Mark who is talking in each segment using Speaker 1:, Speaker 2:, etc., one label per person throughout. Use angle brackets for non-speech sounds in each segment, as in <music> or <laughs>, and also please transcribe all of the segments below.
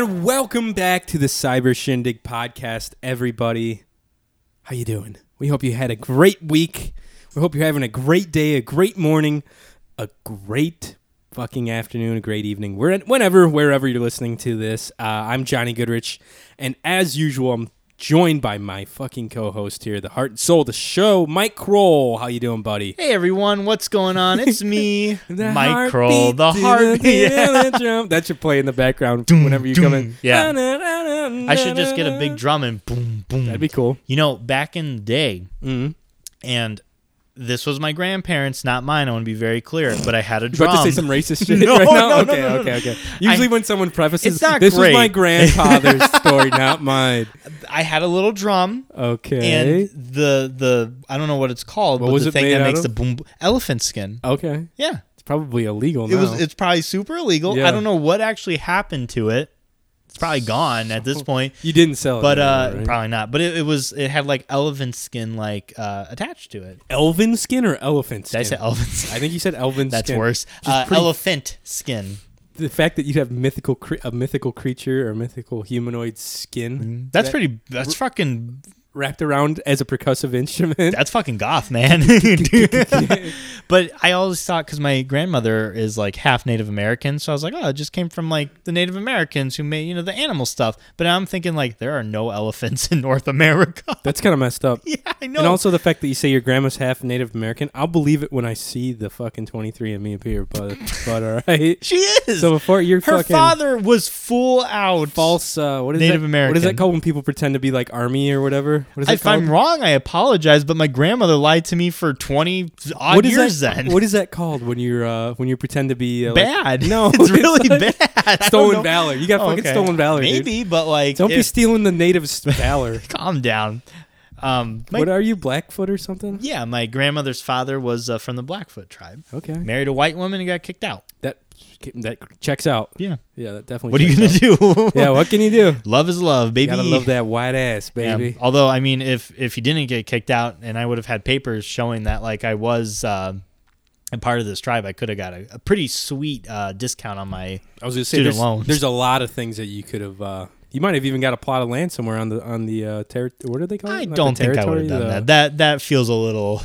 Speaker 1: Welcome back to the Cyber Shindig podcast, everybody. How you doing? We hope you had a great week. We hope you're having a great day, a great morning, a great fucking afternoon, a great evening. We're at whenever, wherever you're listening to this. Uh, I'm Johnny Goodrich, and as usual, I'm joined by my fucking co-host here, the heart and soul of the show, Mike Kroll. How you doing, buddy?
Speaker 2: Hey everyone, what's going
Speaker 1: <laughs>
Speaker 2: on? It's me,
Speaker 1: The
Speaker 2: Mike
Speaker 1: heartbeat
Speaker 2: Kroll, the
Speaker 1: to <laughs>
Speaker 2: heartbeat.
Speaker 1: the drum. That should play in the background whenever you come in.
Speaker 2: Yeah. <laughs> I should just get a big drum and boom, boom.
Speaker 1: That'd be Mm-hmm. cool.
Speaker 2: You know, back in the day, and this was my grandparents, not mine. I want to be very clear, but I had a
Speaker 1: You
Speaker 2: drum.
Speaker 1: about to say some
Speaker 2: <laughs>
Speaker 1: racist shit
Speaker 2: No,
Speaker 1: right now?
Speaker 2: no, no,
Speaker 1: okay,
Speaker 2: no, no,
Speaker 1: okay, okay. Usually
Speaker 2: I-
Speaker 1: when someone prefaces,
Speaker 2: It's not
Speaker 1: this was
Speaker 2: great.
Speaker 1: my
Speaker 2: <laughs>
Speaker 1: grandfather's story, not mine.
Speaker 2: I had a little drum,
Speaker 1: Okay.
Speaker 2: and the the I don't know what it's called,
Speaker 1: What
Speaker 2: but
Speaker 1: was
Speaker 2: the
Speaker 1: it
Speaker 2: thing
Speaker 1: made
Speaker 2: that
Speaker 1: out
Speaker 2: makes
Speaker 1: of?
Speaker 2: the boom, boom elephant skin.
Speaker 1: okay.
Speaker 2: Yeah,
Speaker 1: It's probably illegal now.
Speaker 2: it was. It's probably super illegal.
Speaker 1: Yeah.
Speaker 2: I don't know what actually happened to it. It's probably gone at this point.
Speaker 1: you didn't sell it.
Speaker 2: But uh,
Speaker 1: anymore, right?
Speaker 2: probably not. But it, it was it had like elephant skin like uh, attached to it.
Speaker 1: elven skin or elephant
Speaker 2: Did
Speaker 1: skin?
Speaker 2: I say elephant skin?
Speaker 1: I think you said elven
Speaker 2: That's
Speaker 1: skin.
Speaker 2: worse.
Speaker 1: Just
Speaker 2: Uh,
Speaker 1: pretty-
Speaker 2: elephant skin.
Speaker 1: The fact that you have mythical cre- a mythical creature or mythical humanoid skin
Speaker 2: That's
Speaker 1: that-
Speaker 2: pretty. That's fucking.
Speaker 1: wrapped around as a percussive instrument.
Speaker 2: That's fucking
Speaker 1: <laughs>
Speaker 2: goth, man. <laughs> but I always thought because my grandmother is like half Native American, so I was like, oh, it just came from like the Native Americans who made you know the animal stuff. But now I'm thinking like there are no elephants <laughs> in North America. <laughs>
Speaker 1: That's kind of messed up.
Speaker 2: yeah, I know.
Speaker 1: And also the fact that you say your grandma's half Native American, I'll believe it when I see the fucking 23andMe appear,
Speaker 2: <laughs>
Speaker 1: but but all right.
Speaker 2: she is.
Speaker 1: So before you're
Speaker 2: her
Speaker 1: fucking
Speaker 2: father was full out
Speaker 1: false, uh, what is
Speaker 2: Native
Speaker 1: that? What is
Speaker 2: American.
Speaker 1: that called when people pretend to be like army or whatever? What is that
Speaker 2: if I'm
Speaker 1: called?
Speaker 2: wrong, I apologize, but my grandmother lied to me for 20 odd
Speaker 1: What is
Speaker 2: years
Speaker 1: that?
Speaker 2: then.
Speaker 1: What is that called when you're uh, when you pretend to be uh, like-
Speaker 2: bad.
Speaker 1: No, <laughs>
Speaker 2: <laughs> it's really bad. I don't
Speaker 1: stolen
Speaker 2: know. Oh,
Speaker 1: valor. You got fucking
Speaker 2: Okay.
Speaker 1: stolen valor. dude.
Speaker 2: Maybe, but like,
Speaker 1: Don't be
Speaker 2: if-
Speaker 1: stealing the
Speaker 2: <laughs>
Speaker 1: natives' valor.
Speaker 2: calm down. Um, my-
Speaker 1: what are you, Blackfoot or something?
Speaker 2: yeah, my grandmother's father was uh, from the Blackfoot tribe.
Speaker 1: Okay,
Speaker 2: Married a white woman and got kicked out.
Speaker 1: that that checks out.
Speaker 2: Yeah.
Speaker 1: Yeah, that definitely.
Speaker 2: What are you
Speaker 1: checks
Speaker 2: gonna do?
Speaker 1: out. Yeah, what can you do?
Speaker 2: <laughs> Love is love, baby.
Speaker 1: Gotta love that white ass,
Speaker 2: Yeah.
Speaker 1: baby.
Speaker 2: Although, I mean, if if you didn't get kicked out, and I would have had papers showing that like I was uh, a part of this tribe, I could have got a, a pretty sweet uh, discount on my
Speaker 1: I was gonna say,
Speaker 2: Student
Speaker 1: there's,
Speaker 2: loans.
Speaker 1: there's a lot of things that you could have. Uh, you might have even got a plot of land somewhere on the on the uh, terri What are they called?
Speaker 2: I don't think I would have done that. That that feels a little.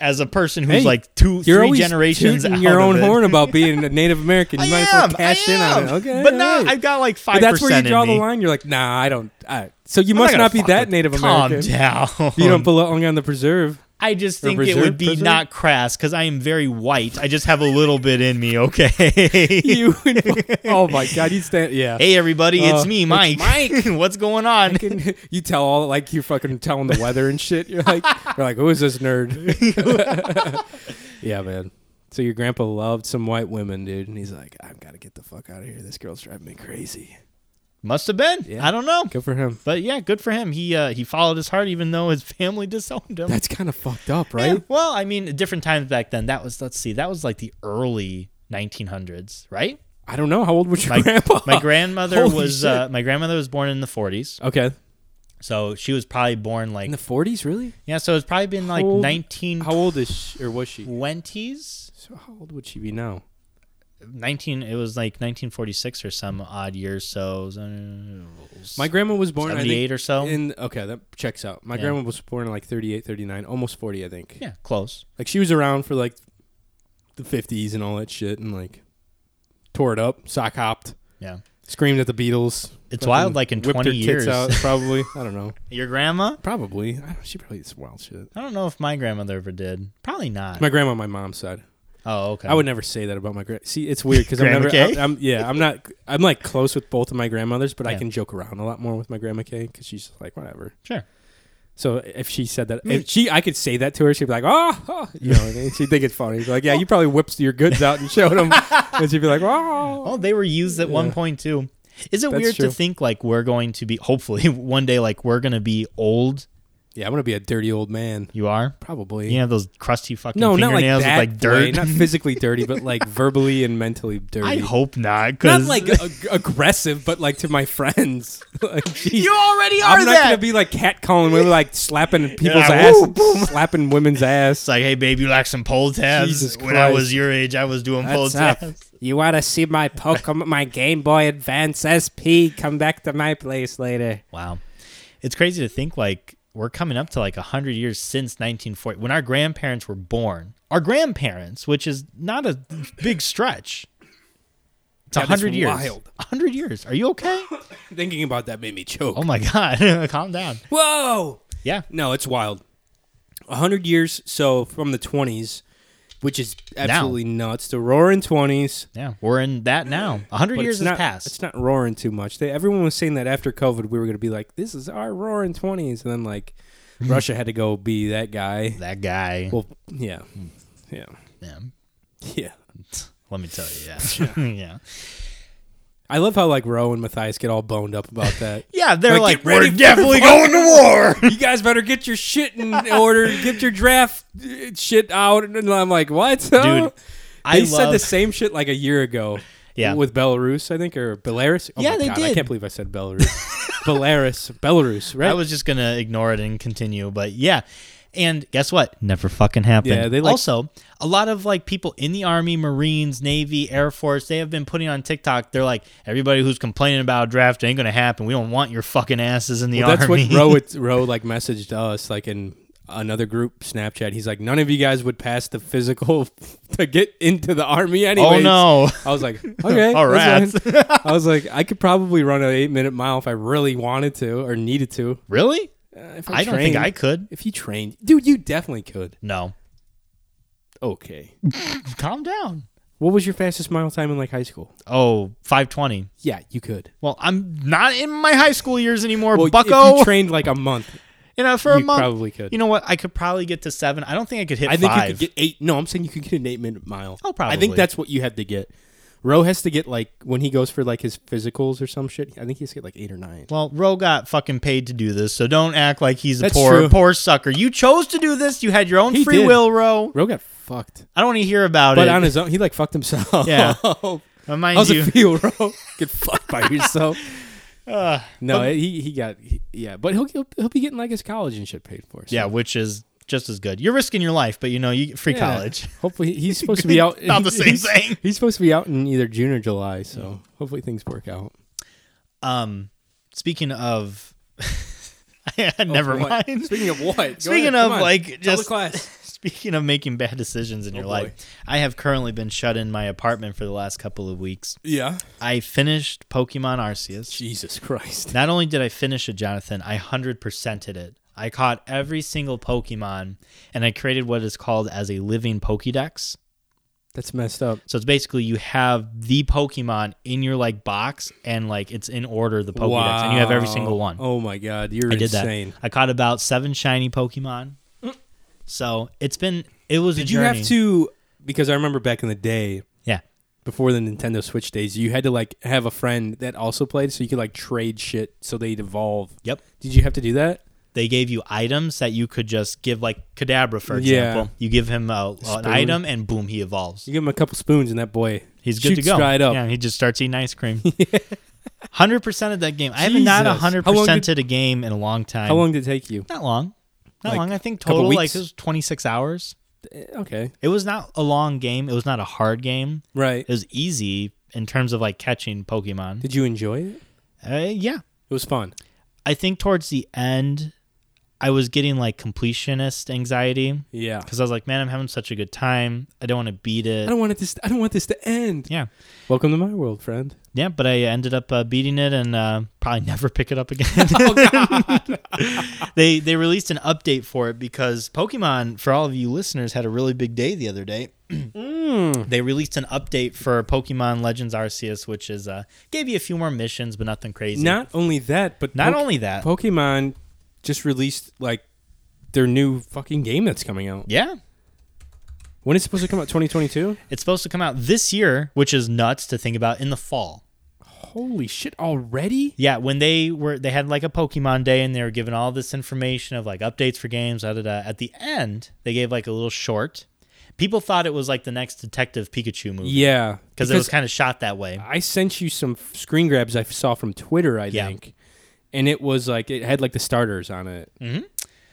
Speaker 2: As a person who's
Speaker 1: Hey,
Speaker 2: like two,
Speaker 1: <laughs> You're
Speaker 2: three
Speaker 1: always
Speaker 2: generations
Speaker 1: tooting
Speaker 2: out
Speaker 1: your own
Speaker 2: of it.
Speaker 1: horn
Speaker 2: <laughs>
Speaker 1: about being a Native American. You
Speaker 2: I
Speaker 1: might as well
Speaker 2: am,
Speaker 1: cash
Speaker 2: I
Speaker 1: in
Speaker 2: am.
Speaker 1: on it. Okay,
Speaker 2: but
Speaker 1: all
Speaker 2: no,
Speaker 1: right.
Speaker 2: I've got like
Speaker 1: But
Speaker 2: five.
Speaker 1: that's where you
Speaker 2: percent in
Speaker 1: draw the
Speaker 2: me.
Speaker 1: line. You're like, nah, I don't. I, so you
Speaker 2: I'm
Speaker 1: must
Speaker 2: gonna
Speaker 1: not be
Speaker 2: fuck
Speaker 1: that
Speaker 2: with-
Speaker 1: Native
Speaker 2: Calm
Speaker 1: American.
Speaker 2: down.
Speaker 1: You don't belong on the
Speaker 2: <laughs>
Speaker 1: preserve.
Speaker 2: I just think it
Speaker 1: reserve
Speaker 2: would be
Speaker 1: person?
Speaker 2: not crass because I am very white. I just have a little bit in me. Okay.
Speaker 1: <laughs> You. oh my God, you stand. Yeah.
Speaker 2: hey everybody,
Speaker 1: Uh,
Speaker 2: it's me,
Speaker 1: it's
Speaker 2: Mike. Mike, <laughs> what's going
Speaker 1: <laughs>
Speaker 2: on?
Speaker 1: Fucking- you tell all like you fucking telling the weather and shit. You're like you're like, who is this nerd? yeah, man. So your grandpa loved some white women, dude, and he's like, I've got to get the fuck out of here. This girl's driving me crazy.
Speaker 2: Must have been.
Speaker 1: Yeah.
Speaker 2: I don't know.
Speaker 1: Good for him.
Speaker 2: But yeah, good for him. He uh, he followed his heart, even though his <laughs> family disowned him.
Speaker 1: That's kind of fucked up,
Speaker 2: Yeah,
Speaker 1: right?
Speaker 2: well, I mean, different times back then. That was let's see, that was like the early 1900s, right?
Speaker 1: I don't know. How old was your
Speaker 2: My
Speaker 1: grandpa?
Speaker 2: my grandmother
Speaker 1: Holy
Speaker 2: was
Speaker 1: shit.
Speaker 2: uh, my grandmother was born in the
Speaker 1: <laughs>
Speaker 2: 40s,
Speaker 1: okay,
Speaker 2: so she was probably born like
Speaker 1: in the forties, really?
Speaker 2: yeah, so it's probably been like
Speaker 1: How old- How
Speaker 2: 1920s,
Speaker 1: old is she, or was she? So how old would she be now?
Speaker 2: 19. It was like 1946 or some odd year, so
Speaker 1: My grandma was born I think,
Speaker 2: 78 or so.
Speaker 1: In okay, that checks out. My
Speaker 2: um. Yeah.
Speaker 1: grandma was born in like 38, 39, almost forty, I think.
Speaker 2: yeah, close.
Speaker 1: Like she was around for like the fifties and all that shit, and like tore it up, sock hopped,
Speaker 2: Yeah,
Speaker 1: screamed at the Beatles.
Speaker 2: it's
Speaker 1: fucking
Speaker 2: wild. Like in
Speaker 1: whipped
Speaker 2: 20
Speaker 1: her tits
Speaker 2: years,
Speaker 1: out, probably. I don't know.
Speaker 2: <laughs> your grandma.
Speaker 1: Probably. I don't, she probably did some wild shit.
Speaker 2: I don't know if my grandmother ever did. Probably not.
Speaker 1: My grandma, on my mom's side.
Speaker 2: oh, okay.
Speaker 1: I would never say that about my grand. See, it's weird because I'm
Speaker 2: Grandma
Speaker 1: never.
Speaker 2: Kay?
Speaker 1: I'm, I'm- yeah, I'm not. I'm like close with both of my grandmothers, but I
Speaker 2: Yeah.
Speaker 1: can joke around a lot more with my grandma Kay because she's just like whatever.
Speaker 2: Sure.
Speaker 1: So if she said that,
Speaker 2: mean-
Speaker 1: if she, I could say that to her, she'd be like, "Oh, oh," you know," what I mean? she'd think it's funny. She'd be like, "Yeah, you probably whipped your goods out and showed
Speaker 2: <laughs>
Speaker 1: them," and she'd be like, "Oh,
Speaker 2: Oh, they were used at one
Speaker 1: Yeah.
Speaker 2: point too. Is it
Speaker 1: That's
Speaker 2: weird
Speaker 1: true.
Speaker 2: <laughs> to think like we're going to be hopefully one day like we're going to be old
Speaker 1: Yeah, I'm gonna be a dirty old man.
Speaker 2: You are.
Speaker 1: Probably.
Speaker 2: You have those crusty fucking
Speaker 1: No, not like
Speaker 2: fingernails
Speaker 1: that.
Speaker 2: with like dirt.
Speaker 1: way, Not physically dirty, but like verbally and mentally dirty.
Speaker 2: <laughs> I hope not.
Speaker 1: not
Speaker 2: 'cause- <laughs>
Speaker 1: like ag- aggressive, but like to my friends. <laughs> like, geez,
Speaker 2: you already are
Speaker 1: I'm not
Speaker 2: that.
Speaker 1: gonna be like catcalling women, like
Speaker 2: <laughs>
Speaker 1: slapping people's
Speaker 2: Yeah,
Speaker 1: ass,
Speaker 2: woo,
Speaker 1: and
Speaker 2: boom.
Speaker 1: <laughs> slapping women's
Speaker 2: <laughs>
Speaker 1: ass.
Speaker 2: it's like, hey, babe, you lack some pole tabs.
Speaker 1: Jesus
Speaker 2: when I
Speaker 1: Christ.
Speaker 2: was your age, I was doing pole tabs.
Speaker 1: You want to see my Pokemon, my Game Boy Advance SP? Come back to my place later.
Speaker 2: Wow. It's crazy to think like we're coming up to like 100 years since 1940 when our grandparents were born. Our grandparents, which is not a big stretch. It's a
Speaker 1: That is
Speaker 2: 100 years.
Speaker 1: wild.
Speaker 2: 100 years. Are you
Speaker 1: <laughs>
Speaker 2: okay?
Speaker 1: Thinking about that made me choke.
Speaker 2: Oh my god. <laughs> Calm down.
Speaker 1: Whoa!
Speaker 2: Yeah.
Speaker 1: No, it's wild. A hundred years, so from the twenties, which is absolutely nuts. The roaring twenties.
Speaker 2: Yeah. We're in that now. 100 years
Speaker 1: not,
Speaker 2: has passed.
Speaker 1: It's not roaring too much. They, everyone was saying that after COVID, we were going to be like, "This is our roaring 20s. and then
Speaker 2: <laughs>
Speaker 1: like Russia had to go be that guy.
Speaker 2: That guy.
Speaker 1: Well, yeah, yeah,
Speaker 2: yeah.
Speaker 1: yeah.
Speaker 2: Let me tell you. Yeah. yeah.
Speaker 1: I love how like Roe and Matthias get all boned up about that.
Speaker 2: <laughs> Yeah, they're
Speaker 1: Like,
Speaker 2: like,
Speaker 1: get ready
Speaker 2: we're
Speaker 1: for
Speaker 2: definitely going to war.
Speaker 1: <laughs> you guys better get your shit in order. Get your draft uh, shit out. And I'm like, what? <laughs>
Speaker 2: Dude, <laughs> I
Speaker 1: They said
Speaker 2: love-
Speaker 1: the same shit like a year ago.
Speaker 2: Yeah.
Speaker 1: With Belarus, I think, or Belarus. Oh
Speaker 2: Yeah,
Speaker 1: my
Speaker 2: they
Speaker 1: God, I
Speaker 2: did.
Speaker 1: can't believe I said <laughs> Belarus. Belarus. Belarus, right?
Speaker 2: I was just gonna ignore it and continue, but yeah. And guess what? Never fucking happened.
Speaker 1: Yeah, they like-
Speaker 2: also a lot of like people in the army, marines, navy, air force. They have been putting on TikTok. They're like, everybody who's complaining about a draft ain't gonna happen. We don't want your fucking asses in the
Speaker 1: Well, that's
Speaker 2: army.
Speaker 1: what Roe <laughs> it's- Roe like messaged us like in another group Snapchat. He's like, none of you guys would pass the physical <laughs> to get into the army anyway.
Speaker 2: <laughs> oh no!
Speaker 1: I was like, okay,
Speaker 2: <laughs> All
Speaker 1: that's fine. I
Speaker 2: <laughs>
Speaker 1: was like, I could probably run an eight minute mile if I really wanted to or needed to.
Speaker 2: Really?
Speaker 1: Uh, if
Speaker 2: I don't think
Speaker 1: trained.
Speaker 2: I could.
Speaker 1: If you trained, dude, you definitely could.
Speaker 2: No.
Speaker 1: Okay.
Speaker 2: Calm down.
Speaker 1: What was your fastest mile time in like high school?
Speaker 2: Oh, 520.
Speaker 1: Yeah, you could.
Speaker 2: Well, I'm not in my high school years anymore,
Speaker 1: Well,
Speaker 2: Bucko.
Speaker 1: if you trained like a month,
Speaker 2: you know, for a
Speaker 1: you
Speaker 2: month,
Speaker 1: probably could.
Speaker 2: You know what? I could probably get to seven. I don't think I could hit.
Speaker 1: I think
Speaker 2: five.
Speaker 1: you could get eight. No, I'm saying you could get an eight minute mile.
Speaker 2: Oh,
Speaker 1: I think
Speaker 2: probably.
Speaker 1: that's what you have to get. Roe has to get like when he goes for like his physicals or some shit. I think he has to get like eight or nine.
Speaker 2: Well, Roe got fucking paid to do this, so don't act like he's a
Speaker 1: That's
Speaker 2: poor
Speaker 1: true.
Speaker 2: poor sucker. You chose to do this. You had your own
Speaker 1: He
Speaker 2: free
Speaker 1: did.
Speaker 2: will, Roe.
Speaker 1: Roe got fucked,
Speaker 2: I don't want to hear about
Speaker 1: but
Speaker 2: it.
Speaker 1: on his own, he like fucked himself.
Speaker 2: Yeah.
Speaker 1: <laughs> How's
Speaker 2: But mind you,
Speaker 1: it feel, Roe? Get fucked by yourself.
Speaker 2: <laughs> uh,
Speaker 1: No, he he got he- yeah, but he'll, he'll he'll be getting like his college and shit paid for. so-
Speaker 2: <laughs> yeah, which is just as good. You're risking your life, but you know, you get free
Speaker 1: Yeah.
Speaker 2: college.
Speaker 1: Hopefully,
Speaker 2: <laughs>
Speaker 1: he's supposed to be out.
Speaker 2: About the same
Speaker 1: he's-
Speaker 2: thing.
Speaker 1: He's supposed to be out in either June or July, so hopefully things work out.
Speaker 2: Um, speaking of, <laughs>
Speaker 1: Oh,
Speaker 2: never
Speaker 1: What? <laughs>
Speaker 2: mind.
Speaker 1: Speaking of what? Go ahead,
Speaker 2: Speaking of
Speaker 1: come on.
Speaker 2: like
Speaker 1: Tell the
Speaker 2: just
Speaker 1: class.
Speaker 2: <laughs>
Speaker 1: Oh,
Speaker 2: speaking of making bad decisions in your
Speaker 1: boy.
Speaker 2: life, I have currently been shut in my apartment for the last couple of weeks.
Speaker 1: Yeah.
Speaker 2: I finished Pokemon Arceus.
Speaker 1: Jesus Christ.
Speaker 2: Not only did I finish it, Jonathan, I 100%ed it. I caught every single Pokemon and I created what is called as a living Pokedex.
Speaker 1: That's messed up.
Speaker 2: So it's basically you have the Pokemon in your like box and like it's in order the Pokedex and you have every single one.
Speaker 1: Oh my god, you're
Speaker 2: I did
Speaker 1: insane.
Speaker 2: that. I caught about 7 shiny Pokemon. So it's been it was a
Speaker 1: Did you
Speaker 2: journey.
Speaker 1: have to because I remember back in the day
Speaker 2: Yeah.
Speaker 1: before the Nintendo Switch days, you had to like have a friend that also played so you could like trade shit so they'd evolve.
Speaker 2: Yep.
Speaker 1: Did you have to do that?
Speaker 2: They gave you items that you could just give like Kadabra for
Speaker 1: Yeah.
Speaker 2: example. You give him a,
Speaker 1: Spoon.
Speaker 2: an item and boom he evolves.
Speaker 1: You give him a couple spoons and that boy
Speaker 2: He's good to
Speaker 1: shoots
Speaker 2: go.
Speaker 1: right up.
Speaker 2: Yeah, he just starts eating
Speaker 1: <laughs>
Speaker 2: ice cream. Hundred percent of that game. I haven't not
Speaker 1: Jesus.
Speaker 2: hundred
Speaker 1: How long
Speaker 2: percent
Speaker 1: did-
Speaker 2: a game in a long time.
Speaker 1: How long did it take you?
Speaker 2: Not long. Not
Speaker 1: Like,
Speaker 2: long. I think
Speaker 1: couple
Speaker 2: total like
Speaker 1: weeks?
Speaker 2: it was twenty six hours.
Speaker 1: Eh, Okay.
Speaker 2: It was not a long game. It was not a hard game.
Speaker 1: Right.
Speaker 2: It was easy in terms of like catching Pokemon.
Speaker 1: Did you enjoy it?
Speaker 2: Uh, yeah,
Speaker 1: It was fun.
Speaker 2: I think towards the end, I was getting like completionist anxiety
Speaker 1: Yeah.
Speaker 2: because I was like, man, I'm having such a good time. I don't want to beat
Speaker 1: I
Speaker 2: it.
Speaker 1: don't want it to st- I don't want this to end.
Speaker 2: Yeah,
Speaker 1: Welcome to my world, friend.
Speaker 2: yeah, but I ended up uh, beating it and uh, probably <laughs> never pick it up again.
Speaker 1: <laughs> Oh god.
Speaker 2: <laughs> they they released an update for it because Pokemon, for all of you listeners, had a really big day the other day.
Speaker 1: Mm.
Speaker 2: They released an update for Pokemon Legends Arceus, which is uh gave you a few more missions, but nothing crazy.
Speaker 1: Not only that, but
Speaker 2: not
Speaker 1: Poke-
Speaker 2: only that.
Speaker 1: Pokemon just released like their new fucking game that's coming out.
Speaker 2: yeah.
Speaker 1: When is
Speaker 2: <laughs>
Speaker 1: it supposed to come out? 2022?
Speaker 2: It's supposed to come out this year, which is nuts to think about in the fall.
Speaker 1: Holy shit! Already?
Speaker 2: Yeah, when they were they had like a Pokemon day and they were given all this information of like updates for games, da da da. At the end, they gave like a little short. People thought it was like the next Detective Pikachu movie
Speaker 1: Yeah.
Speaker 2: because it was kind of shot that way.
Speaker 1: I sent you some f- screen grabs I f- saw from Twitter, I
Speaker 2: Yeah.
Speaker 1: think, and it was like it had like the starters on it. Mm-hmm.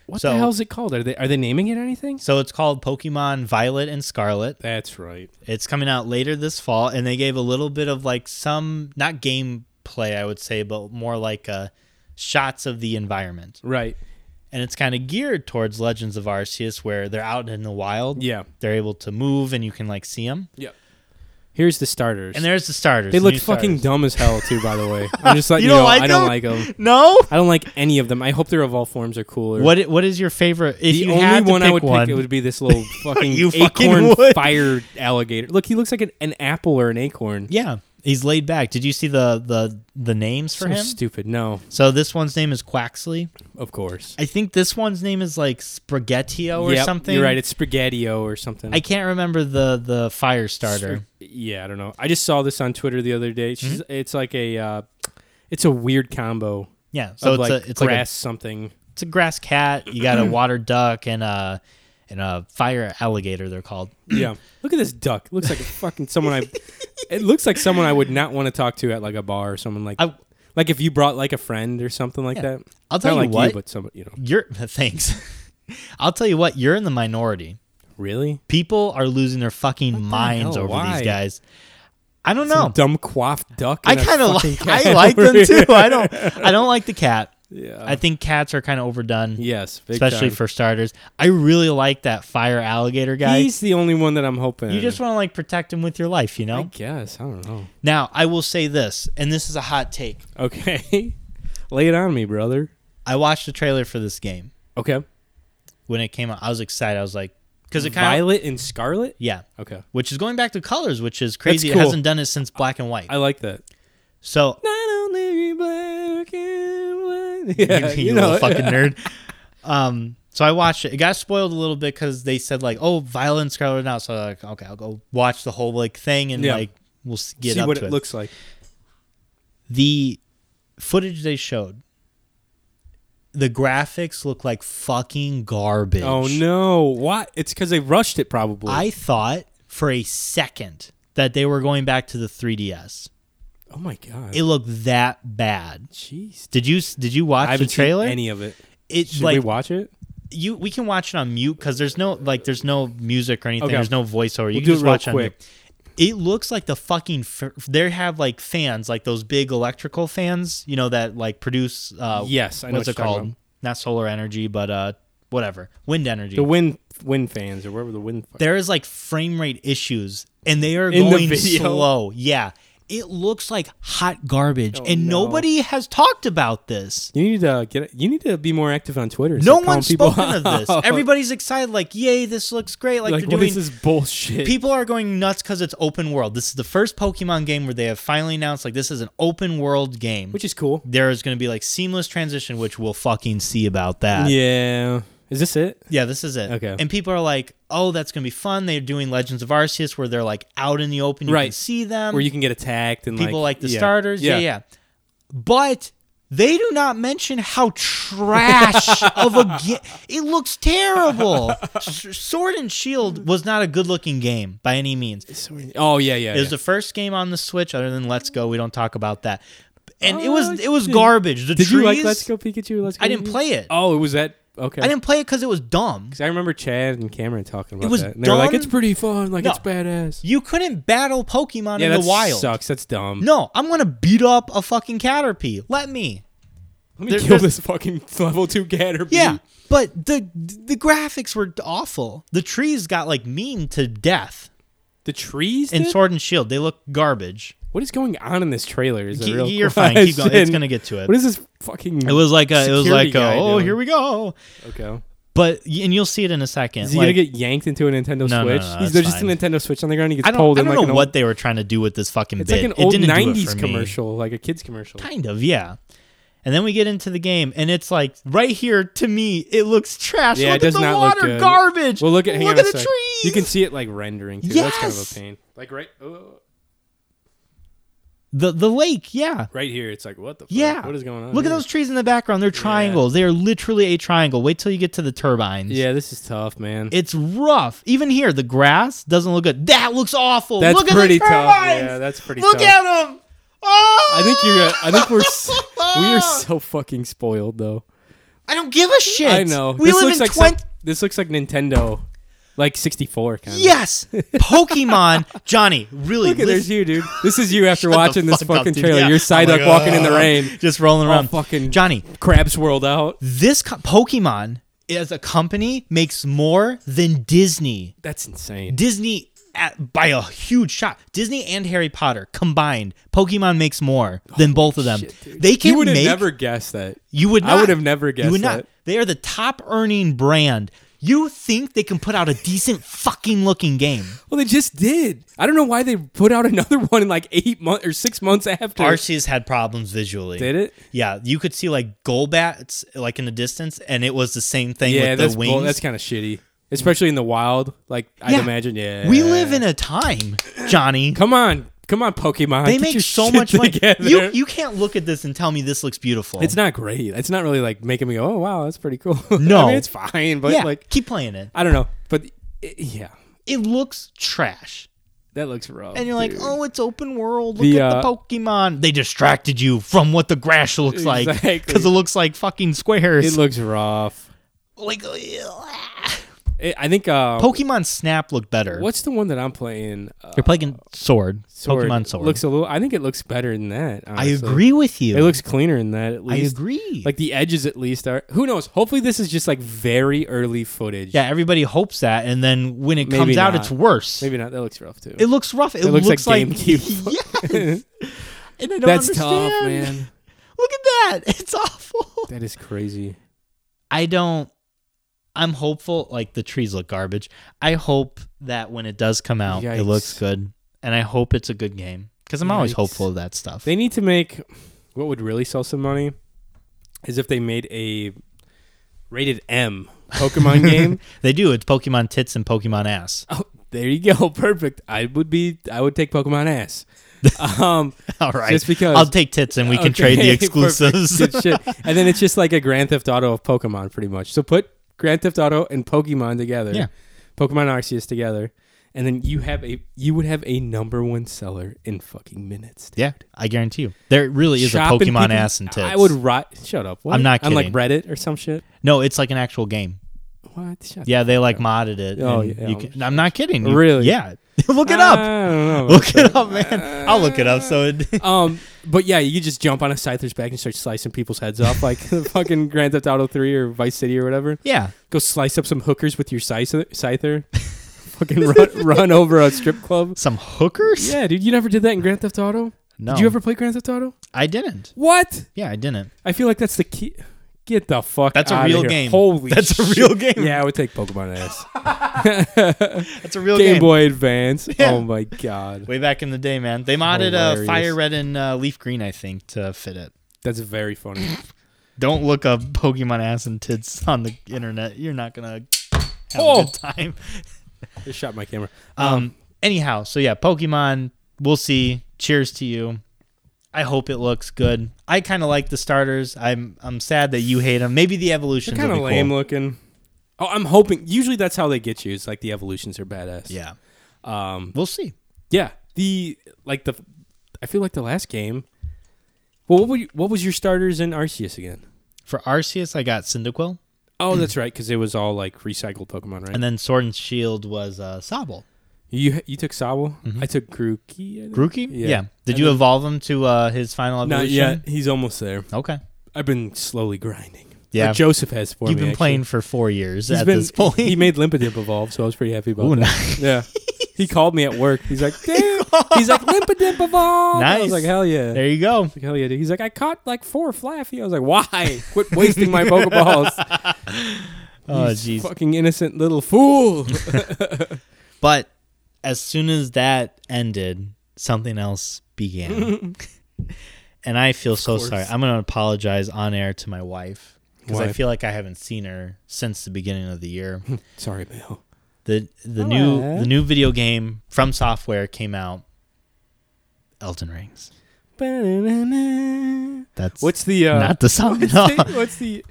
Speaker 1: What
Speaker 2: So-
Speaker 1: the hell is it called? Are they are they naming it anything?
Speaker 2: So it's called Pokemon Violet and Scarlet.
Speaker 1: That's right.
Speaker 2: It's coming out later this fall, and they gave a little bit of like some not gameplay, I would say, but more like uh, shots of the environment.
Speaker 1: Right.
Speaker 2: And it's kind of geared towards Legends of Arceus, where they're out in the wild.
Speaker 1: Yeah.
Speaker 2: They're able to move, and you can like see them.
Speaker 1: Yeah. Here's the starters.
Speaker 2: And there's the starters.
Speaker 1: they
Speaker 2: the
Speaker 1: looked
Speaker 2: new
Speaker 1: fucking
Speaker 2: starters.
Speaker 1: dumb as hell too. By the
Speaker 2: <laughs>
Speaker 1: way, I'm just letting
Speaker 2: You
Speaker 1: you,
Speaker 2: don't
Speaker 1: know
Speaker 2: like
Speaker 1: I don't
Speaker 2: them?
Speaker 1: like them.
Speaker 2: No.
Speaker 1: I don't like any of them. I hope their evolved forms are cooler.
Speaker 2: What i- What is your favorite? If
Speaker 1: the
Speaker 2: you
Speaker 1: only
Speaker 2: had to
Speaker 1: one
Speaker 2: pick
Speaker 1: I would
Speaker 2: one,
Speaker 1: pick it would be this
Speaker 2: <laughs>
Speaker 1: little fucking
Speaker 2: You fucking
Speaker 1: acorn
Speaker 2: would.
Speaker 1: fire alligator. Look, he looks like an, an apple or an acorn.
Speaker 2: yeah, he's laid back. Did you see the the the names
Speaker 1: so
Speaker 2: for him?
Speaker 1: stupid. No,
Speaker 2: so this one's name is Quaxley.
Speaker 1: of course.
Speaker 2: I think this one's name is like Spaghettio or
Speaker 1: Yep,
Speaker 2: something.
Speaker 1: You're right. It's Spaghettio or something.
Speaker 2: I can't remember the the fire starter.
Speaker 1: Yeah, I don't know. I just saw this on Twitter the other day. It's, just- it's like a, uh, it's a weird combo
Speaker 2: Yeah, so
Speaker 1: of
Speaker 2: it's
Speaker 1: like
Speaker 2: a
Speaker 1: grass
Speaker 2: it's like a,
Speaker 1: something.
Speaker 2: it's a grass cat. You got <clears throat> a water duck and a and a fire alligator. They're called.
Speaker 1: <clears throat> yeah. Look at this duck. Looks like a fucking someone <laughs> I. It looks like someone I would not want to talk to at like a bar or someone like.
Speaker 2: I-
Speaker 1: like if you brought like a friend or something like
Speaker 2: Yeah.
Speaker 1: that.
Speaker 2: I'll tell
Speaker 1: Not
Speaker 2: you
Speaker 1: like
Speaker 2: what.
Speaker 1: you, but some you know.
Speaker 2: You're <laughs> thanks. I'll tell you what. You're in the minority.
Speaker 1: Really?
Speaker 2: People are losing their fucking minds
Speaker 1: hell?
Speaker 2: over
Speaker 1: Why?
Speaker 2: these guys. I don't
Speaker 1: Some
Speaker 2: know.
Speaker 1: dumb quaffed duck.
Speaker 2: I
Speaker 1: and a
Speaker 2: kind of <laughs>
Speaker 1: fucking
Speaker 2: like.
Speaker 1: cat
Speaker 2: I like
Speaker 1: over
Speaker 2: them
Speaker 1: here.
Speaker 2: too. I don't. I don't like the cat.
Speaker 1: Yeah.
Speaker 2: I think cats are kind of overdone,
Speaker 1: yes. big
Speaker 2: especially
Speaker 1: time.
Speaker 2: for starters. I really like that fire alligator guy.
Speaker 1: He's the only one that I'm hoping.
Speaker 2: you just want to like protect him with your life, you know.
Speaker 1: I guess I don't know.
Speaker 2: Now, I will say this, and this is a hot take.
Speaker 1: Okay. <laughs> Lay it on me, brother.
Speaker 2: I watched the trailer for this game
Speaker 1: Okay.
Speaker 2: when it came out. I was excited. I was like, because it kind of,
Speaker 1: Violet and Scarlet?
Speaker 2: yeah,
Speaker 1: Okay.
Speaker 2: which is going back to colors, which is crazy.
Speaker 1: cool.
Speaker 2: It hasn't done it since black and white.
Speaker 1: I like that.
Speaker 2: so,
Speaker 1: Not only black and white.
Speaker 2: <laughs> you,
Speaker 1: Yeah,
Speaker 2: you
Speaker 1: know
Speaker 2: little
Speaker 1: it.
Speaker 2: fucking nerd. <laughs> Um, so I watched it. It got spoiled a little bit because they said like, oh, Violet and Scarlet now. So I was like, okay, I'll go watch the whole like thing and
Speaker 1: Yeah.
Speaker 2: like we'll s- get
Speaker 1: <laughs> See
Speaker 2: up
Speaker 1: what
Speaker 2: to
Speaker 1: it
Speaker 2: it.
Speaker 1: looks like.
Speaker 2: the footage they showed. The graphics look like fucking garbage.
Speaker 1: Oh no! Why? It's because they rushed it, probably.
Speaker 2: I thought for a second that they were going back to the 3DS.
Speaker 1: oh my god!
Speaker 2: It looked that bad.
Speaker 1: Jeez,
Speaker 2: Did you did you watch
Speaker 1: I
Speaker 2: the
Speaker 1: haven't
Speaker 2: trailer?
Speaker 1: seen any of it.
Speaker 2: it's
Speaker 1: Should
Speaker 2: like
Speaker 1: we watch it?
Speaker 2: you we can watch it on mute because there's no like there's no music or anything.
Speaker 1: Okay.
Speaker 2: There's no voiceover.
Speaker 1: We'll
Speaker 2: you
Speaker 1: do
Speaker 2: can
Speaker 1: it
Speaker 2: just
Speaker 1: real
Speaker 2: watch on
Speaker 1: quick.
Speaker 2: mute. It looks like the fucking. F- they have like fans, like those big electrical fans, you know, that like produce. Uh,
Speaker 1: Yes, I know
Speaker 2: what's
Speaker 1: what
Speaker 2: it
Speaker 1: you're talking
Speaker 2: called?
Speaker 1: about.
Speaker 2: Not solar energy, but uh, whatever, wind energy.
Speaker 1: The wind, wind fans, or wherever the wind.
Speaker 2: there is like frame rate issues and they are
Speaker 1: In the
Speaker 2: going
Speaker 1: video?
Speaker 2: slow. Yeah. It looks like hot garbage
Speaker 1: Oh,
Speaker 2: and
Speaker 1: no.
Speaker 2: nobody has talked about this.
Speaker 1: You need to get. You need to be more active on Twitter.
Speaker 2: No
Speaker 1: Stop calling
Speaker 2: one's
Speaker 1: people <laughs>
Speaker 2: spoken of this.
Speaker 1: out.
Speaker 2: Everybody's excited like, "Yay, this looks great." Like,
Speaker 1: like
Speaker 2: they're
Speaker 1: what
Speaker 2: doing
Speaker 1: is this bullshit?
Speaker 2: People are going nuts cuz it's open world. This is the first Pokemon game where they have finally announced like this is an open world game.
Speaker 1: Which is cool.
Speaker 2: there is going to be like seamless transition which we'll fucking see about that.
Speaker 1: yeah. Is this it?
Speaker 2: Yeah, this is it.
Speaker 1: Okay.
Speaker 2: And people are like, "Oh, that's going to be fun." They're doing Legends of Arceus where they're like out in the open, you can
Speaker 1: Right.
Speaker 2: see them.
Speaker 1: Where you can get attacked and
Speaker 2: people like, the
Speaker 1: yeah.
Speaker 2: starters. Yeah. yeah, But they do not mention how
Speaker 1: <laughs>
Speaker 2: trash of a game. It looks terrible. S- Sword and Shield was not a good-looking game by any means. It
Speaker 1: Oh yeah, yeah.
Speaker 2: was
Speaker 1: yeah.
Speaker 2: the first game on the Switch, other than Let's Go. We don't talk about that. And it was it was garbage. The
Speaker 1: Oh, Did
Speaker 2: trees.
Speaker 1: you like Let's Go Pikachu? or Let's Go
Speaker 2: I didn't
Speaker 1: Pikachu?
Speaker 2: play it.
Speaker 1: Oh, it was that. Okay.
Speaker 2: I didn't play it because it was dumb.
Speaker 1: 'Cause I remember Chad and Cameron talking about
Speaker 2: was
Speaker 1: that. And they were like,
Speaker 2: dumb.
Speaker 1: "It's pretty fun. Like
Speaker 2: No.
Speaker 1: it's badass."
Speaker 2: You couldn't battle Pokemon
Speaker 1: Yeah,
Speaker 2: in
Speaker 1: that
Speaker 2: the wild.
Speaker 1: sucks. That's dumb.
Speaker 2: No, I'm gonna beat up a fucking Caterpie. Let me.
Speaker 1: Let me
Speaker 2: there-
Speaker 1: kill
Speaker 2: there's-
Speaker 1: this fucking <laughs> level two Caterpie.
Speaker 2: Yeah, but the the graphics were awful. The trees got like mean to death
Speaker 1: The trees.
Speaker 2: in
Speaker 1: did?
Speaker 2: Sword and Shield. They look garbage.
Speaker 1: what is going on in this trailer? Is
Speaker 2: Y-
Speaker 1: a real <laughs>
Speaker 2: You're fine. Keep going. It's
Speaker 1: question.
Speaker 2: gonna get to it.
Speaker 1: What is this fucking?
Speaker 2: It was like a, it was
Speaker 1: security
Speaker 2: like
Speaker 1: guy
Speaker 2: a, oh
Speaker 1: doing?
Speaker 2: here we go.
Speaker 1: okay.
Speaker 2: But y- and you'll see it in a second.
Speaker 1: Is he
Speaker 2: Like,
Speaker 1: gonna get yanked into a Nintendo
Speaker 2: No, no,
Speaker 1: Switch?
Speaker 2: no,
Speaker 1: He's-
Speaker 2: that's
Speaker 1: there's just a
Speaker 2: fine.
Speaker 1: Nintendo Switch on the ground. He gets
Speaker 2: I don't,
Speaker 1: pulled
Speaker 2: I
Speaker 1: in
Speaker 2: don't
Speaker 1: like
Speaker 2: know
Speaker 1: an
Speaker 2: what
Speaker 1: old,
Speaker 2: they were trying to do with this fucking
Speaker 1: It's
Speaker 2: bit.
Speaker 1: like an old
Speaker 2: it didn't do it
Speaker 1: '90s
Speaker 2: for me.
Speaker 1: commercial, like a kids commercial.
Speaker 2: Kind of, yeah. And then we get into the game, and it's like right here to me, it looks trash.
Speaker 1: Yeah,
Speaker 2: look
Speaker 1: it does
Speaker 2: at the
Speaker 1: not look
Speaker 2: water
Speaker 1: good.
Speaker 2: garbage.
Speaker 1: Well, look at hang
Speaker 2: look
Speaker 1: on
Speaker 2: at
Speaker 1: a
Speaker 2: the
Speaker 1: sec.
Speaker 2: trees.
Speaker 1: You can see it like oh, rendering too. That's kind of
Speaker 2: Yes!
Speaker 1: a pain. Like right. Oh.
Speaker 2: The the lake, yeah.
Speaker 1: Right here, it's like, what the fuck?
Speaker 2: Yeah.
Speaker 1: What is going on?
Speaker 2: Look
Speaker 1: here?
Speaker 2: at those trees in the background. They're triangles. They are literally a triangle. Wait till you get to the turbines.
Speaker 1: Yeah, this is tough, man.
Speaker 2: It's rough. Even here, the grass doesn't look good. That looks awful.
Speaker 1: that's
Speaker 2: look
Speaker 1: pretty
Speaker 2: at the
Speaker 1: tough.
Speaker 2: turbines.
Speaker 1: Yeah, that's pretty
Speaker 2: look
Speaker 1: tough.
Speaker 2: at them. Oh!
Speaker 1: I think you're. I think we're.
Speaker 2: <laughs>
Speaker 1: s- we are so fucking spoiled, though.
Speaker 2: I don't give a shit.
Speaker 1: I know.
Speaker 2: We
Speaker 1: this
Speaker 2: live
Speaker 1: looks
Speaker 2: in
Speaker 1: like some-
Speaker 2: 20.
Speaker 1: this looks like Nintendo, like 64 kind of.
Speaker 2: yes, Pokemon, <laughs> Johnny. Really,
Speaker 1: Look at
Speaker 2: listen-
Speaker 1: there's you, dude. This is you after
Speaker 2: Shut the
Speaker 1: watching this
Speaker 2: fuck up,
Speaker 1: fucking
Speaker 2: dude.
Speaker 1: trailer.
Speaker 2: Yeah.
Speaker 1: You're
Speaker 2: Oh my
Speaker 1: Psyduck walking in the
Speaker 2: God.
Speaker 1: rain.
Speaker 2: just rolling around.
Speaker 1: fucking-
Speaker 2: Johnny,
Speaker 1: Crabs swirled out.
Speaker 2: this co- Pokemon as a company makes more than Disney.
Speaker 1: That's insane.
Speaker 2: Disney at, by a huge shot. Disney and Harry Potter combined, Pokemon makes more than both of them.
Speaker 1: Shit, dude.
Speaker 2: they can
Speaker 1: You would have
Speaker 2: make.
Speaker 1: never guessed that.
Speaker 2: you would.
Speaker 1: I
Speaker 2: Not,
Speaker 1: would have never guessed
Speaker 2: You would not.
Speaker 1: that.
Speaker 2: They are the top earning brand. You think they can put out a decent fucking looking game?
Speaker 1: Well, they just did. I don't know why they put out <laughs> another one in like eight months or six months after.
Speaker 2: Arceus had problems visually.
Speaker 1: did it?
Speaker 2: Yeah, you could see like Golbats like in the distance, and it was the same thing
Speaker 1: Yeah,
Speaker 2: with
Speaker 1: that's
Speaker 2: the
Speaker 1: bull-
Speaker 2: wings.
Speaker 1: that's kind of shitty, especially in the wild. Like I'd
Speaker 2: Yeah.
Speaker 1: imagine. Yeah,
Speaker 2: we live in a time, Johnny.
Speaker 1: Come on, come on, Pokemon.
Speaker 2: They
Speaker 1: Get
Speaker 2: make
Speaker 1: your
Speaker 2: so
Speaker 1: shit
Speaker 2: much money.
Speaker 1: together.
Speaker 2: You you can't look at this and tell me this looks
Speaker 1: <laughs>
Speaker 2: beautiful.
Speaker 1: it's not great. It's not really like making me go, oh wow, that's pretty cool. <laughs> I
Speaker 2: No.
Speaker 1: mean, it's fine, but
Speaker 2: yeah,
Speaker 1: like
Speaker 2: keep playing it.
Speaker 1: I don't know, but i yeah,
Speaker 2: It looks trash,
Speaker 1: that looks rough.
Speaker 2: and you're like,
Speaker 1: dude.
Speaker 2: oh, it's open world. Look
Speaker 1: The,
Speaker 2: at the
Speaker 1: uh,
Speaker 2: Pokemon. They distracted you from what the grass looks like
Speaker 1: Exactly.
Speaker 2: because it looks like fucking squares.
Speaker 1: it looks rough.
Speaker 2: like ugh.
Speaker 1: It, I think. Uh,
Speaker 2: Pokemon Snap looked better.
Speaker 1: what's the one that I'm playing? Uh,
Speaker 2: You're playing Sword.
Speaker 1: Sword.
Speaker 2: Pokemon Sword.
Speaker 1: looks a little. I think it looks better than that.
Speaker 2: I
Speaker 1: honestly.
Speaker 2: agree with you.
Speaker 1: It looks cleaner in that. At
Speaker 2: I
Speaker 1: least.
Speaker 2: agree.
Speaker 1: Like the edges, at least are. Who knows? Hopefully, this is just like very early footage.
Speaker 2: yeah, everybody hopes that, and then when it
Speaker 1: Maybe
Speaker 2: comes out,
Speaker 1: not.
Speaker 2: it's worse.
Speaker 1: Maybe not. That looks rough too.
Speaker 2: It looks rough. It,
Speaker 1: It looks like
Speaker 2: <laughs>
Speaker 1: GameCube. <laughs>
Speaker 2: yes. And I don't
Speaker 1: That's
Speaker 2: understand.
Speaker 1: tough, man.
Speaker 2: Look at that. <laughs> It's awful.
Speaker 1: That is crazy.
Speaker 2: I don't. I'm hopeful. Like the trees look garbage. I hope that when it does come out, it
Speaker 1: Yikes.
Speaker 2: looks good, and I hope it's a good game because I'm always
Speaker 1: Yikes.
Speaker 2: hopeful of that stuff.
Speaker 1: They need to make what would really sell some money is if they made a rated M
Speaker 2: <laughs>
Speaker 1: Pokemon game.
Speaker 2: <laughs> They do. It's Pokemon tits and Pokemon ass. <laughs>
Speaker 1: Oh, there you go. <laughs> Perfect. I would be. I would take Pokemon
Speaker 2: <laughs>
Speaker 1: ass. Um,
Speaker 2: All right.
Speaker 1: Just because-
Speaker 2: I'll take tits and we can trade
Speaker 1: <laughs>
Speaker 2: the
Speaker 1: okay,
Speaker 2: exclusives. <laughs>
Speaker 1: perfect. Good shit. And then it's just like a Grand Theft Auto of Pokemon, pretty much. So put Grand Theft Auto and Pokemon together.
Speaker 2: Yeah.
Speaker 1: Pokemon Arceus together, and then you have a you would have a number one seller in fucking minutes. dude.
Speaker 2: yeah, I guarantee you. There really is
Speaker 1: Shopping
Speaker 2: a Pokemon
Speaker 1: people-
Speaker 2: ass and tits.
Speaker 1: I would rot. Shut up. What?
Speaker 2: I'm not
Speaker 1: On like
Speaker 2: kidding.
Speaker 1: Reddit or some shit.
Speaker 2: No, it's like an actual game.
Speaker 1: What? Shut
Speaker 2: Yeah, they like modded it.
Speaker 1: Oh,
Speaker 2: and
Speaker 1: yeah.
Speaker 2: you can- I'm not kidding. You-
Speaker 1: Really? Uh,
Speaker 2: Yeah. <laughs> look it
Speaker 1: I
Speaker 2: up.
Speaker 1: don't know. about
Speaker 2: Look it up, man.
Speaker 1: uh,
Speaker 2: I'll look it up. So it, <laughs>
Speaker 1: that. Um, but yeah, you could just jump on a Scyther's back and start slicing people's heads off, like <laughs> the fucking Grand Theft Auto Three or Vice City or whatever.
Speaker 2: yeah,
Speaker 1: Go slice up some hookers with your scyther. scyther.
Speaker 2: <laughs>
Speaker 1: fucking run, run over a strip club.
Speaker 2: some hookers.
Speaker 1: Yeah, dude, you never did that in Grand Theft Auto.
Speaker 2: No,
Speaker 1: Did you ever play Grand Theft Auto?
Speaker 2: I didn't.
Speaker 1: What?
Speaker 2: Yeah, I didn't.
Speaker 1: I feel like that's the key. Get the fuck.
Speaker 2: That's a
Speaker 1: outta
Speaker 2: real
Speaker 1: here.
Speaker 2: game.
Speaker 1: Holy.
Speaker 2: <laughs> That's a
Speaker 1: shit.
Speaker 2: real game.
Speaker 1: Yeah, I would take Pokemon ass.
Speaker 2: <laughs> That's a
Speaker 1: <laughs>
Speaker 2: real
Speaker 1: game,
Speaker 2: game.
Speaker 1: Boy Advance.
Speaker 2: Yeah.
Speaker 1: Oh my god,
Speaker 2: Way back in the day, man. They modded uh,
Speaker 1: Hilarious.
Speaker 2: fire red and uh, leaf green, I think, to fit it.
Speaker 1: that's very funny.
Speaker 2: Don't look up Pokemon ass and tits on the internet. You're not gonna have a
Speaker 1: Oh.
Speaker 2: good time.
Speaker 1: Just shot my camera.
Speaker 2: Um. Anyhow, so yeah, Pokemon. We'll see. Cheers to you. I hope it looks good. I kind of like the starters. I'm I'm sad that you hate them. Maybe the evolution.
Speaker 1: They're kind of lame looking. Oh, I'm hoping. Usually, that's how they get you. It's like the evolutions are badass.
Speaker 2: Yeah.
Speaker 1: Um.
Speaker 2: We'll see.
Speaker 1: Yeah. The like the. I feel like the last game. Well, what were you, what was your starters in Arceus again?
Speaker 2: For Arceus, I got Cyndaquil,
Speaker 1: Oh, that's right, because it was all like recycled Pokemon, right?
Speaker 2: and then Sword and Shield was uh, Sobble.
Speaker 1: you you took Sobble. I took Grookey. I think.
Speaker 2: Mm-hmm. Grookey.
Speaker 1: Yeah.
Speaker 2: Did you evolve him to uh, his final
Speaker 1: Not
Speaker 2: evolution?
Speaker 1: yet. He's almost there.
Speaker 2: Okay.
Speaker 1: I've been slowly grinding.
Speaker 2: Yeah.
Speaker 1: Or Joseph has for
Speaker 2: You've
Speaker 1: me.
Speaker 2: been
Speaker 1: actually.
Speaker 2: playing for four years
Speaker 1: He's
Speaker 2: at
Speaker 1: been-
Speaker 2: this
Speaker 1: <laughs>
Speaker 2: point.
Speaker 1: He made Limpidimp evolve, so I was pretty happy about
Speaker 2: Ooh,
Speaker 1: that.
Speaker 2: nice.
Speaker 1: Yeah. He called me at work. He's
Speaker 2: <laughs>
Speaker 1: like, damn. He's like, Limpidimp evolve. I
Speaker 2: Nice.
Speaker 1: was like, hell yeah.
Speaker 2: There you go.
Speaker 1: Like, hell yeah, dude. He's like, I caught like four Flaffy. I was like, why? Quit wasting my
Speaker 2: <laughs>
Speaker 1: <laughs> Pokeballs.
Speaker 2: Oh,
Speaker 1: You
Speaker 2: jeez.
Speaker 1: Fucking innocent little fool.
Speaker 2: But as soon as that ended, something else
Speaker 1: <laughs>
Speaker 2: began. and I feel so
Speaker 1: course.
Speaker 2: sorry. I'm going to apologize on air to my wife because I
Speaker 1: Why?
Speaker 2: feel like I haven't seen her since the beginning of
Speaker 1: <laughs>
Speaker 2: the year.
Speaker 1: <laughs> Sorry, Bill.
Speaker 2: the the new
Speaker 1: Aw.
Speaker 2: the new video game from software came out Elden Rings. That's
Speaker 1: What's the uh,
Speaker 2: not the
Speaker 1: <laughs>
Speaker 2: song
Speaker 1: what's
Speaker 2: at all.
Speaker 1: the, what's the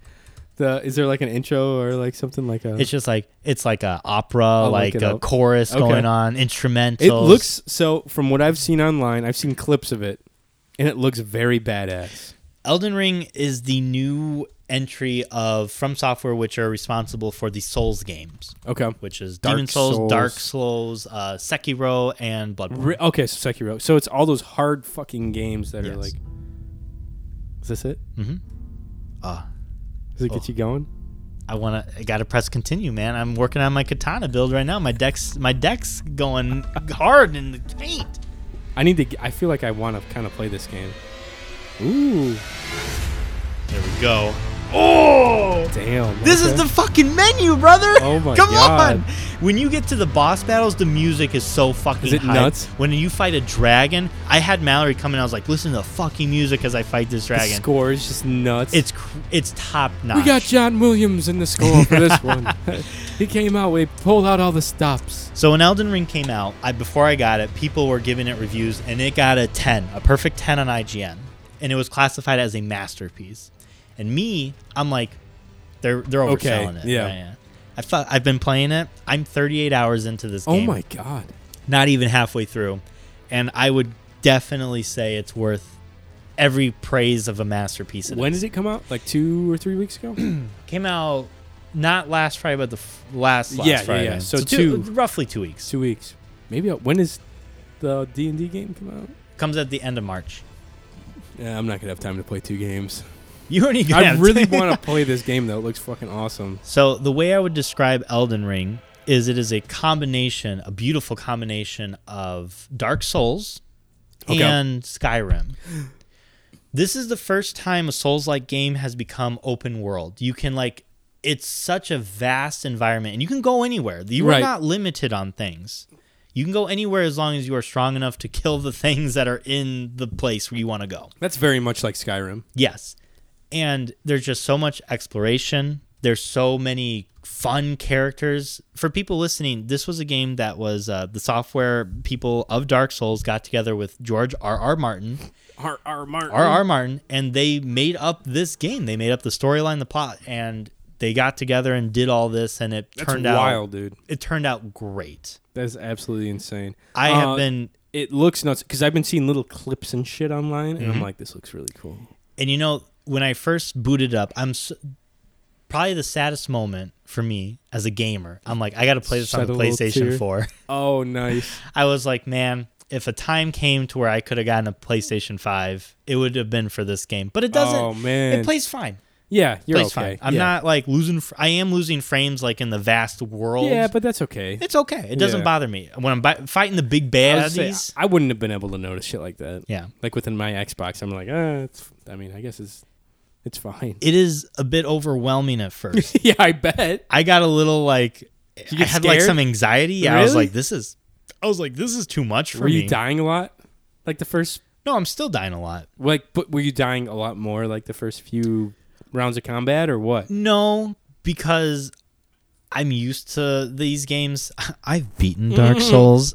Speaker 1: the is there like an intro or like something like a
Speaker 2: <laughs> It's just like it's like a opera,
Speaker 1: look
Speaker 2: like
Speaker 1: it
Speaker 2: a
Speaker 1: up.
Speaker 2: chorus
Speaker 1: Okay.
Speaker 2: going on, instrumentals.
Speaker 1: It looks so from what I've seen online, I've seen clips of it and it looks very badass.
Speaker 2: Elden Ring is the new entry of From Software, which are responsible for the Souls games,
Speaker 1: Okay.
Speaker 2: which is
Speaker 1: Dark
Speaker 2: Demon Souls,
Speaker 1: Souls.
Speaker 2: Dark Souls, uh, Sekiro, and Bloodborne.
Speaker 1: Re- okay, so Sekiro. So it's all those hard fucking games that are
Speaker 2: Yes.
Speaker 1: like Is this it?
Speaker 2: mm-hmm. uh,
Speaker 1: Does it get
Speaker 2: Oh.
Speaker 1: you going?
Speaker 2: I wanna, I gotta press continue, man. I'm working on my katana build right now. My deck's, my deck's going hard in the paint.
Speaker 1: I need to g- I feel like I want to kind of play this game. Ooh,
Speaker 2: There we go. Oh.
Speaker 1: damn.
Speaker 2: This
Speaker 1: okay.
Speaker 2: is the fucking menu, brother.
Speaker 1: Oh my
Speaker 2: <laughs> Come
Speaker 1: God.
Speaker 2: on. When you get to the boss battles, the music is so fucking
Speaker 1: Is it
Speaker 2: hype.
Speaker 1: nuts?
Speaker 2: When you fight a dragon, I had Mallory come and I was like, "Listen to the fucking music as I fight this
Speaker 1: The
Speaker 2: dragon."
Speaker 1: score is just nuts.
Speaker 2: it's cr- it's top notch.
Speaker 1: we got John Williams in the score for <laughs> this one. he came out. We pulled out all the stops.
Speaker 2: So when Elden Ring came out, I before I got it, people were giving it reviews, and it got a ten, a perfect ten on IGN, and it was classified as a masterpiece. And me, I'm like, they're they're
Speaker 1: Okay,
Speaker 2: overselling it.
Speaker 1: yeah.
Speaker 2: I thought I've been playing it. I'm 38 hours into this
Speaker 1: Oh
Speaker 2: game.
Speaker 1: my god.
Speaker 2: Not even halfway through, and I would definitely say it's worth every praise of a masterpiece. It
Speaker 1: When
Speaker 2: is.
Speaker 1: did it come out? Like two or three weeks <clears throat> ago?
Speaker 2: came out? Not last Friday, but the f- last last
Speaker 1: Yeah, yeah,
Speaker 2: Friday.
Speaker 1: yeah. So two-
Speaker 2: roughly two weeks.
Speaker 1: two weeks. Maybe I- when is the D and D game come out?
Speaker 2: Comes at the end of March.
Speaker 1: Yeah, I'm not gonna have time to play two games.
Speaker 2: You already.
Speaker 1: <laughs> I
Speaker 2: grabbed- <laughs>
Speaker 1: really <laughs> want to play this game though. It looks fucking awesome.
Speaker 2: So the way I would describe Elden Ring is it is a combination, a beautiful combination of Dark Souls
Speaker 1: Okay.
Speaker 2: and Skyrim. This is the first time a Souls-like game has become open world. You can like it's such a vast environment and you can go anywhere. You are
Speaker 1: Right.
Speaker 2: not limited on things. You can go anywhere as long as you are strong enough to kill the <laughs> things that are in the place where you want to go.
Speaker 1: That's very much like Skyrim.
Speaker 2: Yes. And there's just so much exploration. There's so many fun characters. For people listening, this was a game that was uh, the software people of Dark Souls got together with George R. R. Martin,
Speaker 1: R R Martin.
Speaker 2: R. R. Martin, and they made up this game. They made up the storyline, the plot, and they got together and did all this, and it
Speaker 1: That's
Speaker 2: turned out
Speaker 1: wild, dude.
Speaker 2: it turned out great.
Speaker 1: That's absolutely insane.
Speaker 2: I
Speaker 1: Uh,
Speaker 2: have been,
Speaker 1: It looks nuts because I've been seeing little clips and shit online, and I'm like, this looks really cool.
Speaker 2: and you know, when I first booted up, I'm s probably the saddest moment for me as a gamer. I'm like, I got to play this on
Speaker 1: Shed
Speaker 2: the
Speaker 1: a little
Speaker 2: PlayStation
Speaker 1: tear.
Speaker 2: 4.
Speaker 1: Oh, nice.
Speaker 2: <laughs> I was like, man, if a time came to where I could have gotten a PlayStation 5, it would have been for this game. But it doesn't.
Speaker 1: Oh man.
Speaker 2: it plays fine.
Speaker 1: yeah,
Speaker 2: It
Speaker 1: you're
Speaker 2: plays
Speaker 1: okay.
Speaker 2: fine. I'm
Speaker 1: yeah.
Speaker 2: not like losing. Fr- I am losing frames like in the vast world.
Speaker 1: Yeah, but that's okay.
Speaker 2: it's okay. It doesn't
Speaker 1: Yeah.
Speaker 2: bother me when I'm bi- fighting the big
Speaker 1: I, would say,
Speaker 2: baddies.
Speaker 1: I wouldn't have been able to notice shit like that.
Speaker 2: Yeah.
Speaker 1: Like within my Xbox, I'm like, ah, it's. I mean, I guess it's, it's fine. <laughs>
Speaker 2: It is a bit overwhelming at first.
Speaker 1: yeah, I bet.
Speaker 2: I got a little like
Speaker 1: you
Speaker 2: I
Speaker 1: get
Speaker 2: had like
Speaker 1: scared?
Speaker 2: some anxiety. Yeah, I was
Speaker 1: Really?
Speaker 2: like, this is I was like, this is too much for
Speaker 1: Were
Speaker 2: me.
Speaker 1: you dying a lot? Like the first,
Speaker 2: no, I'm still dying a lot.
Speaker 1: like, but were you dying a lot more like the first few rounds of combat or what?
Speaker 2: No, because I'm used to these games. <laughs> I've beaten Dark Souls.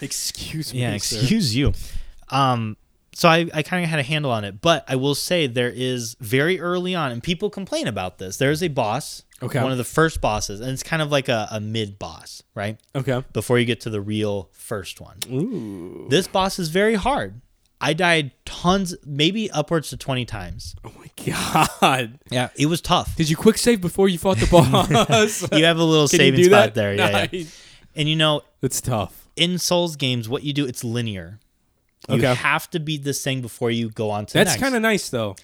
Speaker 1: Excuse me.
Speaker 2: Mm-hmm. <clears throat> yeah,
Speaker 1: sir.
Speaker 2: excuse you. Um so I, I kind of had a handle on it, but I will say there is very early on, and people complain about this. There is a boss,
Speaker 1: Okay.
Speaker 2: one of the first bosses, and it's kind of like a, a mid boss, right?
Speaker 1: <laughs> Okay.
Speaker 2: Before you get to the real first one.
Speaker 1: Ooh.
Speaker 2: This boss is very hard. I died tons, maybe upwards to 20 times.
Speaker 1: Oh my god.
Speaker 2: Yeah. It was tough.
Speaker 1: Did you quick save before you fought the
Speaker 2: <laughs>
Speaker 1: boss? <laughs> Can
Speaker 2: You have a little
Speaker 1: you
Speaker 2: saving
Speaker 1: do that
Speaker 2: spot there. Yeah, yeah.
Speaker 1: Nice.
Speaker 2: And you know,
Speaker 1: It's tough.
Speaker 2: in Souls games, what you do, it's linear. You
Speaker 1: Okay.
Speaker 2: have to beat this thing before you go on to the
Speaker 1: That's
Speaker 2: next.
Speaker 1: kind of nice though.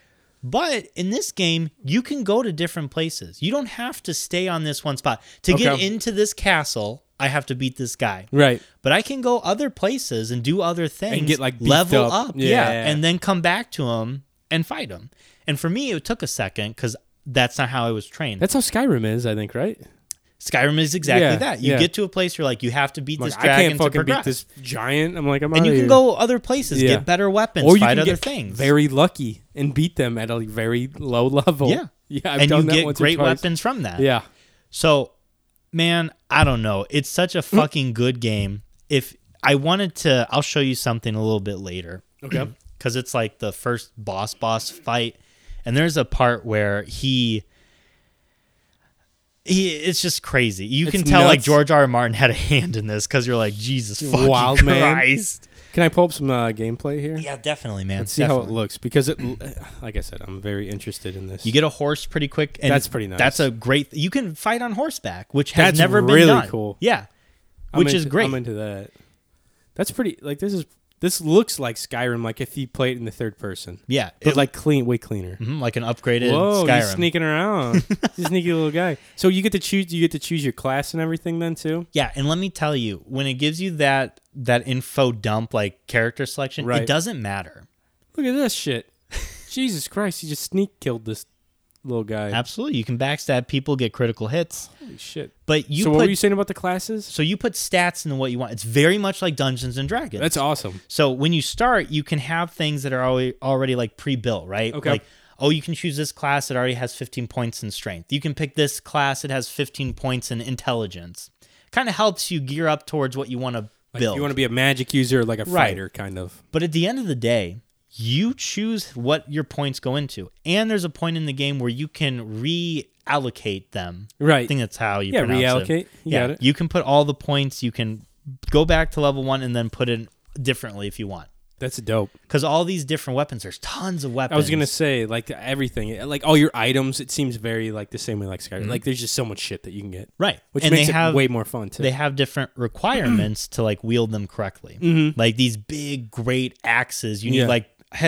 Speaker 2: But in this game, you can go to different places. You don't have to stay on this one spot. To get
Speaker 1: Okay.
Speaker 2: into this castle, I have to beat this guy.
Speaker 1: Right.
Speaker 2: But I can go other places and do other things
Speaker 1: get, like, beefed
Speaker 2: level
Speaker 1: up.
Speaker 2: up,
Speaker 1: Yeah.
Speaker 2: yeah. and then come back to him and fight him. And for me, it took a second because that's not how I was trained.
Speaker 1: That's how Skyrim is, I think, right?
Speaker 2: Skyrim is exactly
Speaker 1: Yeah,
Speaker 2: that. You
Speaker 1: yeah.
Speaker 2: get to a place you're like, you have to beat
Speaker 1: Like,
Speaker 2: this
Speaker 1: I
Speaker 2: dragon
Speaker 1: can't
Speaker 2: to
Speaker 1: fucking beat
Speaker 2: progress,
Speaker 1: this giant. I'm like, I'm
Speaker 2: and
Speaker 1: outta
Speaker 2: you can
Speaker 1: here.
Speaker 2: go other places,
Speaker 1: Yeah.
Speaker 2: get better weapons,
Speaker 1: or you
Speaker 2: fight
Speaker 1: can
Speaker 2: other
Speaker 1: get
Speaker 2: things.
Speaker 1: very lucky and beat them at a very low <laughs> level.
Speaker 2: Yeah.
Speaker 1: yeah, I've
Speaker 2: and
Speaker 1: done
Speaker 2: you
Speaker 1: that
Speaker 2: get
Speaker 1: once or
Speaker 2: great
Speaker 1: twice.
Speaker 2: weapons from that.
Speaker 1: Yeah,
Speaker 2: So, man, I don't know. It's such
Speaker 1: Mm.
Speaker 2: a fucking good game. If I wanted to, I'll show you something a little bit later. <clears throat>
Speaker 1: Okay.
Speaker 2: because it's like the first boss boss fight, and there's a part where he. He, it's just crazy. You can
Speaker 1: It's
Speaker 2: tell like
Speaker 1: nuts.
Speaker 2: George R. R. Martin had a hand in this because you're like Jesus fucking
Speaker 1: Wild man.
Speaker 2: <laughs> Christ.
Speaker 1: Can I pull up some uh, gameplay here?
Speaker 2: Yeah, definitely, man.
Speaker 1: See how it
Speaker 2: definitely.
Speaker 1: looks because it, uh, like I said, I'm very interested in this.
Speaker 2: You get a horse pretty quick. And
Speaker 1: That's pretty nice.
Speaker 2: That's a great. you can fight on horseback, which has
Speaker 1: That's
Speaker 2: never
Speaker 1: really
Speaker 2: been done.
Speaker 1: cool.
Speaker 2: Yeah,
Speaker 1: I'm
Speaker 2: which
Speaker 1: into-
Speaker 2: is great.
Speaker 1: I'm into that. That's pretty. Like this is this looks like Skyrim. Like if you play it in the third person,
Speaker 2: yeah,
Speaker 1: but
Speaker 2: it-
Speaker 1: like clean, way cleaner.
Speaker 2: mhm, like an upgraded
Speaker 1: Whoa,
Speaker 2: Skyrim.
Speaker 1: he's sneaking
Speaker 2: <laughs>
Speaker 1: around. he's a sneaky little guy. So you get to choose. You get to choose your class and everything then too.
Speaker 2: Yeah, and let me tell you, when it gives you that that info dump like character selection,
Speaker 1: Right.
Speaker 2: it doesn't matter.
Speaker 1: Look at this shit. <laughs> Jesus Christ! He just sneak killed this little guy.
Speaker 2: Absolutely, you can backstab people, get critical hits,
Speaker 1: Holy shit.
Speaker 2: but you
Speaker 1: so what
Speaker 2: put
Speaker 1: were you saying about the classes?
Speaker 2: so you put stats into what you want. It's very much like Dungeons and Dragons.
Speaker 1: That's awesome.
Speaker 2: So when you start, you can have things that are already, already like pre-built, right?
Speaker 1: Okay.
Speaker 2: Like, oh, you can choose this class that already has 15 points in strength. You can pick this class that has 15 points in intelligence. Kind of helps you gear up towards what you want to
Speaker 1: Like
Speaker 2: build.
Speaker 1: you want to be a magic user, like a
Speaker 2: Right.
Speaker 1: fighter, kind of.
Speaker 2: but at the end of the day, you choose what your points go into. And there's a point in the game where you can reallocate them. I
Speaker 1: Right.
Speaker 2: think that's how you
Speaker 1: Yeah,
Speaker 2: pronounce
Speaker 1: reallocate.
Speaker 2: It.
Speaker 1: You
Speaker 2: yeah,
Speaker 1: got it.
Speaker 2: you can put all the points. You can go back to level one and then put it differently if you want.
Speaker 1: That's dope.
Speaker 2: because all these different weapons there's tons of weapons
Speaker 1: I was gonna say like everything, like all your items. It seems very like the same way like Skyrim. Like there's just so much shit that you can get,
Speaker 2: Mm-hmm. right
Speaker 1: which
Speaker 2: and
Speaker 1: makes
Speaker 2: they
Speaker 1: it
Speaker 2: have
Speaker 1: way more fun too.
Speaker 2: they have different requirements to like wield them correctly like these big great axes you need
Speaker 1: Mm-hmm. Yeah.
Speaker 2: like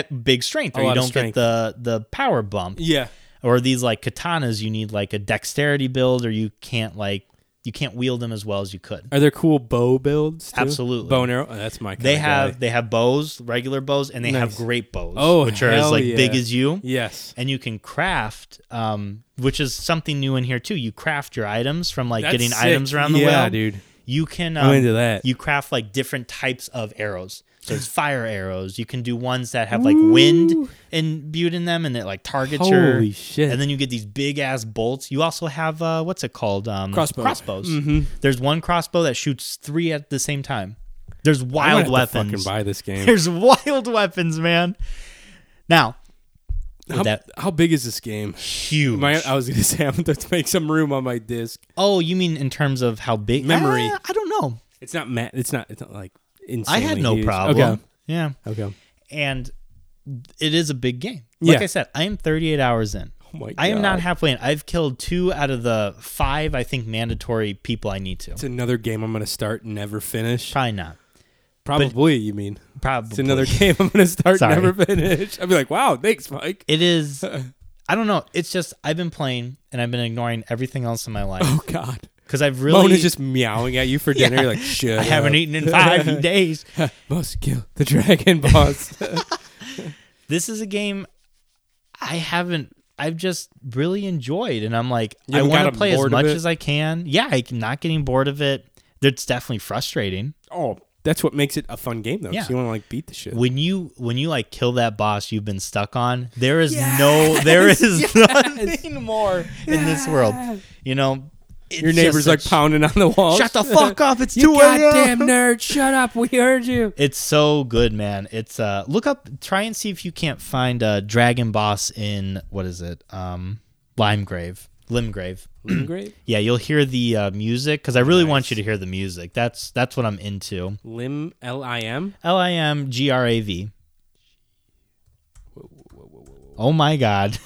Speaker 2: he- big strength or
Speaker 1: lot
Speaker 2: you
Speaker 1: of
Speaker 2: don't
Speaker 1: strength.
Speaker 2: get the the power bump
Speaker 1: yeah,
Speaker 2: or these like katanas you need like a dexterity build or you can't like you can't wield them as well as you could
Speaker 1: are there cool bow builds? Too?
Speaker 2: Absolutely.
Speaker 1: bow and arrow. Oh, that's my. Kind
Speaker 2: they have they have bows regular bows and they have
Speaker 1: Nice.
Speaker 2: great bows
Speaker 1: Oh,
Speaker 2: which are as
Speaker 1: hell
Speaker 2: like big
Speaker 1: yeah.
Speaker 2: as you
Speaker 1: yes.
Speaker 2: and you can craft, um, which is something new in here too. You craft your items from like
Speaker 1: That's
Speaker 2: getting
Speaker 1: sick.
Speaker 2: items around the
Speaker 1: Yeah,
Speaker 2: well.
Speaker 1: dude.
Speaker 2: You can. Um,
Speaker 1: I'm into that.
Speaker 2: You craft like different types of arrows. So it's fire arrows. You can do ones that have like wind imbued in them, and it like targets your.
Speaker 1: Holy shit.
Speaker 2: And then you get these big ass bolts. You also have uh, what's it called? Um,
Speaker 1: Crossbow.
Speaker 2: Crossbows.
Speaker 1: Mm-hmm.
Speaker 2: There's one crossbow that shoots three at the same time. There's
Speaker 1: I might
Speaker 2: wild
Speaker 1: have To
Speaker 2: weapons.
Speaker 1: fucking
Speaker 2: <laughs>
Speaker 1: buy this game.
Speaker 2: There's wild weapons, man. Now, with
Speaker 1: How,
Speaker 2: that
Speaker 1: how big is this game? <laughs>
Speaker 2: huge.
Speaker 1: My, I uh, was gonna say I'm gonna have to make some room on my disc.
Speaker 2: Oh, you mean in terms of how big
Speaker 1: Memory.
Speaker 2: Ah, I don't know.
Speaker 1: It's not ma- It's not. It's not like
Speaker 2: I
Speaker 1: insanely
Speaker 2: had no
Speaker 1: huge.
Speaker 2: problem.
Speaker 1: Okay.
Speaker 2: Yeah,
Speaker 1: Okay.
Speaker 2: and it is a big game. Like
Speaker 1: Yeah.
Speaker 2: I said, I am 38 hours in.
Speaker 1: Oh my
Speaker 2: I am
Speaker 1: God.
Speaker 2: not halfway in. I've killed two out of the five I think mandatory people I need to.
Speaker 1: It's another game I'm gonna start and never finish.
Speaker 2: Probably not.
Speaker 1: Probably, you mean?
Speaker 2: Probably
Speaker 1: It's another game I'm gonna start
Speaker 2: Sorry.
Speaker 1: never <laughs> finish. I'll be like, wow, thanks, Mike. <laughs>
Speaker 2: It is. I don't know. It's just I've been playing and I've been ignoring everything else in my life
Speaker 1: Oh God,
Speaker 2: because I've
Speaker 1: Mona's
Speaker 2: really
Speaker 1: just meowing at you for dinner. You're like, shit.
Speaker 2: I haven't eaten
Speaker 1: <laughs>
Speaker 2: in five days.
Speaker 1: boss, kill the dragon
Speaker 2: <laughs>
Speaker 1: boss.
Speaker 2: this is a game I haven't. I've just really enjoyed, and I'm like,
Speaker 1: You
Speaker 2: I
Speaker 1: haven't
Speaker 2: want to
Speaker 1: gotten
Speaker 2: play as
Speaker 1: bored of
Speaker 2: much
Speaker 1: it?
Speaker 2: as I can. Yeah, I'm not getting bored of it. It's definitely frustrating
Speaker 1: oh, that's what makes it a fun game though. 'cause
Speaker 2: Yeah.
Speaker 1: you want to like beat the shit.
Speaker 2: when you when you like kill that boss you've been stuck on. There is no, there is nothing more in this world. You know, it's
Speaker 1: Your
Speaker 2: just
Speaker 1: neighbor's like
Speaker 2: such-
Speaker 1: pounding on the wall.
Speaker 2: <laughs> Shut
Speaker 1: <laughs>
Speaker 2: the fuck up! It's
Speaker 1: you
Speaker 2: two
Speaker 1: goddamn nerd! Shut up! We heard
Speaker 2: <clears throat>
Speaker 1: you.
Speaker 2: It's so good, man. It's uh, look up, try and see if you can't find uh, Dragon Boss in what is it? Um, Limegrave, Limgrave.
Speaker 1: Limgrave,
Speaker 2: Yeah, you'll hear the uh, music because I really want you to hear the music. That's that's what I'm into.
Speaker 1: lim l i m.
Speaker 2: L I M G R A V. Oh my God!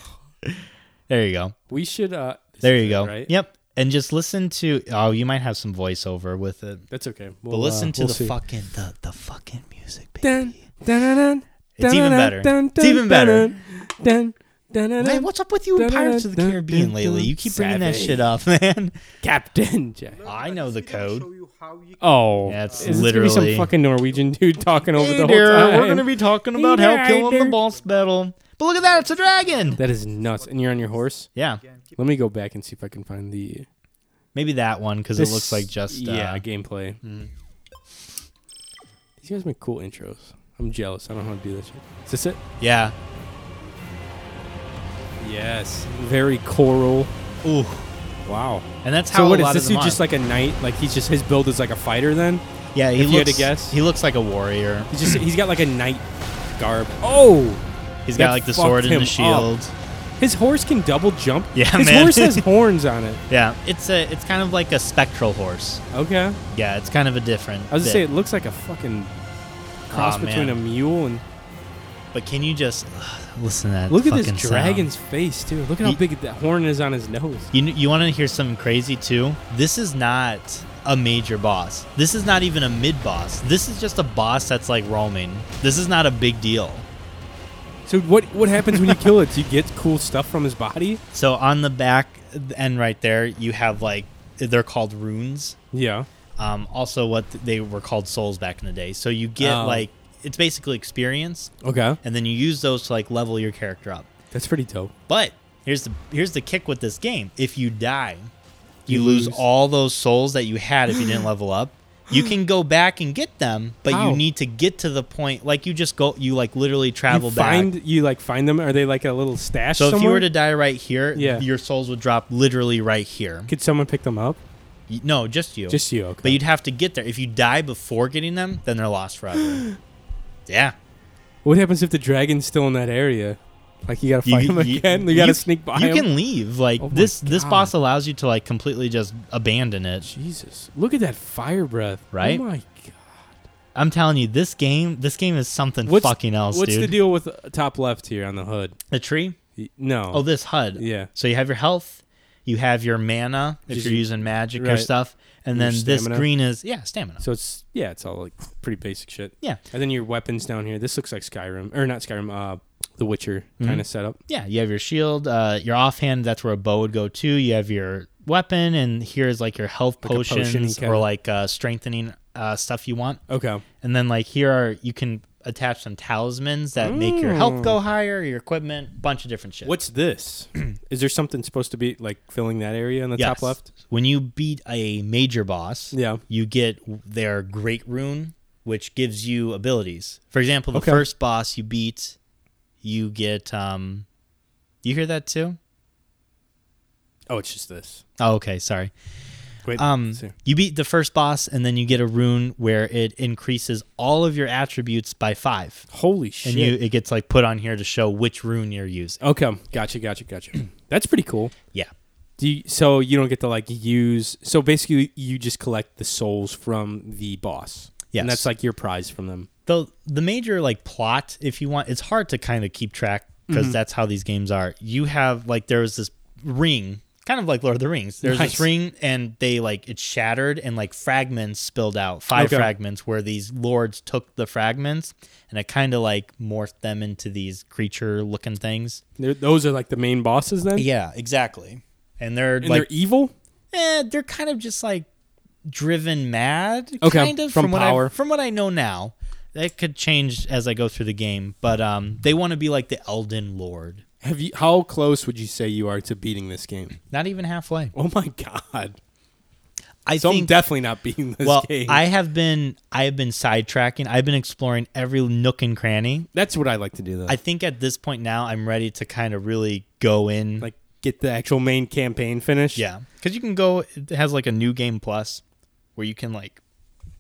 Speaker 2: <laughs> there you go.
Speaker 1: We should. uh this
Speaker 2: There
Speaker 1: is
Speaker 2: you
Speaker 1: it,
Speaker 2: go.
Speaker 1: Right?
Speaker 2: Yep. And just listen to. Oh, you might have some voiceover with it,
Speaker 1: That's okay. We'll,
Speaker 2: but listen
Speaker 1: uh,
Speaker 2: to
Speaker 1: we'll
Speaker 2: the
Speaker 1: see.
Speaker 2: fucking the the fucking music. Baby.
Speaker 1: Dun, dun, dun, dun,
Speaker 2: It's even
Speaker 1: dun,
Speaker 2: better.
Speaker 1: dun,
Speaker 2: It's
Speaker 1: dun,
Speaker 2: even
Speaker 1: dun,
Speaker 2: better.
Speaker 1: Dun, dun, dun,
Speaker 2: Man,
Speaker 1: dun.
Speaker 2: what's up with you and Pirates of the Caribbean lately? You keep bringing that shit
Speaker 1: <laughs>
Speaker 2: up, man. <laughs>
Speaker 1: Captain Jack.
Speaker 2: I know the code.
Speaker 1: Oh,
Speaker 2: That's
Speaker 1: is this gonna be
Speaker 2: literally-
Speaker 1: some fucking Norwegian dude talking over the
Speaker 2: Hey
Speaker 1: whole
Speaker 2: there,
Speaker 1: time.
Speaker 2: we're gonna be talking about how
Speaker 1: Hey
Speaker 2: killing
Speaker 1: there.
Speaker 2: the boss battle. But look at that, it's a dragon.
Speaker 1: that is nuts. And you're on your horse.
Speaker 2: Yeah,
Speaker 1: Let me go back and see if I can find the.
Speaker 2: maybe that one because it
Speaker 1: this-
Speaker 2: looks like just uh,
Speaker 1: yeah gameplay. These guys make cool intros. I'm jealous. I don't know how to do this. Shit. Is this it?
Speaker 2: yeah.
Speaker 1: Yes. Very choral.
Speaker 2: Ooh,
Speaker 1: Wow.
Speaker 2: and that's how
Speaker 1: So what
Speaker 2: a
Speaker 1: is
Speaker 2: lot
Speaker 1: this
Speaker 2: of them
Speaker 1: dude just
Speaker 2: are.
Speaker 1: like a knight? Like he's just his build is like a fighter then?
Speaker 2: yeah, he
Speaker 1: if
Speaker 2: looks
Speaker 1: you had to guess?
Speaker 2: he looks like a warrior.
Speaker 1: He's just he's got like a knight garb. Oh,
Speaker 2: He's
Speaker 1: That
Speaker 2: got like the
Speaker 1: fucked
Speaker 2: sword and
Speaker 1: him
Speaker 2: the
Speaker 1: up.
Speaker 2: shield.
Speaker 1: his horse can double jump.
Speaker 2: Yeah,
Speaker 1: his
Speaker 2: man.
Speaker 1: horse has <laughs> horns on it.
Speaker 2: Yeah, it's a it's kind of like a spectral horse.
Speaker 1: Okay,
Speaker 2: Yeah, it's kind of a different.
Speaker 1: I was gonna
Speaker 2: bit.
Speaker 1: say it looks like a fucking cross
Speaker 2: Aw,
Speaker 1: between
Speaker 2: man.
Speaker 1: a mule and
Speaker 2: But can you just listen to that?
Speaker 1: look at this
Speaker 2: fucking sound.
Speaker 1: dragon's face too. Look at how
Speaker 2: Ye-
Speaker 1: big that horn is on his nose.
Speaker 2: You you want to hear something crazy too? This is not a major boss. This is not even a mid boss. This is just a boss that's like roaming. This is not a big deal.
Speaker 1: So what what happens when you kill it? Do you get cool stuff from his body?
Speaker 2: So on the back end right there, you have like they're called runes.
Speaker 1: Yeah.
Speaker 2: Um, also, what th- they were called souls back in the day. So you get
Speaker 1: Oh.
Speaker 2: like it's basically experience,
Speaker 1: Okay.
Speaker 2: and then you use those to like level your character up.
Speaker 1: That's pretty dope.
Speaker 2: But here's the here's the kick with this game. If you die, you,
Speaker 1: You
Speaker 2: lose.
Speaker 1: lose.
Speaker 2: all those souls that you had if
Speaker 1: <gasps>
Speaker 2: you didn't level up. You can go back and get them, but
Speaker 1: How?
Speaker 2: you need to get to the point like you just go you like literally travel
Speaker 1: you
Speaker 2: back.
Speaker 1: find you like find them. Are they like a little stash?
Speaker 2: so if you
Speaker 1: somewhere?
Speaker 2: were to die right here,
Speaker 1: Yeah.
Speaker 2: your souls would drop literally right here.
Speaker 1: could someone pick them up?
Speaker 2: Y- No, just you.
Speaker 1: Just you. Okay.
Speaker 2: but you'd have to get there. If you die before getting them, then they're lost forever.
Speaker 1: <gasps>
Speaker 2: yeah.
Speaker 1: what happens if the dragon's still in that area? Like you gotta fight him again. You, gotta sneak by
Speaker 2: You
Speaker 1: him.
Speaker 2: can leave. Like
Speaker 1: Oh my
Speaker 2: this this
Speaker 1: God.
Speaker 2: boss allows you to like completely just abandon it.
Speaker 1: Jesus, look at that fire breath.
Speaker 2: Right?
Speaker 1: Oh my god.
Speaker 2: I'm telling you, this game, this game is something
Speaker 1: What's-
Speaker 2: fucking else,
Speaker 1: What's
Speaker 2: dude.
Speaker 1: the deal with uh, top left here on the hood?
Speaker 2: The tree?
Speaker 1: Y- No.
Speaker 2: Oh, this HUD.
Speaker 1: yeah.
Speaker 2: So you have your health, you have your mana if
Speaker 1: Just
Speaker 2: you're
Speaker 1: you-
Speaker 2: using magic or
Speaker 1: right.
Speaker 2: stuff, and
Speaker 1: Your
Speaker 2: then this
Speaker 1: stamina.
Speaker 2: green is yeah stamina.
Speaker 1: So it's yeah, it's all like pretty basic shit.
Speaker 2: Yeah.
Speaker 1: And then your weapons down here. This looks like Skyrim or not Skyrim. Uh, The Witcher
Speaker 2: Mhm.
Speaker 1: kind of setup.
Speaker 2: Yeah, you have your shield, uh, your offhand. That's where a bow would go to. You have your weapon, and here is like your health
Speaker 1: Like a potion you
Speaker 2: potions
Speaker 1: can-
Speaker 2: or like uh, strengthening uh, stuff you want.
Speaker 1: Okay.
Speaker 2: And then like here are you can attach some talismans that make your health
Speaker 1: Mm.
Speaker 2: go higher, your equipment, bunch of different shit.
Speaker 1: What's this? <clears throat> Is there something supposed to be like filling that area on the top
Speaker 2: Yes.
Speaker 1: left?
Speaker 2: When you beat a major boss,
Speaker 1: Yeah.
Speaker 2: you get their great rune, which gives you abilities. For example, the
Speaker 1: Okay.
Speaker 2: first boss you beat, you get um you hear that too?
Speaker 1: Oh, it's just this.
Speaker 2: Oh, okay, sorry.
Speaker 1: Wait.
Speaker 2: Um
Speaker 1: let's see.
Speaker 2: you beat the first boss and then you get a rune where it increases all of your attributes by 5.
Speaker 1: Holy shit.
Speaker 2: And you it gets like put on here to show which rune you're using.
Speaker 1: okay. Gotcha. Gotcha.
Speaker 2: <clears throat>
Speaker 1: Gotcha. That's pretty cool.
Speaker 2: Yeah.
Speaker 1: Do you, so you don't get to like use. So basically, you just collect the souls from the boss.
Speaker 2: Yes.
Speaker 1: And that's like your prize from them.
Speaker 2: the the major like plot if you want it's hard to kind of keep track because
Speaker 1: Mm-hmm.
Speaker 2: that's how these games are you have like there was this ring kind of like lord of the rings there's
Speaker 1: Nice.
Speaker 2: this ring and they like it's shattered and like fragments spilled out five
Speaker 1: Okay.
Speaker 2: fragments where these lords took the fragments and it kind of like morphed them into these creature looking things
Speaker 1: They're, those are like the main bosses then.
Speaker 2: yeah exactly and they're
Speaker 1: And
Speaker 2: like
Speaker 1: they're evil.
Speaker 2: eh, they're kind of just like driven mad,
Speaker 1: Okay,
Speaker 2: kind of
Speaker 1: from
Speaker 2: what
Speaker 1: power.
Speaker 2: I, from what I know now. That could change as I go through the game, but um, they want to be like the Elden Lord.
Speaker 1: Have you? How close would you say you are to beating this game?
Speaker 2: Not even halfway.
Speaker 1: Oh my god!
Speaker 2: I
Speaker 1: So I'm
Speaker 2: think.
Speaker 1: definitely not beating this
Speaker 2: well,
Speaker 1: game.
Speaker 2: I have been I have been sidetracking. I've been exploring every nook and cranny.
Speaker 1: that's what I like to do though.
Speaker 2: I think at this point now, I'm ready to kind of really go in.
Speaker 1: like get the actual main campaign finished.
Speaker 2: yeah, because you can go. It has like a new game plus, where you can like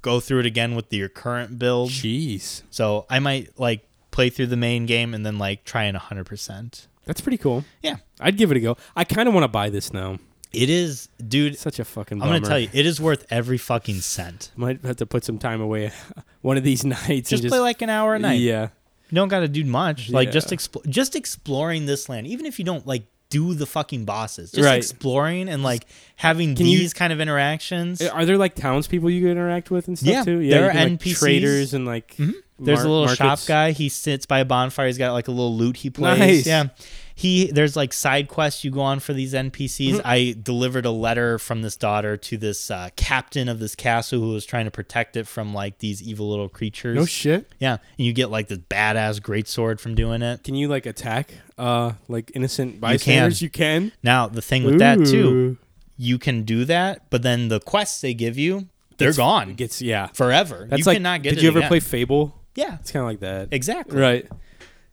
Speaker 2: go through it again with your current build.
Speaker 1: Jeez,
Speaker 2: So I might like play through the main game and then like try and 100%.
Speaker 1: that's pretty cool.
Speaker 2: Yeah.
Speaker 1: I'd give it a go. I kind of want to buy this now.
Speaker 2: It is, dude,
Speaker 1: It's such a fucking.
Speaker 2: I'm
Speaker 1: Bummer.
Speaker 2: going to tell you, it is worth every fucking cent.
Speaker 1: Might have to put some time away <laughs> one of these nights.
Speaker 2: Just,
Speaker 1: and just
Speaker 2: play like an hour a night.
Speaker 1: Yeah.
Speaker 2: You don't got to do much. Like just
Speaker 1: Yeah.
Speaker 2: explore just exploring this land, even if you don't like do the fucking bosses. Just
Speaker 1: Right.
Speaker 2: exploring and like having
Speaker 1: Can you- Uh,
Speaker 2: these kind of interactions.
Speaker 1: Are there like townspeople you can interact with and stuff
Speaker 2: Yeah,
Speaker 1: too?
Speaker 2: there
Speaker 1: you
Speaker 2: are
Speaker 1: can, like,
Speaker 2: NPCs.
Speaker 1: traders and like.
Speaker 2: Mm-hmm. There's
Speaker 1: mar-
Speaker 2: a little shop
Speaker 1: markets.
Speaker 2: guy. He sits by a bonfire. He's got like a little loot he plays.
Speaker 1: Nice.
Speaker 2: Yeah. He there's like side quests you go on for these
Speaker 1: Mm-hmm.
Speaker 2: NPCs. I delivered a letter from this daughter to this uh, captain of this castle who was trying to protect it from like these evil little creatures.
Speaker 1: No shit.
Speaker 2: yeah, and you get like this badass greatsword from doing it.
Speaker 1: Can you like attack uh like innocent bystanders? You can.
Speaker 2: Now the thing with that too,
Speaker 1: Ooh.
Speaker 2: you can do that, but then the quests they give you, they're gone
Speaker 1: It gets yeah.
Speaker 2: forever.
Speaker 1: That's
Speaker 2: you
Speaker 1: like.
Speaker 2: cannot get.
Speaker 1: did
Speaker 2: it
Speaker 1: you ever
Speaker 2: again.
Speaker 1: play Fable?
Speaker 2: Yeah,
Speaker 1: It's kind of like that.
Speaker 2: exactly.
Speaker 1: Right.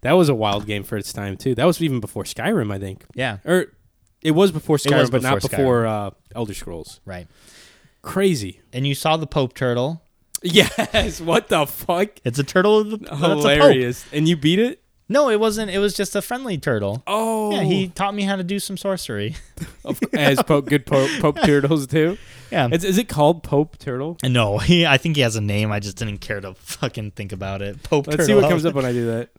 Speaker 1: That was a wild game for its time too. That was even before Skyrim, I think.
Speaker 2: Yeah,
Speaker 1: Or it was before Skyrim,
Speaker 2: was
Speaker 1: but not
Speaker 2: before Skyrim.
Speaker 1: before uh, Elder Scrolls.
Speaker 2: right.
Speaker 1: Crazy.
Speaker 2: And you saw the Pope Turtle.
Speaker 1: <laughs> Yes. What the fuck?
Speaker 2: It's a
Speaker 1: <laughs>
Speaker 2: turtle. Of the,
Speaker 1: Oh,
Speaker 2: that's a pope.
Speaker 1: Hilarious. And you beat it?
Speaker 2: No, it wasn't. It was just a friendly turtle.
Speaker 1: Oh.
Speaker 2: Yeah, he taught me how to do some sorcery.
Speaker 1: <laughs> Of- as Pope good Pope, <laughs> Pope Turtles too.
Speaker 2: <laughs> yeah.
Speaker 1: Is, is it called Pope Turtle?
Speaker 2: no, he, I think he has a name. I just didn't care to fucking think about it. Pope
Speaker 1: Let's
Speaker 2: turtle.
Speaker 1: see what comes up when I do <laughs> that.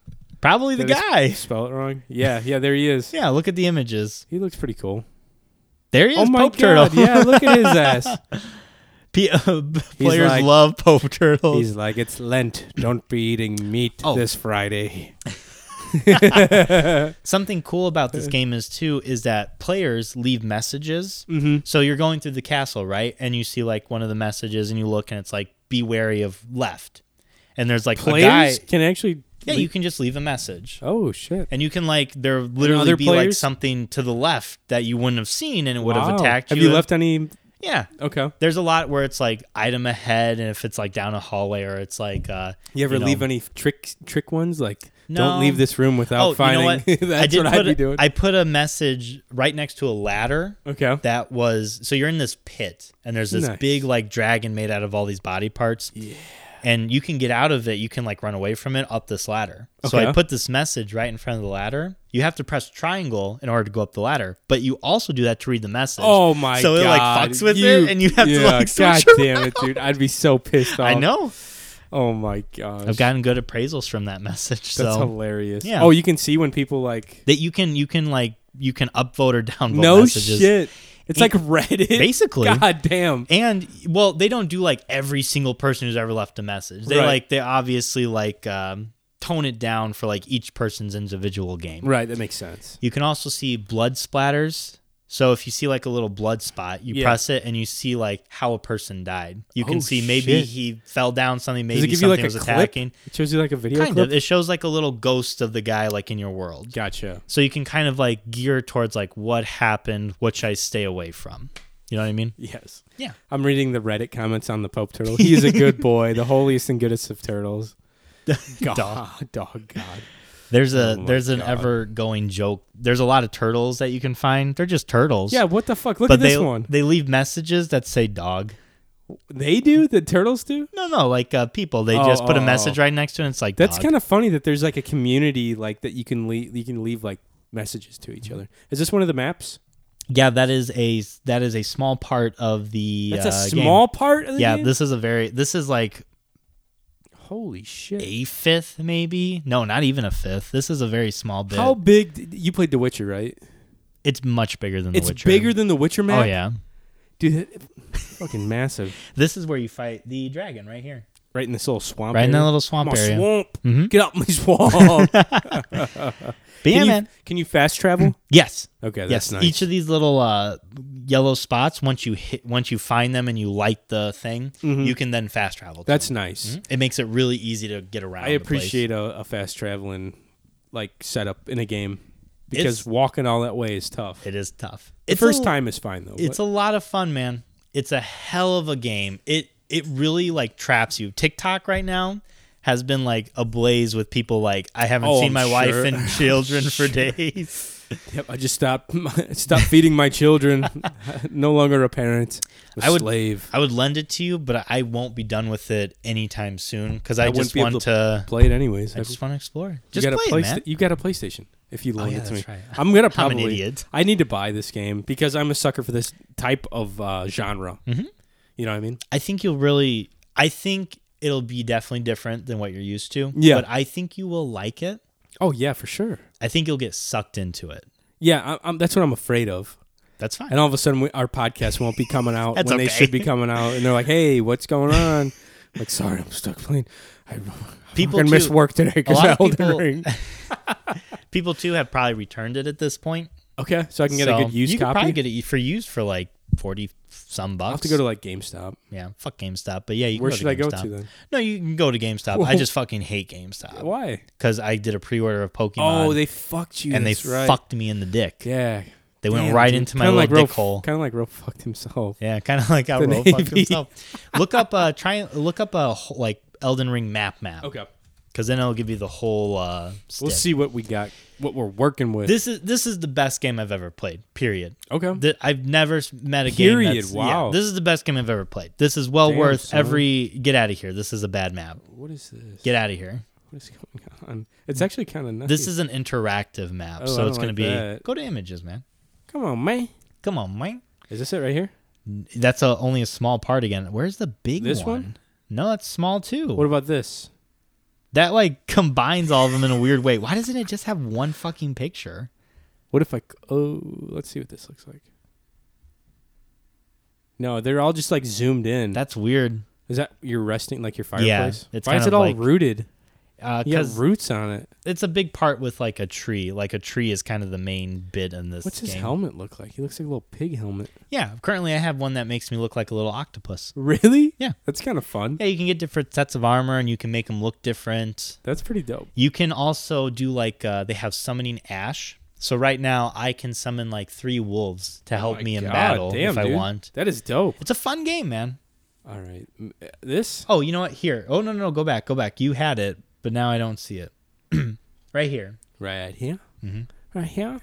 Speaker 2: Probably the
Speaker 1: Did I
Speaker 2: guy.
Speaker 1: Spell it wrong? Yeah, yeah. There he <laughs> is.
Speaker 2: Yeah, look at the images.
Speaker 1: He looks pretty cool.
Speaker 2: There he is,
Speaker 1: oh my
Speaker 2: Pope
Speaker 1: god!
Speaker 2: Turtle.
Speaker 1: Yeah, look <laughs> at his ass.
Speaker 2: <laughs> P- <laughs> uh, players
Speaker 1: like-
Speaker 2: love Pope Turtles.
Speaker 1: He's like, it's Lent. Don't be eating meat
Speaker 2: Oh.
Speaker 1: this Friday.
Speaker 2: Something cool about
Speaker 1: Uh,
Speaker 2: this game is too is that players leave messages.
Speaker 1: Mm-hmm.
Speaker 2: So you're going through the castle, right? And you see like one of the messages, and you look, and it's like, "Be wary of left." And there's like a guy.
Speaker 1: Players can actually.
Speaker 2: Yeah,
Speaker 1: leak-
Speaker 2: you can just leave a message.
Speaker 1: Oh shit!
Speaker 2: And you can like there literally
Speaker 1: other
Speaker 2: be like
Speaker 1: players?
Speaker 2: something to the left that you wouldn't have seen and it would
Speaker 1: Wow.
Speaker 2: have attacked you.
Speaker 1: Have you
Speaker 2: and-
Speaker 1: left any?
Speaker 2: Yeah.
Speaker 1: Okay.
Speaker 2: There's a lot where it's like item ahead and if it's like down a hallway or it's like uh
Speaker 1: You ever
Speaker 2: know.
Speaker 1: leave any trick trick ones like?
Speaker 2: No.
Speaker 1: Don't leave this room without
Speaker 2: Oh,
Speaker 1: finding.
Speaker 2: you
Speaker 1: <laughs>
Speaker 2: know what?
Speaker 1: That's
Speaker 2: I did
Speaker 1: what
Speaker 2: put
Speaker 1: I'd be
Speaker 2: a-
Speaker 1: doing.
Speaker 2: I put a message right next to a ladder
Speaker 1: okay.
Speaker 2: that was so you're in this pit and there's this
Speaker 1: Nice.
Speaker 2: big like dragon made out of all these body parts. Yeah. And you can get out of it, you can like run away from it up this ladder. So
Speaker 1: Okay.
Speaker 2: I put this message right in front of the ladder. You have to press triangle in order to go up the ladder, but you also do that to read the message.
Speaker 1: Oh my
Speaker 2: So
Speaker 1: god!
Speaker 2: it like fucks with it and you have to
Speaker 1: yeah,
Speaker 2: like
Speaker 1: God <laughs>
Speaker 2: switch
Speaker 1: damn it, dude! I'd be so pissed off.
Speaker 2: I know.
Speaker 1: Oh my gosh!
Speaker 2: I've gotten good appraisals from that <laughs> message.
Speaker 1: That's
Speaker 2: so
Speaker 1: hilarious.
Speaker 2: Yeah.
Speaker 1: Oh, you can see when people like
Speaker 2: that you can you can like you can upvote or downvote
Speaker 1: no
Speaker 2: messages.
Speaker 1: shit. It's
Speaker 2: E-
Speaker 1: like Reddit.
Speaker 2: Basically.
Speaker 1: <laughs> God damn.
Speaker 2: And well, they don't do like every single person who's ever left a message. They
Speaker 1: Right.
Speaker 2: like they obviously like um, tone it down for like each person's individual game.
Speaker 1: Right, that makes sense.
Speaker 2: You can also see blood splatters. So if you see like a little blood spot, you
Speaker 1: Yeah.
Speaker 2: press it and you see like how a person died. You can
Speaker 1: Oh,
Speaker 2: see maybe
Speaker 1: shit.
Speaker 2: he fell down something, maybe
Speaker 1: Does it give you
Speaker 2: something
Speaker 1: like a
Speaker 2: was
Speaker 1: clip?
Speaker 2: attacking.
Speaker 1: It shows you like a video
Speaker 2: Kind
Speaker 1: clip.
Speaker 2: of. It shows like a little ghost of the guy like in your world.
Speaker 1: Gotcha.
Speaker 2: So you can kind of like gear towards like what happened, what should I stay away from? You know what I mean?
Speaker 1: Yes.
Speaker 2: Yeah.
Speaker 1: I'm reading the Reddit comments on the Pope
Speaker 2: <laughs>
Speaker 1: Turtle. He is a good boy, the holiest and goodest of turtles. God, dog. God.
Speaker 2: There's a
Speaker 1: Oh my
Speaker 2: there's an
Speaker 1: God.
Speaker 2: ever going joke. There's a lot of turtles that you can find. They're just turtles.
Speaker 1: Yeah, what the fuck? Look at
Speaker 2: but
Speaker 1: this
Speaker 2: they
Speaker 1: one.
Speaker 2: they leave messages that say dog.
Speaker 1: They do? The turtles do?
Speaker 2: No, no, like uh, people. They
Speaker 1: Oh,
Speaker 2: just put a
Speaker 1: oh,
Speaker 2: message right next to it. and It's like
Speaker 1: That's
Speaker 2: dog.
Speaker 1: kind of funny that there's like a community like that you can leave you can leave like messages to each other. Is this one of the maps?
Speaker 2: yeah. That is a that is a small part of the.
Speaker 1: That's
Speaker 2: uh,
Speaker 1: a
Speaker 2: game.
Speaker 1: small part of the
Speaker 2: Yeah,
Speaker 1: game?
Speaker 2: this is a very this is like
Speaker 1: Holy shit.
Speaker 2: a fifth maybe. No, not even a fifth. This is a very small bit.
Speaker 1: How big d- you played The Witcher, right?
Speaker 2: it's much bigger than
Speaker 1: It's
Speaker 2: the Witcher.
Speaker 1: bigger than The Witcher map.
Speaker 2: Oh yeah.
Speaker 1: Dude, that- fucking massive.
Speaker 2: This is where you fight the dragon right here.
Speaker 1: Right in this little swamp.
Speaker 2: Right in that
Speaker 1: area.
Speaker 2: little swamp
Speaker 1: My
Speaker 2: area.
Speaker 1: swamp.
Speaker 2: Mhm.
Speaker 1: Get out
Speaker 2: <laughs>
Speaker 1: my swamp.
Speaker 2: But yeah,
Speaker 1: can, you,
Speaker 2: man.
Speaker 1: can you fast travel?
Speaker 2: Yes.
Speaker 1: Okay, that's
Speaker 2: yes.
Speaker 1: nice.
Speaker 2: Each of these little uh, yellow spots, once you hit, once you find them and you light the thing, you can then fast travel. to
Speaker 1: Mm-hmm. that's
Speaker 2: them.
Speaker 1: nice.
Speaker 2: It makes it really easy to get around.
Speaker 1: I
Speaker 2: the place.
Speaker 1: appreciate a, a fast traveling like setup in a game because
Speaker 2: It's-
Speaker 1: walking all that way is tough.
Speaker 2: It is tough.
Speaker 1: the
Speaker 2: It's
Speaker 1: first
Speaker 2: a-
Speaker 1: time is fine though.
Speaker 2: It's a lot of fun, man. It's a hell of a game. It it really like traps you. TikTok right now has been like ablaze with people like I haven't
Speaker 1: Oh,
Speaker 2: seen
Speaker 1: I'm
Speaker 2: my wife
Speaker 1: sure. <laughs>
Speaker 2: and <laughs> children for days.
Speaker 1: Yep, I just <laughs> stopped stopped feeding my children. <laughs> no longer a parent. A
Speaker 2: I would-
Speaker 1: slave.
Speaker 2: I would lend it to you, but I won't be done with it anytime soon because I,
Speaker 1: wouldn't
Speaker 2: just
Speaker 1: be able
Speaker 2: want
Speaker 1: to
Speaker 2: to.
Speaker 1: Play it anyways.
Speaker 2: I just want to explore. it.
Speaker 1: you
Speaker 2: Just
Speaker 1: got a
Speaker 2: play, it,
Speaker 1: Playsta-
Speaker 2: man. Oh,
Speaker 1: You got a PlayStation. If you loan
Speaker 2: yeah,
Speaker 1: it to me,
Speaker 2: that's right.
Speaker 1: I'm gonna
Speaker 2: <laughs> I'm an
Speaker 1: probably.
Speaker 2: idiot.
Speaker 1: I need to buy this game because I'm a sucker for this type of uh, genre.
Speaker 2: Mhm.
Speaker 1: You know what I mean?
Speaker 2: I think you'll really. I think it'll be definitely different than what you're used to.
Speaker 1: Yeah.
Speaker 2: But I think you will like it.
Speaker 1: Oh yeah, for sure.
Speaker 2: I think you'll get sucked into it.
Speaker 1: Yeah, I, I'm, that's what I'm afraid of.
Speaker 2: That's fine.
Speaker 1: And all of a sudden, we, our podcast won't be coming out when
Speaker 2: <laughs> That's
Speaker 1: they
Speaker 2: okay.
Speaker 1: should be coming out. And they're like, "Hey, what's going on?" like, sorry, I'm stuck playing. I
Speaker 2: People
Speaker 1: fucking
Speaker 2: too-
Speaker 1: missed work today because
Speaker 2: lot
Speaker 1: I
Speaker 2: of
Speaker 1: Elden
Speaker 2: people- <laughs>
Speaker 1: Ring.
Speaker 2: People too have probably returned it at this point.
Speaker 1: Okay, so I can get a
Speaker 2: So
Speaker 1: good used
Speaker 2: you could
Speaker 1: copy.
Speaker 2: probably get it for used for like forty some bucks.
Speaker 1: I'll have to go to like GameStop.
Speaker 2: yeah, fuck GameStop. But yeah, you can
Speaker 1: Where
Speaker 2: go to
Speaker 1: should I go
Speaker 2: GameStop.
Speaker 1: to then?
Speaker 2: No, you can go to GameStop. I
Speaker 1: Whoa.
Speaker 2: just fucking hate GameStop
Speaker 1: Why?
Speaker 2: because I did a pre-order of Pokemon.
Speaker 1: Oh, they fucked you.
Speaker 2: and they
Speaker 1: that's right.
Speaker 2: fucked me in the dick.
Speaker 1: Yeah,
Speaker 2: They went right into my little
Speaker 1: like
Speaker 2: dick hole.
Speaker 1: Kind of like Ro fucked himself.
Speaker 2: Yeah, <laughs> kind of like how
Speaker 1: The
Speaker 2: Ro fucked
Speaker 1: Navy.
Speaker 2: uh, himself. Look up uh try look up a wh- like Elden Ring map map.
Speaker 1: Okay.
Speaker 2: because then I'll give you the whole. Uh,
Speaker 1: We'll
Speaker 2: stick.
Speaker 1: see what we got, what we're working with.
Speaker 2: This is this is the best game I've ever played. Period.
Speaker 1: okay.
Speaker 2: Th- I've never s- met a
Speaker 1: Oh. Period.
Speaker 2: game. that's- yeah,
Speaker 1: Wow.
Speaker 2: this is the best game I've ever played. This is well
Speaker 1: Damn,
Speaker 2: worth
Speaker 1: son.
Speaker 2: every. Get out of here. This is a bad map.
Speaker 1: what is this?
Speaker 2: Get out of here.
Speaker 1: What is going on? It's actually kind of nice.
Speaker 2: This is an interactive
Speaker 1: Oh,
Speaker 2: map,
Speaker 1: I
Speaker 2: so it's
Speaker 1: don't
Speaker 2: gonna
Speaker 1: like
Speaker 2: be
Speaker 1: that.
Speaker 2: go to images, man.
Speaker 1: Come on, man.
Speaker 2: Come on, man.
Speaker 1: Is this it right here?
Speaker 2: That's a, only a small part again. Where's the big
Speaker 1: This
Speaker 2: one?
Speaker 1: one?
Speaker 2: No, that's small too.
Speaker 1: What about this?
Speaker 2: that like combines all of them in a weird way. Why doesn't it just have one fucking picture?
Speaker 1: What if I? c- Oh, let's see what this looks like. No, they're all just like zoomed in.
Speaker 2: That's weird.
Speaker 1: Is that your resting like your
Speaker 2: Yeah,
Speaker 1: fireplace?
Speaker 2: it's
Speaker 1: Why
Speaker 2: kind
Speaker 1: is
Speaker 2: of
Speaker 1: it all
Speaker 2: like-
Speaker 1: rooted? You
Speaker 2: Because
Speaker 1: have roots on it.
Speaker 2: Uh, it's a big part with like a tree. Like a tree is kind of the main bit in this.
Speaker 1: What's his
Speaker 2: game.
Speaker 1: helmet look like? He looks like a little pig
Speaker 2: <laughs>
Speaker 1: helmet.
Speaker 2: Yeah, currently I have one that makes me look like a little octopus.
Speaker 1: Really?
Speaker 2: Yeah.
Speaker 1: That's kind of fun.
Speaker 2: Yeah, you can get different sets of armor and you can make them look different.
Speaker 1: That's pretty dope.
Speaker 2: You can also do like uh, they have summoning ash. So right now I can summon like three wolves to help
Speaker 1: Oh My
Speaker 2: me in
Speaker 1: God,
Speaker 2: battle
Speaker 1: damn,
Speaker 2: if I
Speaker 1: dude.
Speaker 2: want.
Speaker 1: That is dope.
Speaker 2: It's a fun game, man.
Speaker 1: All right. M- uh, This?
Speaker 2: Oh, you know what? Here. Oh no, no, no, go back, go back. You had it, but now I don't see it. <clears throat> right here.
Speaker 1: Right here. Mm-hmm. Right here.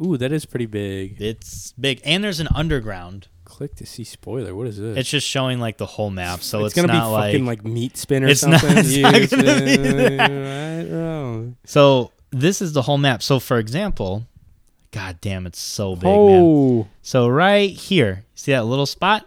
Speaker 1: Ooh, that is pretty big.
Speaker 2: It's big, and there's an underground.
Speaker 1: Click to see spoiler. What is this?
Speaker 2: It's just showing like the whole map, so it's,
Speaker 1: gonna be
Speaker 2: not like,
Speaker 1: fucking like, meat spin or
Speaker 2: It's not-
Speaker 1: something.
Speaker 2: it's not
Speaker 1: You
Speaker 2: gonna be
Speaker 1: spin
Speaker 2: <laughs>
Speaker 1: right round.
Speaker 2: So this is the whole map. So for example, god damn, it's so big, man.
Speaker 1: oh,
Speaker 2: So right here, see that little spot?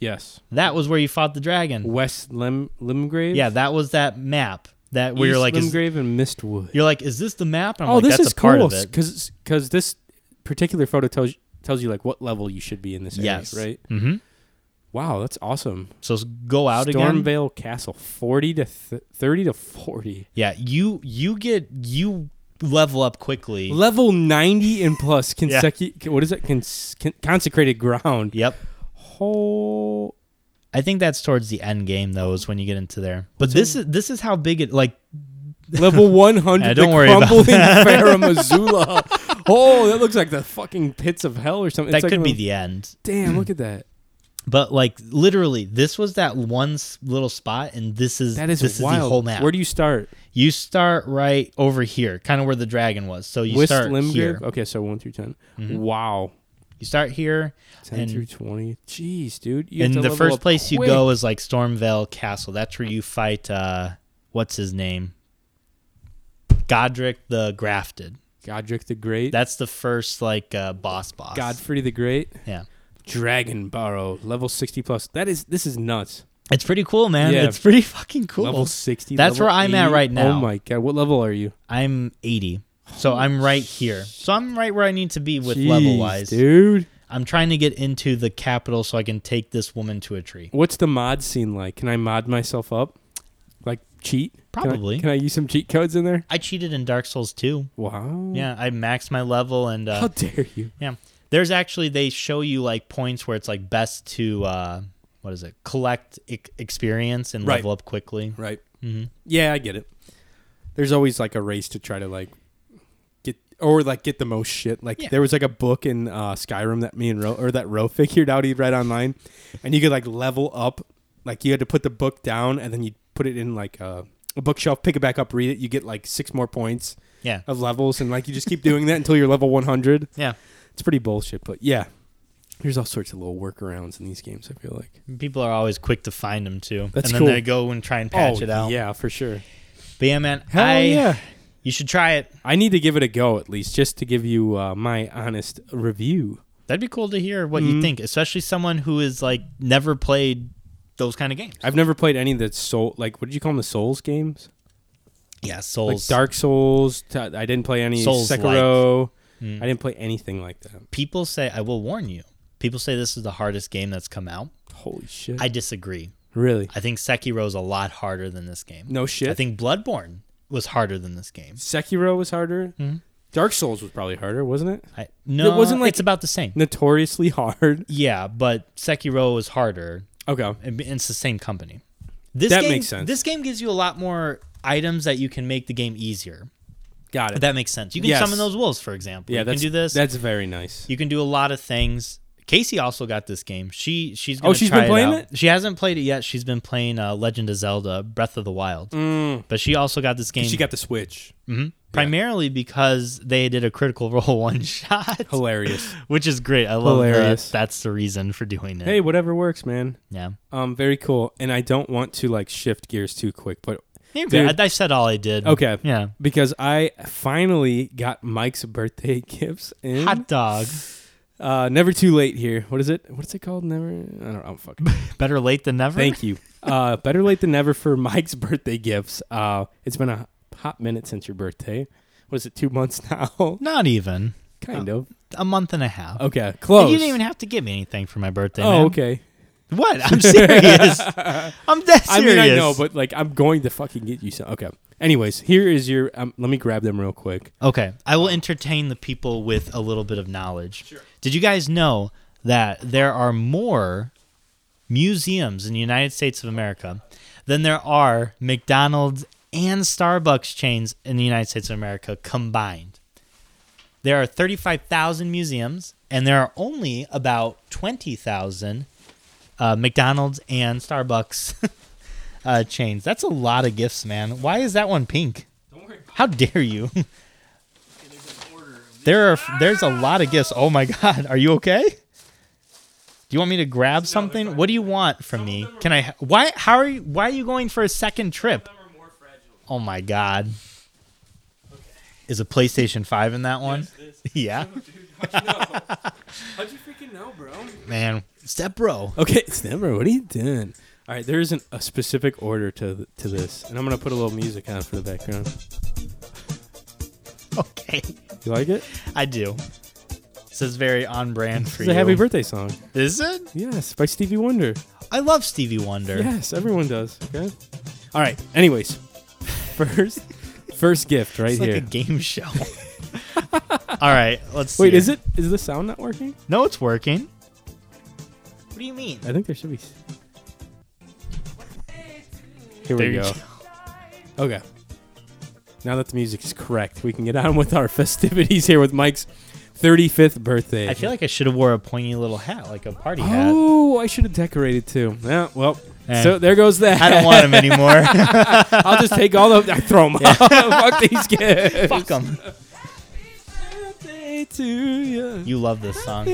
Speaker 1: yes.
Speaker 2: That was where you fought the dragon.
Speaker 1: West Lim Limgrave.
Speaker 2: Mm. Yeah, that was that map. That where you're
Speaker 1: East
Speaker 2: like, is,
Speaker 1: Limgrave and Mistwood.
Speaker 2: you're like, is this the map? And I'm
Speaker 1: oh,
Speaker 2: like,
Speaker 1: this
Speaker 2: that's
Speaker 1: is
Speaker 2: a part
Speaker 1: cool
Speaker 2: of it.
Speaker 1: because this particular photo tells tells you like what level you should be in this area,
Speaker 2: Yes.
Speaker 1: right?
Speaker 2: Mm-hmm.
Speaker 1: Wow, that's awesome.
Speaker 2: So s- go out again.
Speaker 1: Stormvale Castle, forty to th- thirty to forty.
Speaker 2: Yeah, you you get you level up quickly.
Speaker 1: Level ninety and
Speaker 2: <laughs>
Speaker 1: plus consecutive. What is it? Cons- con- consecrated ground.
Speaker 2: yep.
Speaker 1: Whole.
Speaker 2: I think that's towards the end game though, is when you get into there. But this is this is how big it like
Speaker 1: Level 100,
Speaker 2: <laughs> Yeah, don't
Speaker 1: the
Speaker 2: worry about
Speaker 1: crumbling <laughs>
Speaker 2: <laughs>
Speaker 1: Pharaoh Missoula. oh, that looks like the fucking pits of hell or something.
Speaker 2: that
Speaker 1: It's like
Speaker 2: could
Speaker 1: one
Speaker 2: be
Speaker 1: of-
Speaker 2: the end.
Speaker 1: Damn, look at
Speaker 2: <clears throat>
Speaker 1: that.
Speaker 2: But like literally, this was that one s- little spot, and this is
Speaker 1: That is
Speaker 2: this
Speaker 1: wild.
Speaker 2: is the whole map.
Speaker 1: Where do you start?
Speaker 2: you start right over here, kind of where the dragon was. So you
Speaker 1: West
Speaker 2: start
Speaker 1: Limgrave?
Speaker 2: here.
Speaker 1: Okay, so 1 through 10. Wow.
Speaker 2: You start here,
Speaker 1: 10
Speaker 2: And-
Speaker 1: through 20. Jeez, dude. You have
Speaker 2: and
Speaker 1: to
Speaker 2: the
Speaker 1: level
Speaker 2: first
Speaker 1: up
Speaker 2: place you
Speaker 1: quick.
Speaker 2: go is like Stormvale Castle. That's where you fight. uh What's his name? Godric the Grafted.
Speaker 1: Godric the Great.
Speaker 2: That's the first like uh, boss boss.
Speaker 1: Godfrey the Great.
Speaker 2: Yeah.
Speaker 1: Dragon Burrow. Level 60 plus. That is, this is nuts.
Speaker 2: It's pretty cool, man.
Speaker 1: Yeah.
Speaker 2: It's pretty fucking cool.
Speaker 1: Level 60.
Speaker 2: That's
Speaker 1: level
Speaker 2: where I'm at
Speaker 1: 80.
Speaker 2: right now.
Speaker 1: Oh my God. What level are you?
Speaker 2: I'm 80. So I'm right here. So I'm right where I need to be with
Speaker 1: Jeez,
Speaker 2: level wise.
Speaker 1: Dude.
Speaker 2: I'm trying to get into the capital so I can take this woman to a tree.
Speaker 1: What's the mod scene like? Can I mod myself up? Like cheat? Can I-
Speaker 2: Probably.
Speaker 1: Can I, use some cheat codes in there?
Speaker 2: I cheated in Dark Souls 2.
Speaker 1: Wow.
Speaker 2: Yeah, I maxed my level and
Speaker 1: How
Speaker 2: uh,
Speaker 1: dare you?
Speaker 2: yeah. There's actually they show you like points where it's like best to uh what is it? Collect e- experience and
Speaker 1: Right.
Speaker 2: level up quickly.
Speaker 1: Right.
Speaker 2: hmm
Speaker 1: Yeah, I get it. There's always like a race to try to like get or like get the most shit. Like
Speaker 2: Yeah.
Speaker 1: there was like a book in uh, Skyrim that me and Ro or that Ro <laughs> figured out he'd read online, and you could like level up. Like you had to put the book down and then you put it in like a, a bookshelf, pick it back up, read it. You get like six more points
Speaker 2: Yeah.
Speaker 1: of levels, and like you just keep doing that until you're level 100.
Speaker 2: Yeah.
Speaker 1: It's pretty bullshit, but yeah. There's all sorts of little workarounds in these games, I feel like.
Speaker 2: People are always quick to find them too.
Speaker 1: That's
Speaker 2: and then
Speaker 1: cool. Oh,
Speaker 2: they go and try and patch it out.
Speaker 1: yeah, for sure.
Speaker 2: But yeah, man,
Speaker 1: Hell
Speaker 2: I
Speaker 1: yeah.
Speaker 2: you should try it.
Speaker 1: I need to give it a go at least, just to give you uh, my honest review.
Speaker 2: That'd be cool to hear what
Speaker 1: Mhm.
Speaker 2: you think, especially someone who is like never played those kind of games.
Speaker 1: I've never played any of the soul, like what did you call them, the Souls games,
Speaker 2: Yeah, Souls.
Speaker 1: like Dark Souls. T- I didn't play any
Speaker 2: Souls-like.
Speaker 1: Sekiro.
Speaker 2: Mm.
Speaker 1: I didn't play anything like that.
Speaker 2: People say, I will warn you. People say this is the hardest game that's come out.
Speaker 1: Holy shit!
Speaker 2: I disagree.
Speaker 1: really?
Speaker 2: I think Sekiro's a lot harder than this game.
Speaker 1: No shit.
Speaker 2: I think Bloodborne was harder than this game.
Speaker 1: Sekiro was harder.
Speaker 2: Mhm.
Speaker 1: Dark Souls was probably harder, wasn't it?
Speaker 2: I, no, it
Speaker 1: wasn't
Speaker 2: wasn't
Speaker 1: like-
Speaker 2: like it's about the same.
Speaker 1: Notoriously <laughs> hard.
Speaker 2: Yeah, but Sekiro is harder.
Speaker 1: Okay.
Speaker 2: and It's the same company. This
Speaker 1: That
Speaker 2: game,
Speaker 1: makes sense.
Speaker 2: This game gives you a lot more items that you can make the game easier.
Speaker 1: Got it.
Speaker 2: That makes sense. You can
Speaker 1: Yes.
Speaker 2: summon those wolves, for example.
Speaker 1: yeah,
Speaker 2: you
Speaker 1: that's
Speaker 2: can do this.
Speaker 1: That's very nice.
Speaker 2: You can do a lot of things. Casey also got this game. She she's
Speaker 1: Oh,
Speaker 2: gonna
Speaker 1: she's
Speaker 2: try
Speaker 1: been playing
Speaker 2: it, out. She hasn't played it yet. She's been playing uh, Legend of Zelda: Breath of the Wild,
Speaker 1: Mm.
Speaker 2: but she also got this game
Speaker 1: She got the Switch.
Speaker 2: mhm, primarily because they did a Critical <laughs> Role one shot,
Speaker 1: Hilarious.
Speaker 2: which is great. I love
Speaker 1: Hilarious.
Speaker 2: that. That's the reason for doing
Speaker 1: <clears throat>
Speaker 2: it.
Speaker 1: hey, whatever works, man.
Speaker 2: yeah,
Speaker 1: Um, very cool. And I don't want to like shift gears too quick, but
Speaker 2: You're
Speaker 1: Dude.
Speaker 2: good. I, I said all I did.
Speaker 1: okay,
Speaker 2: Yeah.
Speaker 1: because I finally got Mike's birthday <laughs> gifts in.
Speaker 2: Hot dog.
Speaker 1: Uh, never too late here. What is it? What's it called? Never. I don't. know. I'm fucking.
Speaker 2: Better late than never.
Speaker 1: Thank
Speaker 2: <laughs>
Speaker 1: you. Uh, better late than never for Mike's birthday gifts. Uh, it's been a hot minute since your birthday. What is it? Two months <laughs> now.
Speaker 2: Not even
Speaker 1: kind of.
Speaker 2: a month and a half.
Speaker 1: Okay. Close.
Speaker 2: You didn't even have to give me anything for my birthday.
Speaker 1: oh,
Speaker 2: man.
Speaker 1: okay.
Speaker 2: What?
Speaker 1: <laughs>
Speaker 2: I'm serious. I'm dead serious.
Speaker 1: I mean, I know, but like, I'm going to fucking get you some. Okay. Anyways, here is your. Um, let me grab them real quick.
Speaker 2: okay, I will entertain the people with a little bit of knowledge. Did you guys know that there are more museums in the United States of America than there are McDonald's and Starbucks chains in the United States of America combined? There are 35,000 museums, and there are only about 20,000 uh, McDonald's and Starbucks <laughs> uh, chains. That's a lot of gifts, man. Why is that one pink?
Speaker 1: Don't worry.
Speaker 2: How dare you? There are there's a lot of gifts. Oh my <laughs> god, are you okay? Do you want me to grab something? What do you want from me? Can I Why how are you why are you going for a second trip? Oh my god. Is a PlayStation 5 in that one? <laughs> Yeah.
Speaker 1: How'd you freaking know, bro?
Speaker 2: Man, step bro. <laughs>
Speaker 1: Okay, <laughs> Stammer, what are you doing? All right, there isn't a specific order to th- to this, and I'm gonna put a little music on for the background.
Speaker 2: Okay.
Speaker 1: You like it?
Speaker 2: I do. This is very on brand for
Speaker 1: It's
Speaker 2: you.
Speaker 1: a happy birthday song.
Speaker 2: Is it?
Speaker 1: Yes, by Stevie Wonder.
Speaker 2: I love Stevie Wonder.
Speaker 1: Yes, everyone does. Okay. All right. Anyways, <laughs> first, first gift right
Speaker 2: It's like
Speaker 1: here.
Speaker 2: a
Speaker 1: <laughs>
Speaker 2: game show. All right, let's
Speaker 1: Wait,
Speaker 2: see.
Speaker 1: is it? Is the sound not working?
Speaker 2: No, it's working. What do you mean?
Speaker 1: I think there should be. s- Here we
Speaker 2: There
Speaker 1: go.
Speaker 2: you
Speaker 1: <laughs> Okay. Now that the music is correct, we can get on with our <laughs> festivities here with Mike's 35th birthday.
Speaker 2: I feel like I should have wore a pointy little hat, like a party hat.
Speaker 1: Oh, I should have decorated too. Yeah. Well.
Speaker 2: Eh.
Speaker 1: So there goes that.
Speaker 2: I don't want them anymore.
Speaker 1: <laughs> I'll just take <laughs> all of. I throw them out. Fuck
Speaker 2: <laughs>
Speaker 1: these gifts.
Speaker 2: Fuck them.
Speaker 1: Birthday to you.
Speaker 2: You love this song.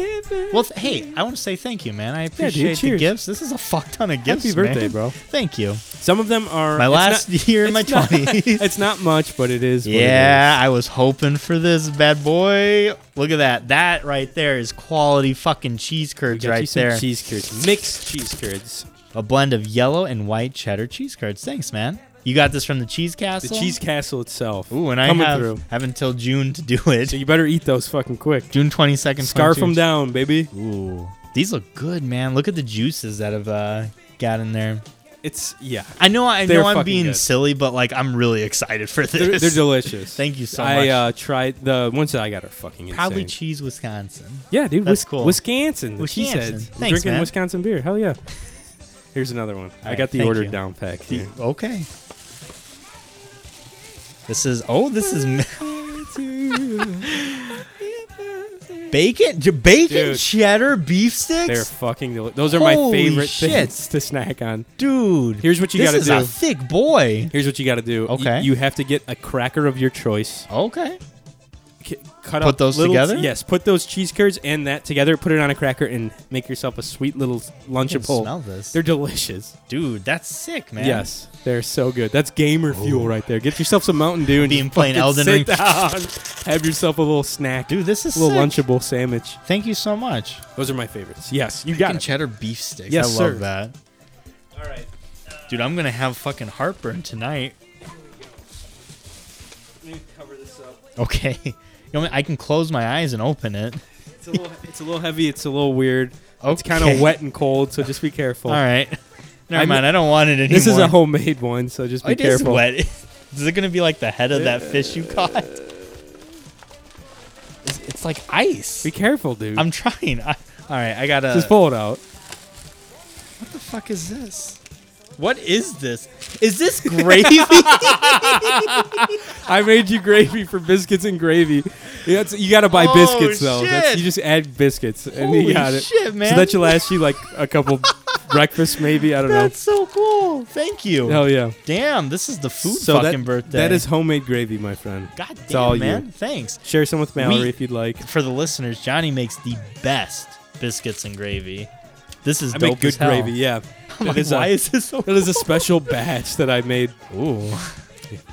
Speaker 2: Well, th- hey, I want to say thank you, man. I appreciate the
Speaker 1: cheers.
Speaker 2: gifts. This is a fuck ton of gifts.
Speaker 1: happy birthday,
Speaker 2: man.
Speaker 1: bro.
Speaker 2: Thank you.
Speaker 1: Some of them are
Speaker 2: My
Speaker 1: it's <laughs>
Speaker 2: last
Speaker 1: not-
Speaker 2: year in my
Speaker 1: it's not- <laughs>
Speaker 2: twenties.
Speaker 1: It's not much, but it is.
Speaker 2: Yeah, I was hoping for this bad boy. Look at that. That right there is quality fucking cheese
Speaker 1: what it is.
Speaker 2: curds
Speaker 1: Got you
Speaker 2: right
Speaker 1: some
Speaker 2: there.
Speaker 1: Cheese curds, mixed cheese curds.
Speaker 2: A blend of yellow and white cheddar cheese curds. Thanks, man. You got this from the Cheese
Speaker 1: The
Speaker 2: Castle.
Speaker 1: cheese castle itself.
Speaker 2: Ooh, and I
Speaker 1: coming
Speaker 2: have,
Speaker 1: through.
Speaker 2: have until June to do
Speaker 1: So
Speaker 2: it.
Speaker 1: you better eat those fucking quick.
Speaker 2: June twenty second.
Speaker 1: Scarf them down, baby.
Speaker 2: Ooh, these look good, man. Look at the juices that have uh, got in there.
Speaker 1: It's yeah.
Speaker 2: I know, I
Speaker 1: They're
Speaker 2: know, I'm
Speaker 1: fucking
Speaker 2: being
Speaker 1: good.
Speaker 2: silly, but like I'm really excited for this.
Speaker 1: They're, they're delicious. <laughs>
Speaker 2: Thank you so
Speaker 1: I
Speaker 2: much.
Speaker 1: uh, tried the ones that I got are fucking insane.
Speaker 2: Probably cheese, Wisconsin.
Speaker 1: yeah, dude.
Speaker 2: That's
Speaker 1: Wis-
Speaker 2: cool.
Speaker 1: Wisconsin. The cheese
Speaker 2: Wisconsin.
Speaker 1: heads.
Speaker 2: Thanks,
Speaker 1: Drinking
Speaker 2: man.
Speaker 1: Wisconsin beer. Hell yeah. <laughs> Here's another one. I
Speaker 2: right,
Speaker 1: got the
Speaker 2: thank
Speaker 1: order
Speaker 2: you.
Speaker 1: down pack.
Speaker 2: The-
Speaker 1: here.
Speaker 2: okay. This is oh, this is <laughs> m- <laughs> bacon, j- bacon
Speaker 1: Dude.
Speaker 2: cheddar beef
Speaker 1: They're
Speaker 2: sticks,
Speaker 1: fucking deli- those are my
Speaker 2: Holy
Speaker 1: favorite
Speaker 2: shit.
Speaker 1: things to snack on.
Speaker 2: dude.
Speaker 1: Here's what you
Speaker 2: this
Speaker 1: gotta
Speaker 2: is a
Speaker 1: do.
Speaker 2: thick boy.
Speaker 1: Here's what you got to do. Y-
Speaker 2: Okay.
Speaker 1: you have to get a cracker of your choice.
Speaker 2: Okay.
Speaker 1: C- cut
Speaker 2: Put
Speaker 1: up
Speaker 2: those
Speaker 1: little-
Speaker 2: together?
Speaker 1: Yes, put those cheese curds and that together. Put it on a cracker and make yourself a sweet little
Speaker 2: I can
Speaker 1: lunchable.
Speaker 2: smell this.
Speaker 1: They're delicious.
Speaker 2: Dude, that's sick, man.
Speaker 1: Yes, they're so good. That's gamer fuel right there. Get yourself some Mountain Dew and
Speaker 2: Being
Speaker 1: just
Speaker 2: plain
Speaker 1: fucking
Speaker 2: Elden
Speaker 1: sit
Speaker 2: Ring.
Speaker 1: down. Have yourself a little snack,
Speaker 2: Dude, this is
Speaker 1: a little
Speaker 2: sick.
Speaker 1: lunchable sandwich.
Speaker 2: Thank you so much.
Speaker 1: Those are my favorites. Yes, you got it.
Speaker 2: cheddar beef sticks.
Speaker 1: Yes,
Speaker 2: I love
Speaker 1: sir.
Speaker 2: that.
Speaker 1: All right. uh,
Speaker 2: Dude, I'm gonna have fucking heartburn tonight.
Speaker 1: Let me cover this up.
Speaker 2: Okay. <laughs> You know, what? I can close my eyes and open it.
Speaker 1: <laughs> It's a little, it's a little heavy. It's a little weird. It's kind of
Speaker 2: Okay.
Speaker 1: wet and cold, so just be careful.
Speaker 2: All right. Never
Speaker 1: I'm-
Speaker 2: mind. <laughs> I don't want it anymore. Oh,
Speaker 1: This is a homemade one, so just be
Speaker 2: It is
Speaker 1: careful.
Speaker 2: wet. <laughs> is it gonna be like the head of that fish you caught? <laughs> It's, it's like ice.
Speaker 1: Be careful, dude.
Speaker 2: I'm trying. I, all right. I gotta.
Speaker 1: just pull it out.
Speaker 2: What the fuck is this? What is this? Is this <laughs> gravy?
Speaker 1: I made you gravy for biscuits and gravy. Yeah, it's- you got to buy
Speaker 2: Oh,
Speaker 1: biscuits though. That's,
Speaker 2: shit.
Speaker 1: you just add biscuits, and you
Speaker 2: Holy
Speaker 1: got it.
Speaker 2: shit, man.
Speaker 1: So that should last you like a
Speaker 2: <laughs>
Speaker 1: couple breakfasts, maybe. I don't
Speaker 2: That's so cool. Thank you.
Speaker 1: know. Hell yeah!
Speaker 2: Damn, this is the food
Speaker 1: so
Speaker 2: fucking
Speaker 1: that,
Speaker 2: birthday.
Speaker 1: That is homemade gravy, my friend.
Speaker 2: God damn,
Speaker 1: all you.
Speaker 2: man. Thanks.
Speaker 1: Share some with Mallory
Speaker 2: We-
Speaker 1: if you'd like.
Speaker 2: For the listeners, Johnny makes the best biscuits and gravy. This is
Speaker 1: I
Speaker 2: dope
Speaker 1: make good
Speaker 2: as hell.
Speaker 1: gravy. Yeah,
Speaker 2: <laughs>
Speaker 1: That
Speaker 2: I'm like,
Speaker 1: is
Speaker 2: why
Speaker 1: a,
Speaker 2: is
Speaker 1: <laughs>
Speaker 2: this so? <laughs>
Speaker 1: that is a special batch that I made.
Speaker 2: Ooh,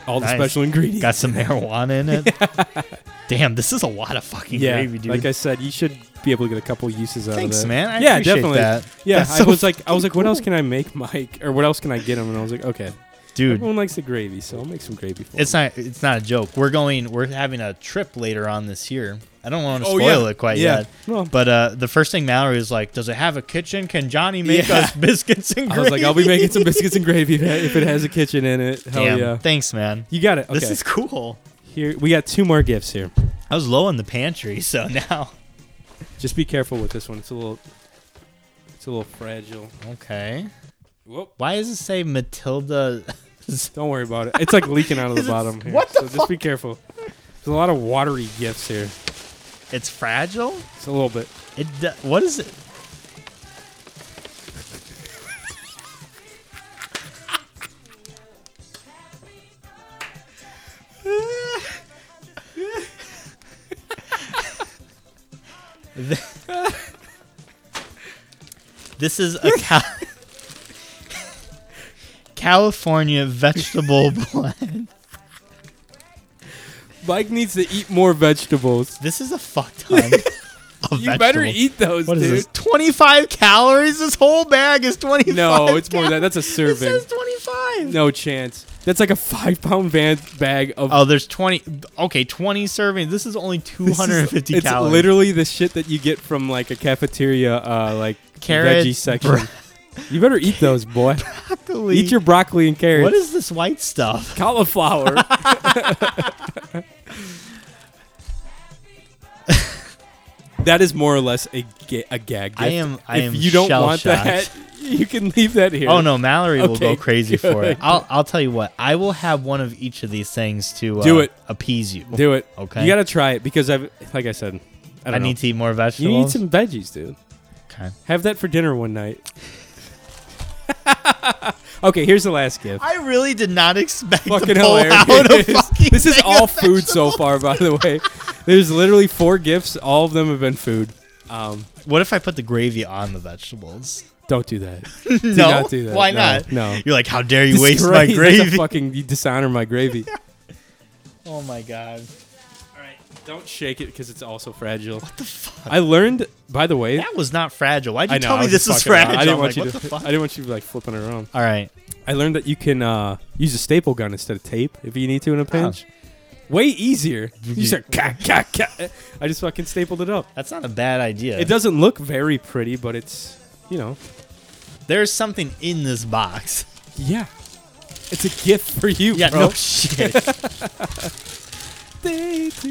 Speaker 1: All the
Speaker 2: Nice.
Speaker 1: special ingredients.
Speaker 2: got some marijuana in it. Damn, this is a lot of fucking
Speaker 1: yeah,
Speaker 2: gravy, dude.
Speaker 1: like I said, you should be able to get a couple uses out
Speaker 2: Thanks,
Speaker 1: of that.
Speaker 2: man. I
Speaker 1: yeah,
Speaker 2: appreciate
Speaker 1: definitely.
Speaker 2: that.
Speaker 1: Yeah,
Speaker 2: That's
Speaker 1: I
Speaker 2: so
Speaker 1: was like, I was like, what
Speaker 2: cool.
Speaker 1: else can I make, <laughs> Mike? Or what else can I get him? And I was like, okay,
Speaker 2: dude.
Speaker 1: everyone likes the gravy, so I'll make some gravy for
Speaker 2: It's
Speaker 1: him.
Speaker 2: not. It's not a joke. We're going. We're having a trip later on this year. I don't want to
Speaker 1: Oh,
Speaker 2: spoil
Speaker 1: yeah.
Speaker 2: it quite
Speaker 1: Yeah.
Speaker 2: yet.
Speaker 1: Well-
Speaker 2: but uh, the first thing Mallory was like, "Does it have a kitchen? Can Johnny make
Speaker 1: Yeah.
Speaker 2: us <laughs> biscuits and
Speaker 1: I
Speaker 2: gravy?"
Speaker 1: was like, I'll be making some biscuits and gravy if it- if it has a kitchen in it. Hell
Speaker 2: Damn.
Speaker 1: yeah,
Speaker 2: Thanks, man.
Speaker 1: you got it. Okay,
Speaker 2: This is cool.
Speaker 1: here we got two more gifts here.
Speaker 2: I was low in the pantry, so <laughs> now.
Speaker 1: Just be careful with this one. It's a little, it's a little fragile.
Speaker 2: Okay.
Speaker 1: Whoop.
Speaker 2: Why does it say Matilda?
Speaker 1: Don't worry about it. It's like leaking out of the
Speaker 2: <laughs> Is it-
Speaker 1: bottom. Here,
Speaker 2: what
Speaker 1: so
Speaker 2: the
Speaker 1: just be careful. There's a lot of watery gifts here.
Speaker 2: it's fragile.
Speaker 1: It's a little bit.
Speaker 2: It. do- What is it? This is a ca- California vegetable <laughs> blend.
Speaker 1: Mike needs to eat more vegetables.
Speaker 2: This is a fuck ton. Of
Speaker 1: You better
Speaker 2: vegetables.
Speaker 1: eat those,
Speaker 2: What is
Speaker 1: dude.
Speaker 2: this? 25 calories? This whole bag is
Speaker 1: <laughs>
Speaker 2: 25.
Speaker 1: No, it's more than that.
Speaker 2: cal- <laughs>
Speaker 1: That's a serving.
Speaker 2: It says 25.
Speaker 1: No chance. That's like a five pound van bag of.
Speaker 2: Oh, there's 20. Okay, 20 servings. This is only
Speaker 1: This is-
Speaker 2: 250
Speaker 1: it's
Speaker 2: calories.
Speaker 1: literally the shit that you get from like a cafeteria, uh, like
Speaker 2: Carrots,
Speaker 1: veggie section. you better eat those,
Speaker 2: <laughs>
Speaker 1: boy.
Speaker 2: Broccoli.
Speaker 1: eat your broccoli and carrots.
Speaker 2: what is this white stuff? <laughs>
Speaker 1: cauliflower? <laughs> that is more or less a, ga- a gag. Gift.
Speaker 2: I am- I
Speaker 1: if
Speaker 2: am
Speaker 1: you don't want
Speaker 2: shell-shocked.
Speaker 1: that, <laughs> you can leave that here.
Speaker 2: Oh no, Mallory will
Speaker 1: Okay,
Speaker 2: go crazy for
Speaker 1: good.
Speaker 2: it. I'll I'll tell you what. I will have one of each of these things to uh,
Speaker 1: Do it.
Speaker 2: appease you.
Speaker 1: <laughs> do it.
Speaker 2: Okay.
Speaker 1: you gotta try it because I've, like I said, I,
Speaker 2: I,
Speaker 1: don't know.
Speaker 2: need to eat more
Speaker 1: You
Speaker 2: vegetables.
Speaker 1: need some veggies, dude.
Speaker 2: Okay.
Speaker 1: Have that for dinner one night. <laughs> okay, here's the last gift.
Speaker 2: I really did not expect
Speaker 1: Fucking
Speaker 2: to pull
Speaker 1: hilarious. <laughs>
Speaker 2: out a fucking
Speaker 1: this is
Speaker 2: thing
Speaker 1: all
Speaker 2: of
Speaker 1: food so far, by the way. There's literally four gifts. All of them have been food. Um,
Speaker 2: veg- What if I put the gravy on the vegetables?
Speaker 1: don't do
Speaker 2: <laughs>
Speaker 1: that.
Speaker 2: no.
Speaker 1: not do that.
Speaker 2: Why
Speaker 1: No, <laughs>
Speaker 2: not?
Speaker 1: no.
Speaker 2: You're like, how dare you waste
Speaker 1: Disgrace.
Speaker 2: my
Speaker 1: That's a
Speaker 2: gravy? <laughs>
Speaker 1: fucking, you dishonor my gravy.
Speaker 2: Oh my god.
Speaker 1: All right, don't shake it because it's also fragile.
Speaker 2: What the fuck?
Speaker 1: I learned, by the way.
Speaker 2: That was not fragile. Why'd you
Speaker 1: I know,
Speaker 2: tell
Speaker 1: I
Speaker 2: me this
Speaker 1: just
Speaker 2: was
Speaker 1: fucking-
Speaker 2: fragile?
Speaker 1: I didn't
Speaker 2: I'm
Speaker 1: want
Speaker 2: like,
Speaker 1: you
Speaker 2: what
Speaker 1: to.
Speaker 2: the fuck?
Speaker 1: I didn't want you to like flipping around.
Speaker 2: All right.
Speaker 1: I learned that you can uh, use a staple gun instead of tape if you need to in a pinch. Way easier. You start ka, ka, ka. I just fucking stapled it up.
Speaker 2: That's not a bad idea.
Speaker 1: It doesn't look very pretty, but it's you know,
Speaker 2: There's something in this box.
Speaker 1: yeah. It's a gift for you,
Speaker 2: Yeah,
Speaker 1: bro.
Speaker 2: no <laughs> shit.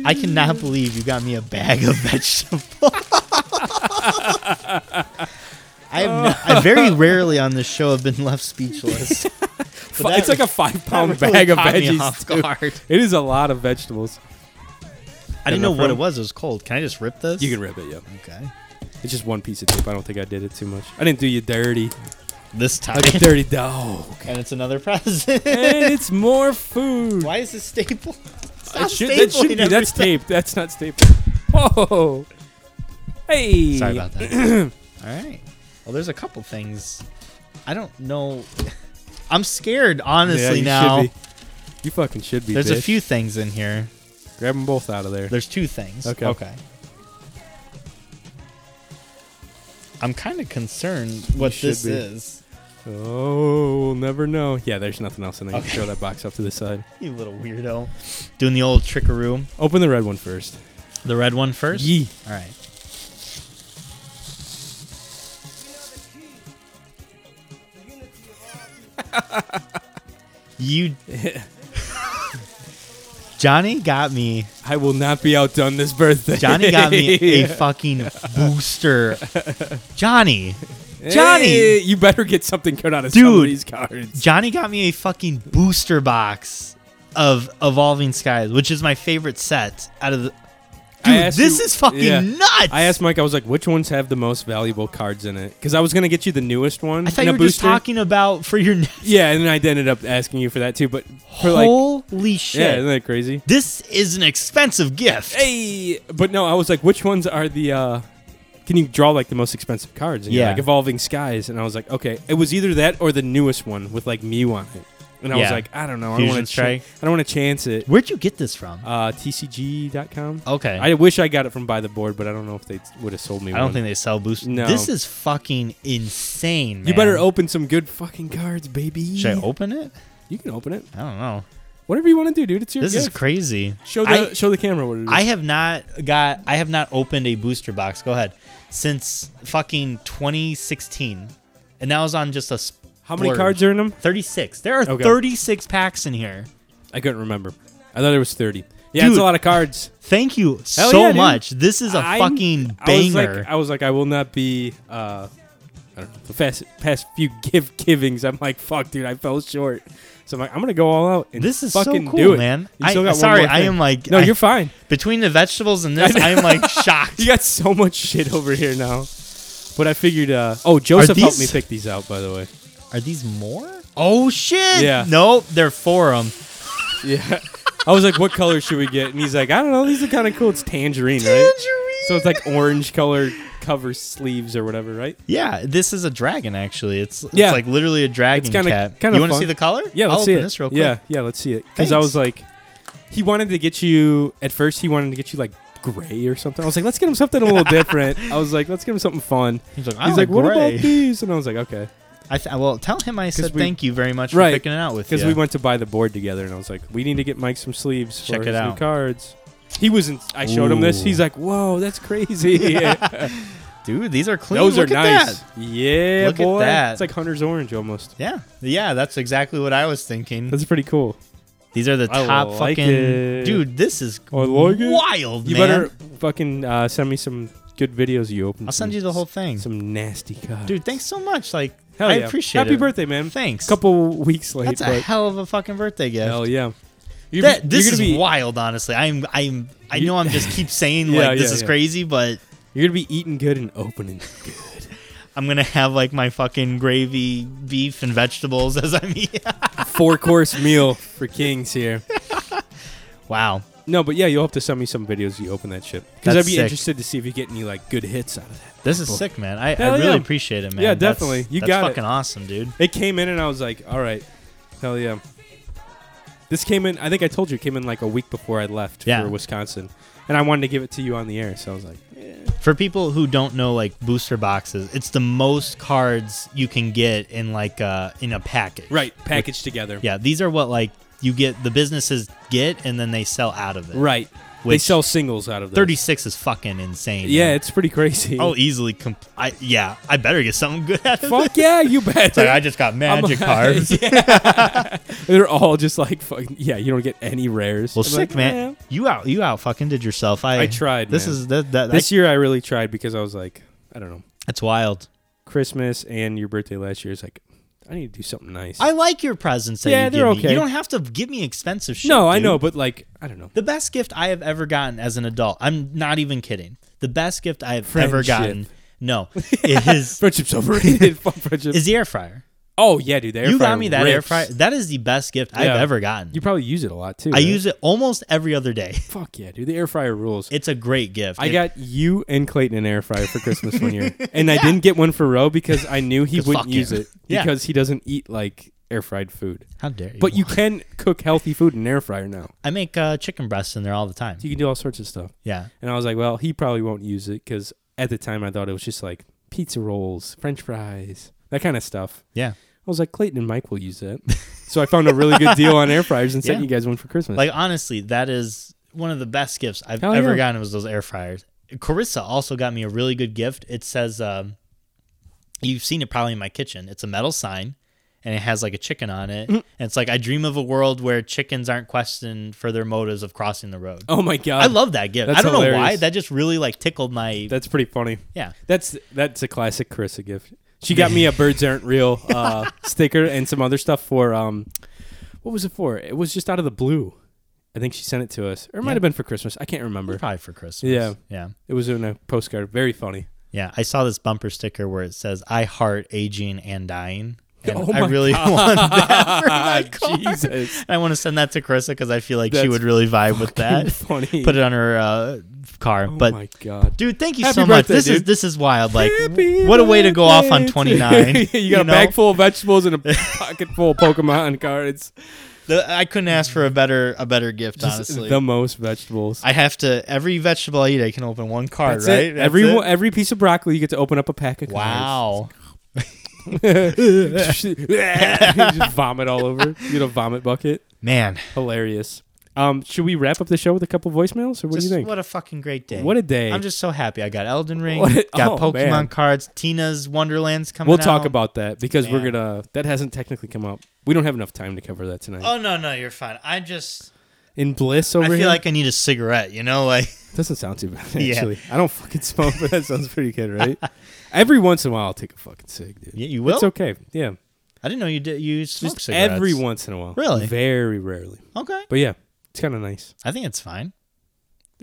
Speaker 2: I cannot believe you got me a bag of <laughs> vegetables. I, have no, I
Speaker 1: <laughs>
Speaker 2: very rarely on this show have been left speechless.
Speaker 1: Fi-
Speaker 2: that-
Speaker 1: it's like a five pound
Speaker 2: <laughs> really
Speaker 1: bag of
Speaker 2: caught me
Speaker 1: veggies.
Speaker 2: off
Speaker 1: too.
Speaker 2: guard.
Speaker 1: It is a lot of vegetables.
Speaker 2: I didn't
Speaker 1: enough
Speaker 2: know what
Speaker 1: room?
Speaker 2: it was. It was cold. Can I just rip this?
Speaker 1: You can rip it, yeah.
Speaker 2: Okay.
Speaker 1: It's just one piece of tape. I don't think I did it too much. I didn't do you dirty.
Speaker 2: This time. <laughs>
Speaker 1: Like a dirty dog.
Speaker 2: and it's another <laughs> present.
Speaker 1: and it's more food.
Speaker 2: Why is this staple?
Speaker 1: It should, that should be. That's tape. That's not staple. Whoa. Hey.
Speaker 2: Sorry about that. <clears throat> All right. Well, there's a couple things. I don't know. I'm scared,
Speaker 1: Yeah,
Speaker 2: honestly.
Speaker 1: you
Speaker 2: now
Speaker 1: should be. You fucking should be.
Speaker 2: there's a
Speaker 1: bitch.
Speaker 2: few things in here.
Speaker 1: Grab them both out of there.
Speaker 2: There's two things.
Speaker 1: Okay.
Speaker 2: Okay. I'm kind of concerned what
Speaker 1: should
Speaker 2: this
Speaker 1: be.
Speaker 2: is.
Speaker 1: Oh, we'll never know. Yeah, there's nothing else in there. You
Speaker 2: Okay.
Speaker 1: can throw that box off to the side.
Speaker 2: You little weirdo, doing the old trickaroo.
Speaker 1: Open the red one first.
Speaker 2: The red one first.
Speaker 1: Yee. <laughs>
Speaker 2: All right. you. <laughs> Johnny got me.
Speaker 1: I will not be outdone this birthday.
Speaker 2: Johnny
Speaker 1: <laughs>
Speaker 2: got me a fucking booster. Johnny. <laughs> Johnny!
Speaker 1: Hey, you better get something good out of some of
Speaker 2: Dude.
Speaker 1: these cards.
Speaker 2: Johnny got me a fucking booster box of Evolving Skies, which is my favorite set out of the
Speaker 1: I
Speaker 2: Dude,
Speaker 1: asked
Speaker 2: this
Speaker 1: you-
Speaker 2: is fucking
Speaker 1: yeah.
Speaker 2: nuts.
Speaker 1: I asked Mike. I was like, "Which ones have the most valuable cards in it?" Because I was gonna get you the newest one.
Speaker 2: I thought
Speaker 1: in a
Speaker 2: you were just
Speaker 1: booster.
Speaker 2: talking about for your
Speaker 1: Yeah, and I ended up asking you for that too. But for like,
Speaker 2: holy shit.
Speaker 1: yeah, isn't that crazy?
Speaker 2: this is an expensive gift.
Speaker 1: Hey, but no, I was like, which ones are the? uh Can you draw like the most expensive cards? And you're
Speaker 2: Yeah.
Speaker 1: like evolving skies. And I was like, okay, it was either that or the newest one with like Mew on it. And I was
Speaker 2: Yeah.
Speaker 1: like, I don't know, I
Speaker 2: Fusion
Speaker 1: want to,
Speaker 2: Strike?
Speaker 1: I don't want to chance it.
Speaker 2: Where'd you get this from?
Speaker 1: Uh, TCG.com.
Speaker 2: Okay. I,
Speaker 1: I wish I got it from by the board, but I don't know if they would have sold me.
Speaker 2: don't
Speaker 1: one.
Speaker 2: think they sell boost.
Speaker 1: No.
Speaker 2: This is fucking insane, man.
Speaker 1: you better open some good fucking cards, baby.
Speaker 2: Should I open it?
Speaker 1: You can open it.
Speaker 2: I don't know.
Speaker 1: Whatever you want to do, dude. It's your
Speaker 2: This is
Speaker 1: gift.
Speaker 2: crazy.
Speaker 1: show the
Speaker 2: I-
Speaker 1: show the camera what it is.
Speaker 2: I have not got I have not opened a booster box. Go ahead. Since fucking 2016. And that was on just a splurge.
Speaker 1: How many cards are in them?
Speaker 2: 36. There are
Speaker 1: Okay.
Speaker 2: 36 packs in here.
Speaker 1: I couldn't remember. I thought it was thirty. Yeah, it's
Speaker 2: Dude.
Speaker 1: a lot of cards.
Speaker 2: Thank you
Speaker 1: Hell
Speaker 2: so
Speaker 1: yeah, dude.
Speaker 2: much. This is a
Speaker 1: I'm-
Speaker 2: fucking
Speaker 1: I was,
Speaker 2: banger.
Speaker 1: like, I was like, I will not be. Uh, I don't know. The past, past few <laughs> give givings, I'm like, fuck, dude, I fell short. So I'm like, I'm gonna go all out and
Speaker 2: this is so
Speaker 1: fucking
Speaker 2: cool,
Speaker 1: do it,
Speaker 2: man.
Speaker 1: You
Speaker 2: I,
Speaker 1: still got one
Speaker 2: sorry,
Speaker 1: more
Speaker 2: I
Speaker 1: thing.
Speaker 2: am like
Speaker 1: No,
Speaker 2: I-
Speaker 1: you're fine.
Speaker 2: between the vegetables and this, I am
Speaker 1: <laughs>
Speaker 2: like shocked.
Speaker 1: You got so much shit over here now. But I figured. Uh, oh, Joseph helped me
Speaker 2: these-
Speaker 1: pick these out, by the way.
Speaker 2: Are these more? Oh shit!
Speaker 1: Yeah.
Speaker 2: Nope, they're forum.
Speaker 1: Yeah. I was like, what color should we get? And he's like, I don't know. These are kind of cool. It's tangerine, right? So it's like orange color cover sleeves or whatever, right?
Speaker 2: Yeah, this is a dragon actually. It's, it's
Speaker 1: Yeah.
Speaker 2: like literally a dragon
Speaker 1: kinda-
Speaker 2: cat.
Speaker 1: kinda
Speaker 2: you want to
Speaker 1: fun.
Speaker 2: see the color?
Speaker 1: Yeah, let's
Speaker 2: I'll
Speaker 1: see
Speaker 2: open
Speaker 1: it.
Speaker 2: this real quick.
Speaker 1: Yeah, yeah, let's see it. Because I
Speaker 2: Thanks.
Speaker 1: was like, he wanted to get you at first. He wanted to get you like gray or something. I was like, let's get him something a
Speaker 2: <laughs>
Speaker 1: little different. I was like, let's get him something fun.
Speaker 2: He's like, I
Speaker 1: He's
Speaker 2: like,
Speaker 1: like, what
Speaker 2: gray.
Speaker 1: about these? And I was like, okay,
Speaker 2: I th- well, tell him I said
Speaker 1: we-
Speaker 2: thank you very much
Speaker 1: Right.
Speaker 2: for picking it out with
Speaker 1: because
Speaker 2: you.
Speaker 1: we went to buy the board together, and I was like, we need to get Mike some sleeves
Speaker 2: Check
Speaker 1: for
Speaker 2: it
Speaker 1: his new
Speaker 2: out.
Speaker 1: cards. He wasn't. I showed him this.
Speaker 2: Ooh.
Speaker 1: He's like, whoa, that's
Speaker 2: <laughs>
Speaker 1: crazy. <laughs>
Speaker 2: Dude, these are clean.
Speaker 1: Those
Speaker 2: Look
Speaker 1: are
Speaker 2: at
Speaker 1: nice.
Speaker 2: that.
Speaker 1: Yeah,
Speaker 2: Look at
Speaker 1: boy.
Speaker 2: that.
Speaker 1: It's like Hunter's Orange almost.
Speaker 2: Yeah, yeah, that's exactly what I was thinking.
Speaker 1: That's pretty cool.
Speaker 2: These are the
Speaker 1: I
Speaker 2: top
Speaker 1: like
Speaker 2: fucking
Speaker 1: it.
Speaker 2: dude. This is
Speaker 1: I like it.
Speaker 2: wild,
Speaker 1: You
Speaker 2: man.
Speaker 1: better fucking uh, send me some good videos you opened.
Speaker 2: I'll send
Speaker 1: some-
Speaker 2: you the whole thing,
Speaker 1: Some nasty cards.
Speaker 2: dude. Thanks so much. Like,
Speaker 1: Hell
Speaker 2: I
Speaker 1: yeah.
Speaker 2: appreciate
Speaker 1: Happy
Speaker 2: it.
Speaker 1: birthday, man.
Speaker 2: Thanks.
Speaker 1: Couple weeks late,
Speaker 2: That's a
Speaker 1: but
Speaker 2: hell of a fucking birthday gift.
Speaker 1: hell yeah. You're,
Speaker 2: that,
Speaker 1: you're
Speaker 2: this
Speaker 1: gonna
Speaker 2: is
Speaker 1: be,
Speaker 2: wild, honestly. I'm, I'm, I
Speaker 1: You-
Speaker 2: know I'm just keep saying
Speaker 1: Yeah,
Speaker 2: like this
Speaker 1: yeah,
Speaker 2: is
Speaker 1: yeah.
Speaker 2: crazy, but
Speaker 1: You're gonna be eating good and opening good.
Speaker 2: I'm gonna have like my fucking gravy, beef, and vegetables <laughs> as I'm eating.
Speaker 1: Four
Speaker 2: <laughs>
Speaker 1: course meal for kings here.
Speaker 2: wow,
Speaker 1: No, but yeah, you'll have to send me some videos you open that shit because
Speaker 2: That's
Speaker 1: I'd be
Speaker 2: sick.
Speaker 1: interested to see if you get any like good hits out of that.
Speaker 2: this is sick, man. I, I
Speaker 1: Hell
Speaker 2: really
Speaker 1: yeah.
Speaker 2: appreciate it, man.
Speaker 1: Yeah,
Speaker 2: That's-
Speaker 1: definitely. You
Speaker 2: that's
Speaker 1: got it.
Speaker 2: fucking awesome, dude.
Speaker 1: It came in and I was like, all right, hell yeah. This came in, I think I told you, it came in like a week before I left
Speaker 2: Yeah.
Speaker 1: for Wisconsin. And I wanted to give it to you on the air. So I was like,
Speaker 2: For people who don't know, like booster boxes, it's the most cards you can get in like uh in a package.
Speaker 1: right, packaged together.
Speaker 2: Yeah, these are what like you get the businesses get and then they sell out of it.
Speaker 1: Right. they
Speaker 2: Which-
Speaker 1: sell singles out of those.
Speaker 2: 36 is fucking insane.
Speaker 1: Yeah,
Speaker 2: man.
Speaker 1: it's pretty crazy.
Speaker 2: I'll easily comp- I yeah, I better get something good out of it.
Speaker 1: <laughs> fuck yeah, you bet.
Speaker 2: <laughs> It's like I just
Speaker 1: <laughs>
Speaker 2: got magic
Speaker 1: I'm-
Speaker 2: cards.
Speaker 1: Yeah. <laughs> They're all just like, fuck, yeah, you don't get any rares.
Speaker 2: Well,
Speaker 1: I'm
Speaker 2: sick
Speaker 1: like,
Speaker 2: man.
Speaker 1: "Yeah."
Speaker 2: You out you out fucking did yourself. I
Speaker 1: I tried,
Speaker 2: This
Speaker 1: man.
Speaker 2: is that, that
Speaker 1: This year I really tried because I was like, I don't know,
Speaker 2: that's wild.
Speaker 1: Christmas and your birthday last year is like, I need to do something nice.
Speaker 2: I like your presents. That
Speaker 1: Yeah,
Speaker 2: you
Speaker 1: they're
Speaker 2: give me.
Speaker 1: okay.
Speaker 2: You don't have to give me expensive shit.
Speaker 1: no, I
Speaker 2: dude.
Speaker 1: know, but like, I don't know.
Speaker 2: The best gift I have ever gotten as an adult. I'm not even kidding. The best gift I have ever
Speaker 1: Friendship.
Speaker 2: gotten.
Speaker 1: <laughs>
Speaker 2: No, is
Speaker 1: Friendship's <laughs> overrated. Fuck friendship.
Speaker 2: is the air fryer.
Speaker 1: oh yeah, dude. The air
Speaker 2: you
Speaker 1: fryer
Speaker 2: got me that air
Speaker 1: rips.
Speaker 2: fryer. That is the best gift I've
Speaker 1: Yeah.
Speaker 2: ever gotten.
Speaker 1: You probably use it a lot too.
Speaker 2: I use it almost every other day.
Speaker 1: Fuck yeah, dude. The air fryer rules.
Speaker 2: It's a great gift.
Speaker 1: I
Speaker 2: It-
Speaker 1: got you and Clayton an air fryer for Christmas one
Speaker 2: <laughs>
Speaker 1: year, and I didn't get one for Roe because I knew he
Speaker 2: 'Cause
Speaker 1: wouldn't
Speaker 2: fuck
Speaker 1: use
Speaker 2: him.
Speaker 1: it
Speaker 2: Yeah.
Speaker 1: because he doesn't eat like air fried food.
Speaker 2: How dare you?
Speaker 1: But you
Speaker 2: <laughs>
Speaker 1: can cook healthy food in an air fryer now.
Speaker 2: I make uh, chicken breasts in there all the time.
Speaker 1: You can do all sorts of stuff.
Speaker 2: Yeah.
Speaker 1: And I was like, well, he probably won't use it because at the time I thought it was just like pizza rolls, French fries, that kind of stuff.
Speaker 2: Yeah.
Speaker 1: I was like, Clayton and Mike will use
Speaker 2: <laughs>
Speaker 1: that. so I found a really good deal on air fryers and sent
Speaker 2: Yeah.
Speaker 1: you guys one for Christmas.
Speaker 2: Like honestly, that is one of the best gifts I've
Speaker 1: Hell
Speaker 2: ever
Speaker 1: yeah.
Speaker 2: gotten was those air fryers. Carissa also got me a really good gift. It says um, you've seen it probably in my kitchen. It's a metal sign and it has like a chicken on it.
Speaker 1: Mm.
Speaker 2: And it's like I dream of a world where chickens aren't questioned for their motives of crossing the road.
Speaker 1: oh my god,
Speaker 2: I love that gift.
Speaker 1: that's
Speaker 2: I don't know why.
Speaker 1: hilarious.
Speaker 2: That just really like tickled my
Speaker 1: that's pretty funny.
Speaker 2: yeah.
Speaker 1: That's that's a classic Carissa gift. She got me a birds aren't
Speaker 2: <laughs>
Speaker 1: real uh, sticker and some other stuff for um, what was it for? It was just out of the blue. I think she sent it to us, or it might
Speaker 2: Yeah.
Speaker 1: have been for Christmas. I can't remember.
Speaker 2: Probably for Christmas.
Speaker 1: Yeah.
Speaker 2: Yeah.
Speaker 1: It was in a postcard. Very
Speaker 2: <laughs>
Speaker 1: funny.
Speaker 2: Yeah. I saw this bumper sticker where it says, I heart aging and dying. And
Speaker 1: Oh
Speaker 2: I
Speaker 1: my
Speaker 2: really <laughs> want that
Speaker 1: <laughs>
Speaker 2: for my car.
Speaker 1: Jesus.
Speaker 2: I want to send that to Carissa because I feel like she
Speaker 1: That's
Speaker 2: would really vibe
Speaker 1: <laughs>
Speaker 2: with that.
Speaker 1: funny.
Speaker 2: <laughs> Put it on her uh, car.
Speaker 1: oh
Speaker 2: but
Speaker 1: my god.
Speaker 2: dude, thank you
Speaker 1: Happy
Speaker 2: so much.
Speaker 1: birthday,
Speaker 2: This is
Speaker 1: dude.
Speaker 2: this is wild. Like,
Speaker 1: Happy
Speaker 2: what a way to go off
Speaker 1: birthday
Speaker 2: on
Speaker 1: to-
Speaker 2: 29.
Speaker 1: you <laughs> got a
Speaker 2: know?
Speaker 1: bag full of vegetables
Speaker 2: <laughs>
Speaker 1: and a pocket full of Pokemon cards.
Speaker 2: The- I couldn't ask for a better a better gift.
Speaker 1: Just
Speaker 2: honestly,
Speaker 1: the most vegetables.
Speaker 2: I have to every vegetable I eat, I can open one card.
Speaker 1: That's
Speaker 2: right?
Speaker 1: it.
Speaker 2: That's
Speaker 1: every
Speaker 2: it?
Speaker 1: one- every piece of broccoli, you get to open up a pack of
Speaker 2: Wow.
Speaker 1: <laughs> cards. Just vomit all over. You get a vomit bucket.
Speaker 2: Man,
Speaker 1: Hilarious. Um, should we wrap up the show with a couple voicemails, or what
Speaker 2: just
Speaker 1: do you think?
Speaker 2: what a fucking great day.
Speaker 1: What a day.
Speaker 2: I'm just so happy. I got Elden Ring,
Speaker 1: What a-
Speaker 2: got
Speaker 1: oh,
Speaker 2: Pokemon
Speaker 1: man.
Speaker 2: cards, Tina's Wonderlands coming
Speaker 1: we'll talk
Speaker 2: out.
Speaker 1: about that because we're
Speaker 2: Man.
Speaker 1: gonna. That hasn't technically come up. We don't have enough time to cover that tonight.
Speaker 2: Oh no, no, you're fine. I just
Speaker 1: In bliss over
Speaker 2: I feel
Speaker 1: here
Speaker 2: like I need a cigarette, you know, like
Speaker 1: doesn't sound too bad.
Speaker 2: <laughs> Yeah.
Speaker 1: Actually, I don't fucking smoke, but that sounds pretty good,
Speaker 2: <laughs>
Speaker 1: right? Every once in a while, I'll take a fucking cig, dude.
Speaker 2: <laughs> Yeah, you will?
Speaker 1: It's okay. Yeah,
Speaker 2: I didn't know you did you smoke
Speaker 1: just
Speaker 2: cigarettes.
Speaker 1: every once in a while.
Speaker 2: Really?
Speaker 1: Very rarely,
Speaker 2: Okay.
Speaker 1: but yeah, it's kind of nice.
Speaker 2: I think it's fine.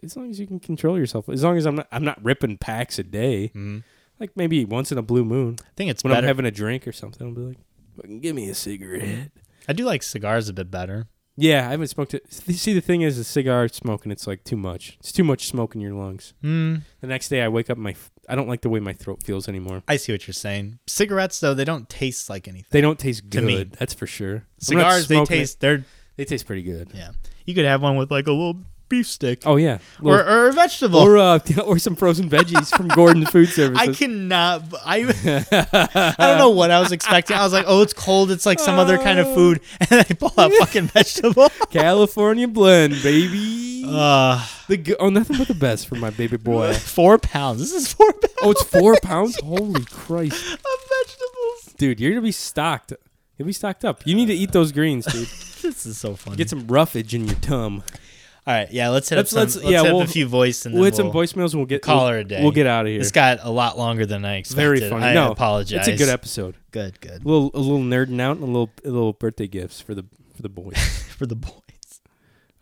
Speaker 1: As long as you can control yourself. As long as I'm not, I'm not ripping packs a day.
Speaker 2: Mhm.
Speaker 1: Like maybe once in a blue moon
Speaker 2: I think it's
Speaker 1: when
Speaker 2: better.
Speaker 1: I'm having a drink or something, I'll be like, "Fucking give me a cigarette."
Speaker 2: I do like cigars a bit better.
Speaker 1: Yeah, I haven't smoked it. See, the thing is, the cigar smoking, it's like too much. It's too much smoke in your lungs.
Speaker 2: Hmm.
Speaker 1: The next day, I wake up, my f- I don't like the way my throat feels anymore.
Speaker 2: I see what you're saying. Cigarettes though, they don't taste like anything.
Speaker 1: They don't taste good.
Speaker 2: To me.
Speaker 1: That's for sure. I'm not
Speaker 2: Cigars they
Speaker 1: smoking it.
Speaker 2: taste they're
Speaker 1: They taste pretty good.
Speaker 2: yeah. You could have one with like a little beef stick
Speaker 1: Oh yeah,
Speaker 2: or,
Speaker 1: Little-
Speaker 2: or a vegetable.
Speaker 1: or uh, <laughs> or some frozen veggies from Gordon Food Services.
Speaker 2: <laughs> I cannot. I
Speaker 1: <laughs>
Speaker 2: I don't know what I was expecting. I was like, oh, it's cold. It's like some other kind
Speaker 1: Oh.
Speaker 2: of food, <laughs> and I pull out
Speaker 1: <laughs>
Speaker 2: fucking vegetable.
Speaker 1: California blend, baby.
Speaker 2: Uh,
Speaker 1: the g- oh, nothing but the best for my baby boy.
Speaker 2: <laughs> four pounds. This is four
Speaker 1: <laughs>
Speaker 2: pounds
Speaker 1: oh, it's four pounds. Holy Christ,
Speaker 2: of vegetables.
Speaker 1: dude, you're gonna be stocked. You'll be stocked up. You need to eat those greens, dude.
Speaker 2: This is so
Speaker 1: <laughs>
Speaker 2: funny.
Speaker 1: Get some roughage in your tum.
Speaker 2: All right, yeah, let's hit
Speaker 1: Let's-
Speaker 2: up some.
Speaker 1: let's-
Speaker 2: Let's,
Speaker 1: yeah,
Speaker 2: hit up
Speaker 1: we'll-
Speaker 2: a few voice and then
Speaker 1: We'll hit some
Speaker 2: we'll-
Speaker 1: voicemails. and We'll get
Speaker 2: call
Speaker 1: we'll,
Speaker 2: her a day.
Speaker 1: We'll get out of here.
Speaker 2: This got a lot longer than I expected.
Speaker 1: Very funny.
Speaker 2: I
Speaker 1: no, It's
Speaker 2: apologize.
Speaker 1: a good episode.
Speaker 2: Good, good
Speaker 1: A little, a little nerding out, and a little, a little birthday gifts for the for the boys.
Speaker 2: <laughs> for the boys.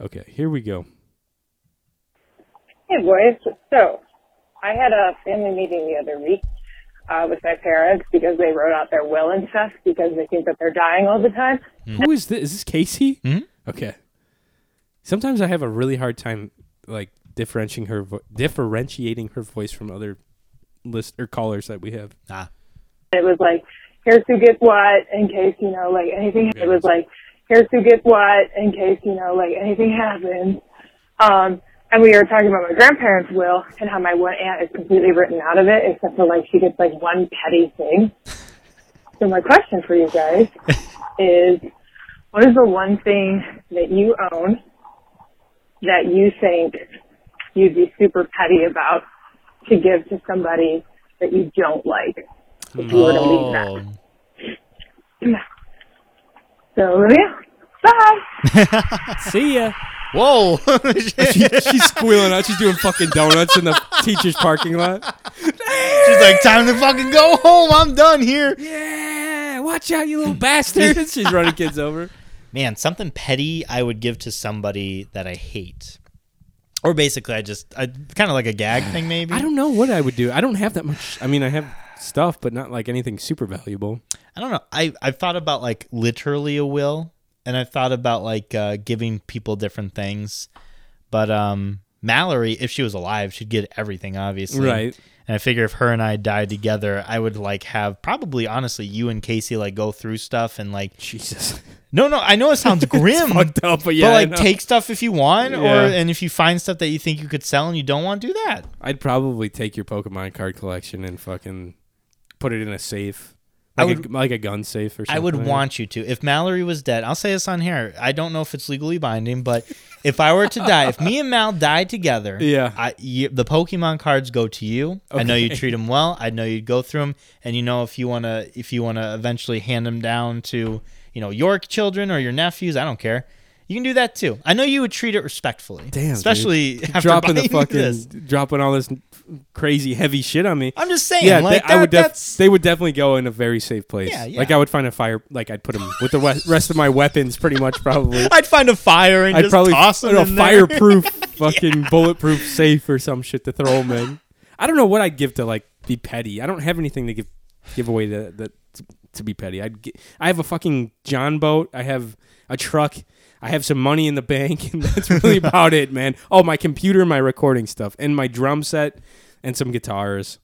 Speaker 1: okay, here we go.
Speaker 3: Hey boys, so I had a family meeting the other week uh, with my parents because they wrote out their will and stuff because they think that they're dying all the time.
Speaker 1: Who is this? Is this Casey?
Speaker 2: Mhm.
Speaker 1: Okay. Sometimes I have a really hard time like differentiating her vo- differentiating her voice from other list or callers that we have.
Speaker 2: Ah,
Speaker 3: It was like, here's who gets what in case you know like anything. It was like, here's who gets what in case you know like anything happens. Um, and we were talking about my grandparents' will and how my one aunt is completely written out of it except for like she gets like one petty thing. So my question for you guys is what is the one thing that you own that you think you'd be super petty about to give to somebody that you don't like if you were to leave that?
Speaker 2: oh,
Speaker 3: So yeah. Bye.
Speaker 1: See <laughs> ya.
Speaker 2: Oh.
Speaker 1: <laughs>
Speaker 2: whoa! <laughs> She's
Speaker 1: She's squealing out. She's doing fucking donuts in the teacher's parking lot.
Speaker 2: like, time to fucking go home. I'm done here.
Speaker 1: Yeah, watch out, you little bastards. <laughs> She's running kids over.
Speaker 2: man, something petty I would give to somebody that I hate. Or basically, I just I kind of like
Speaker 1: <sighs>
Speaker 2: a gag thing, maybe.
Speaker 1: I don't know what I would do. I don't have that much. I mean, I have stuff, but not like anything super valuable.
Speaker 2: I don't know. I I've thought about like literally a will, and I've thought about like uh, giving people different things. But um, Mallory, if she was alive, she'd get everything, obviously.
Speaker 1: Right.
Speaker 2: And I figure if her and I died together, I would like have probably honestly you and Casey like go through stuff and like
Speaker 1: Jesus.
Speaker 2: no no I know
Speaker 1: <laughs>
Speaker 2: it sounds grim
Speaker 1: Fucked up, but yeah.
Speaker 2: but
Speaker 1: I
Speaker 2: like
Speaker 1: know.
Speaker 2: take stuff if you want or
Speaker 1: Yeah.
Speaker 2: and if you find stuff that you think you could sell and you don't want do that
Speaker 1: I'd probably take your Pokemon card collection and fucking put it in a safe.
Speaker 2: I
Speaker 1: Like, a, like a gun safe or something.
Speaker 2: i would want you to if mallory was dead i'll say this on here i don't know if it's legally binding but if i were to die if me and mal died together
Speaker 1: Yeah.
Speaker 2: I, you, the pokemon cards go to you i know you treat them well i know you'd go through them and you know if you want to if you want to eventually hand them down to you know your children or your nephews i don't care You can do that too. I know you would treat it respectfully.
Speaker 1: Damn, dude.
Speaker 2: especially after
Speaker 1: dropping the
Speaker 2: <laughs> buying
Speaker 1: fucking
Speaker 2: this.
Speaker 1: dropping all this crazy heavy shit on me.
Speaker 2: I'm just saying,
Speaker 1: yeah,
Speaker 2: like
Speaker 1: they, I
Speaker 2: that-
Speaker 1: would. Def-
Speaker 2: that's
Speaker 1: they would definitely go in a very safe place.
Speaker 2: Yeah, yeah.
Speaker 1: Like I would find a fire. Like I'd put them with the we- rest of my weapons, pretty much
Speaker 2: <laughs>
Speaker 1: probably.
Speaker 2: I'd find a fire and
Speaker 1: I'd
Speaker 2: just
Speaker 1: probably
Speaker 2: toss it
Speaker 1: a
Speaker 2: in there. <laughs>
Speaker 1: fireproof, <laughs> fucking bulletproof safe or some shit to throw them in. I don't know what I'd give to like be petty. I don't have anything to give give away that that to, to be petty. I'd gi- I have a fucking John boat. I have a truck. I have some money in the bank, and that's
Speaker 2: <laughs>
Speaker 1: really about it, man. Oh, my computer, and my recording stuff, and my drum set, and some guitars.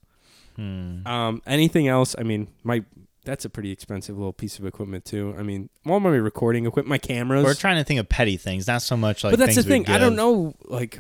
Speaker 2: Hmm.
Speaker 1: Um, anything else? I mean, my that's a pretty expensive little piece of equipment too. I mean, all my recording equipment, my cameras.
Speaker 2: We're trying to think of petty things, not so much like.
Speaker 1: but that's the
Speaker 2: things we
Speaker 1: thing. I don't
Speaker 2: give.
Speaker 1: know. Like,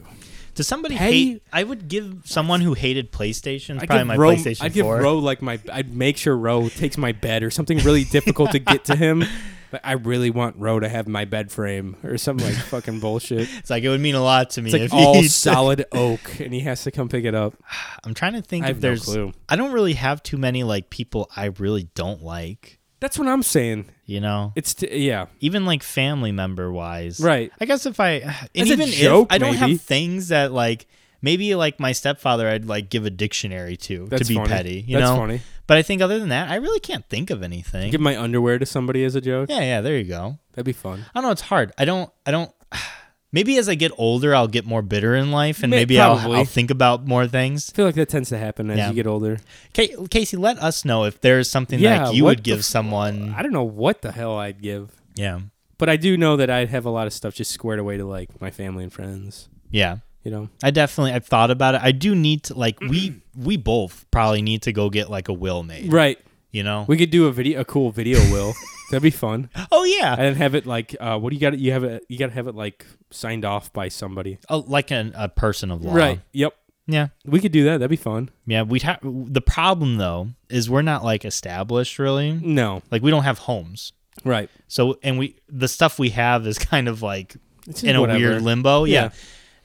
Speaker 2: Does somebody
Speaker 1: Petty-
Speaker 2: hate? I would give someone who hated PlayStation
Speaker 1: I'd
Speaker 2: probably
Speaker 1: give
Speaker 2: my
Speaker 1: Ro,
Speaker 2: PlayStation
Speaker 1: I'd give
Speaker 2: 4.
Speaker 1: Ro like my. I'd make sure Ro takes my bed or something really difficult to get to
Speaker 2: <laughs>
Speaker 1: him. But I really want Ro to have my bed frame or something like fucking
Speaker 2: <laughs>
Speaker 1: bullshit.
Speaker 2: it's like it would mean a lot to me
Speaker 1: It's like
Speaker 2: if
Speaker 1: all
Speaker 2: he-
Speaker 1: solid oak, and he has to come pick it up.
Speaker 2: <laughs> I'm trying to think
Speaker 1: I
Speaker 2: if
Speaker 1: have no
Speaker 2: there's.
Speaker 1: clue.
Speaker 2: I don't really have too many like people I really don't like.
Speaker 1: That's what I'm saying.
Speaker 2: You know,
Speaker 1: It's t- yeah,
Speaker 2: even like family member wise.
Speaker 1: Right.
Speaker 2: I guess if I and
Speaker 1: As a
Speaker 2: even
Speaker 1: joke,
Speaker 2: if I don't
Speaker 1: maybe.
Speaker 2: have things that like maybe like my stepfather I'd like give a dictionary to
Speaker 1: That's
Speaker 2: to be
Speaker 1: funny.
Speaker 2: petty. You
Speaker 1: That's
Speaker 2: know.
Speaker 1: funny.
Speaker 2: But I think other than that, I really can't think of anything.
Speaker 1: give my underwear to somebody as a joke.
Speaker 2: yeah, yeah. There you go.
Speaker 1: That'd be fun.
Speaker 2: I don't know. It's hard. I don't. I don't. <sighs> Maybe as I get older, I'll get more bitter in life, and
Speaker 1: May-
Speaker 2: maybe I'll,
Speaker 1: probably.
Speaker 2: I'll think about more things.
Speaker 1: I feel like that tends to happen as
Speaker 2: Yeah.
Speaker 1: you get older.
Speaker 2: Ca- Casey, let us know if there's something
Speaker 1: Yeah,
Speaker 2: that you
Speaker 1: what
Speaker 2: would
Speaker 1: the
Speaker 2: give
Speaker 1: f-
Speaker 2: someone.
Speaker 1: I don't know what the hell I'd give,
Speaker 2: yeah,
Speaker 1: but I do know that I'd have a lot of stuff just squared away to like my family and friends.
Speaker 2: yeah.
Speaker 1: You know,
Speaker 2: I definitely I've thought about it. I do need to like we we both probably need to go get like a will made.
Speaker 1: Mm-hmm. right?
Speaker 2: You know.
Speaker 1: We could do a video, a cool video will. That'd be fun.
Speaker 2: oh yeah.
Speaker 1: And have it like, uh, what do you got? You have it. You got to have it like signed off by somebody.
Speaker 2: Oh, like an, a person of law.
Speaker 1: Yep.
Speaker 2: Yeah.
Speaker 1: We could do that. That'd be fun.
Speaker 2: Yeah. We'd have the problem though is we're not like established really.
Speaker 1: No.
Speaker 2: Like we don't have homes.
Speaker 1: Right.
Speaker 2: So and we the stuff we have is <laughs> kind of like
Speaker 1: It's just
Speaker 2: in a
Speaker 1: whatever.
Speaker 2: weird limbo. Yeah.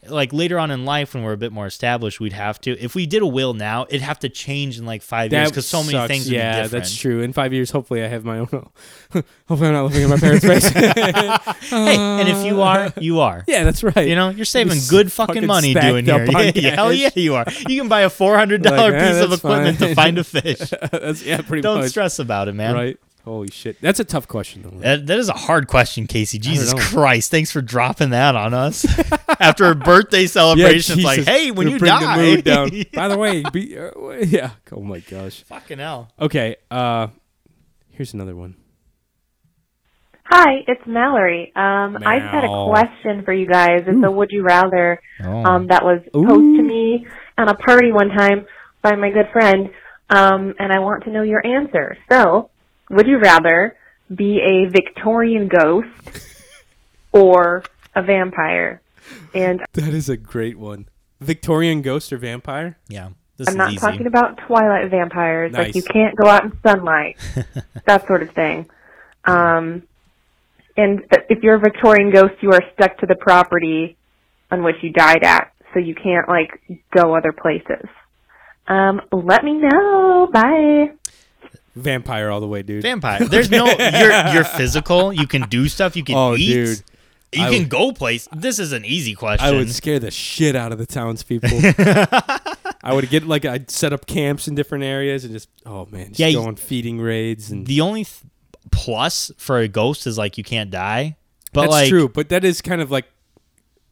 Speaker 2: Like later on in life when we're a bit more established, we'd have to if we did a will now, it'd have to change in like five years
Speaker 1: That
Speaker 2: because so many
Speaker 1: sucks.
Speaker 2: things would
Speaker 1: Yeah,
Speaker 2: be different.
Speaker 1: that's true. In five years, hopefully, I have my own. <laughs> hopefully, I'm not living in my parents'
Speaker 2: <laughs>
Speaker 1: face.
Speaker 2: Hey, and if
Speaker 1: <laughs>
Speaker 2: you are, you are.
Speaker 1: yeah, that's right.
Speaker 2: You know, you're saving
Speaker 1: s-
Speaker 2: good fucking,
Speaker 1: fucking
Speaker 2: money
Speaker 1: stacked
Speaker 2: doing
Speaker 1: up
Speaker 2: here.
Speaker 1: on
Speaker 2: Yeah, <laughs> yeah, hell
Speaker 1: cash.
Speaker 2: yeah, you are. You can buy a four hundred dollar
Speaker 1: Like, eh,
Speaker 2: piece of
Speaker 1: that's
Speaker 2: equipment to
Speaker 1: fine.
Speaker 2: find
Speaker 1: <laughs>
Speaker 2: a fish.
Speaker 1: <laughs> that's yeah, pretty
Speaker 2: Don't
Speaker 1: much.
Speaker 2: stress about it, man.
Speaker 1: Right. Holy shit. That's a tough question. Though.
Speaker 2: That, that is a hard question, Casey. Jesus
Speaker 1: know.
Speaker 2: Christ! Thanks for dropping that
Speaker 1: <laughs>
Speaker 2: on us <laughs> after a birthday celebration. it's like,
Speaker 1: Jesus.
Speaker 2: hey, when
Speaker 1: Gonna
Speaker 2: you
Speaker 1: bring
Speaker 2: die,
Speaker 1: the mood
Speaker 2: <laughs>
Speaker 1: down. By the way, be, uh, <laughs> yeah. Oh my gosh.
Speaker 2: fucking hell.
Speaker 1: Okay. Uh, here's another one.
Speaker 4: Hi, it's Mallory. Um, I just had a
Speaker 1: Mal. Oh.
Speaker 4: question for you guys. It's a would you rather um, that was
Speaker 1: Ooh.
Speaker 4: posed to me at a party one time by my good friend, um, and I want to know your answer. So, would you rather be a Victorian ghost
Speaker 1: <laughs>
Speaker 4: or a vampire? And
Speaker 1: That is a great one. Victorian ghost or vampire?
Speaker 2: yeah, this
Speaker 4: I'm not
Speaker 2: is easy.
Speaker 4: talking about Twilight vampires,
Speaker 1: Nice.
Speaker 4: like you can't go out in sunlight, that sort of thing. Um, and if you're a Victorian ghost, you are stuck to the property on which you died at, so you can't like go other places. Um, let me know. Bye.
Speaker 1: Vampire all the way, dude.
Speaker 2: Vampire. There's no you're you're physical. You can do stuff. You
Speaker 1: <laughs>
Speaker 2: can
Speaker 1: Oh,
Speaker 2: eat.
Speaker 1: dude.
Speaker 2: You
Speaker 1: I
Speaker 2: can
Speaker 1: would-
Speaker 2: go place. This is an easy question.
Speaker 1: I would scare the shit out of the
Speaker 2: <laughs>
Speaker 1: townspeople. I would get like I'd set up camps in different areas and just oh man, just
Speaker 2: Yeah,
Speaker 1: go
Speaker 2: you-
Speaker 1: on feeding raids and
Speaker 2: the only th- plus for a ghost is like you can't die. But
Speaker 1: that's
Speaker 2: like,
Speaker 1: true. But that is kind of like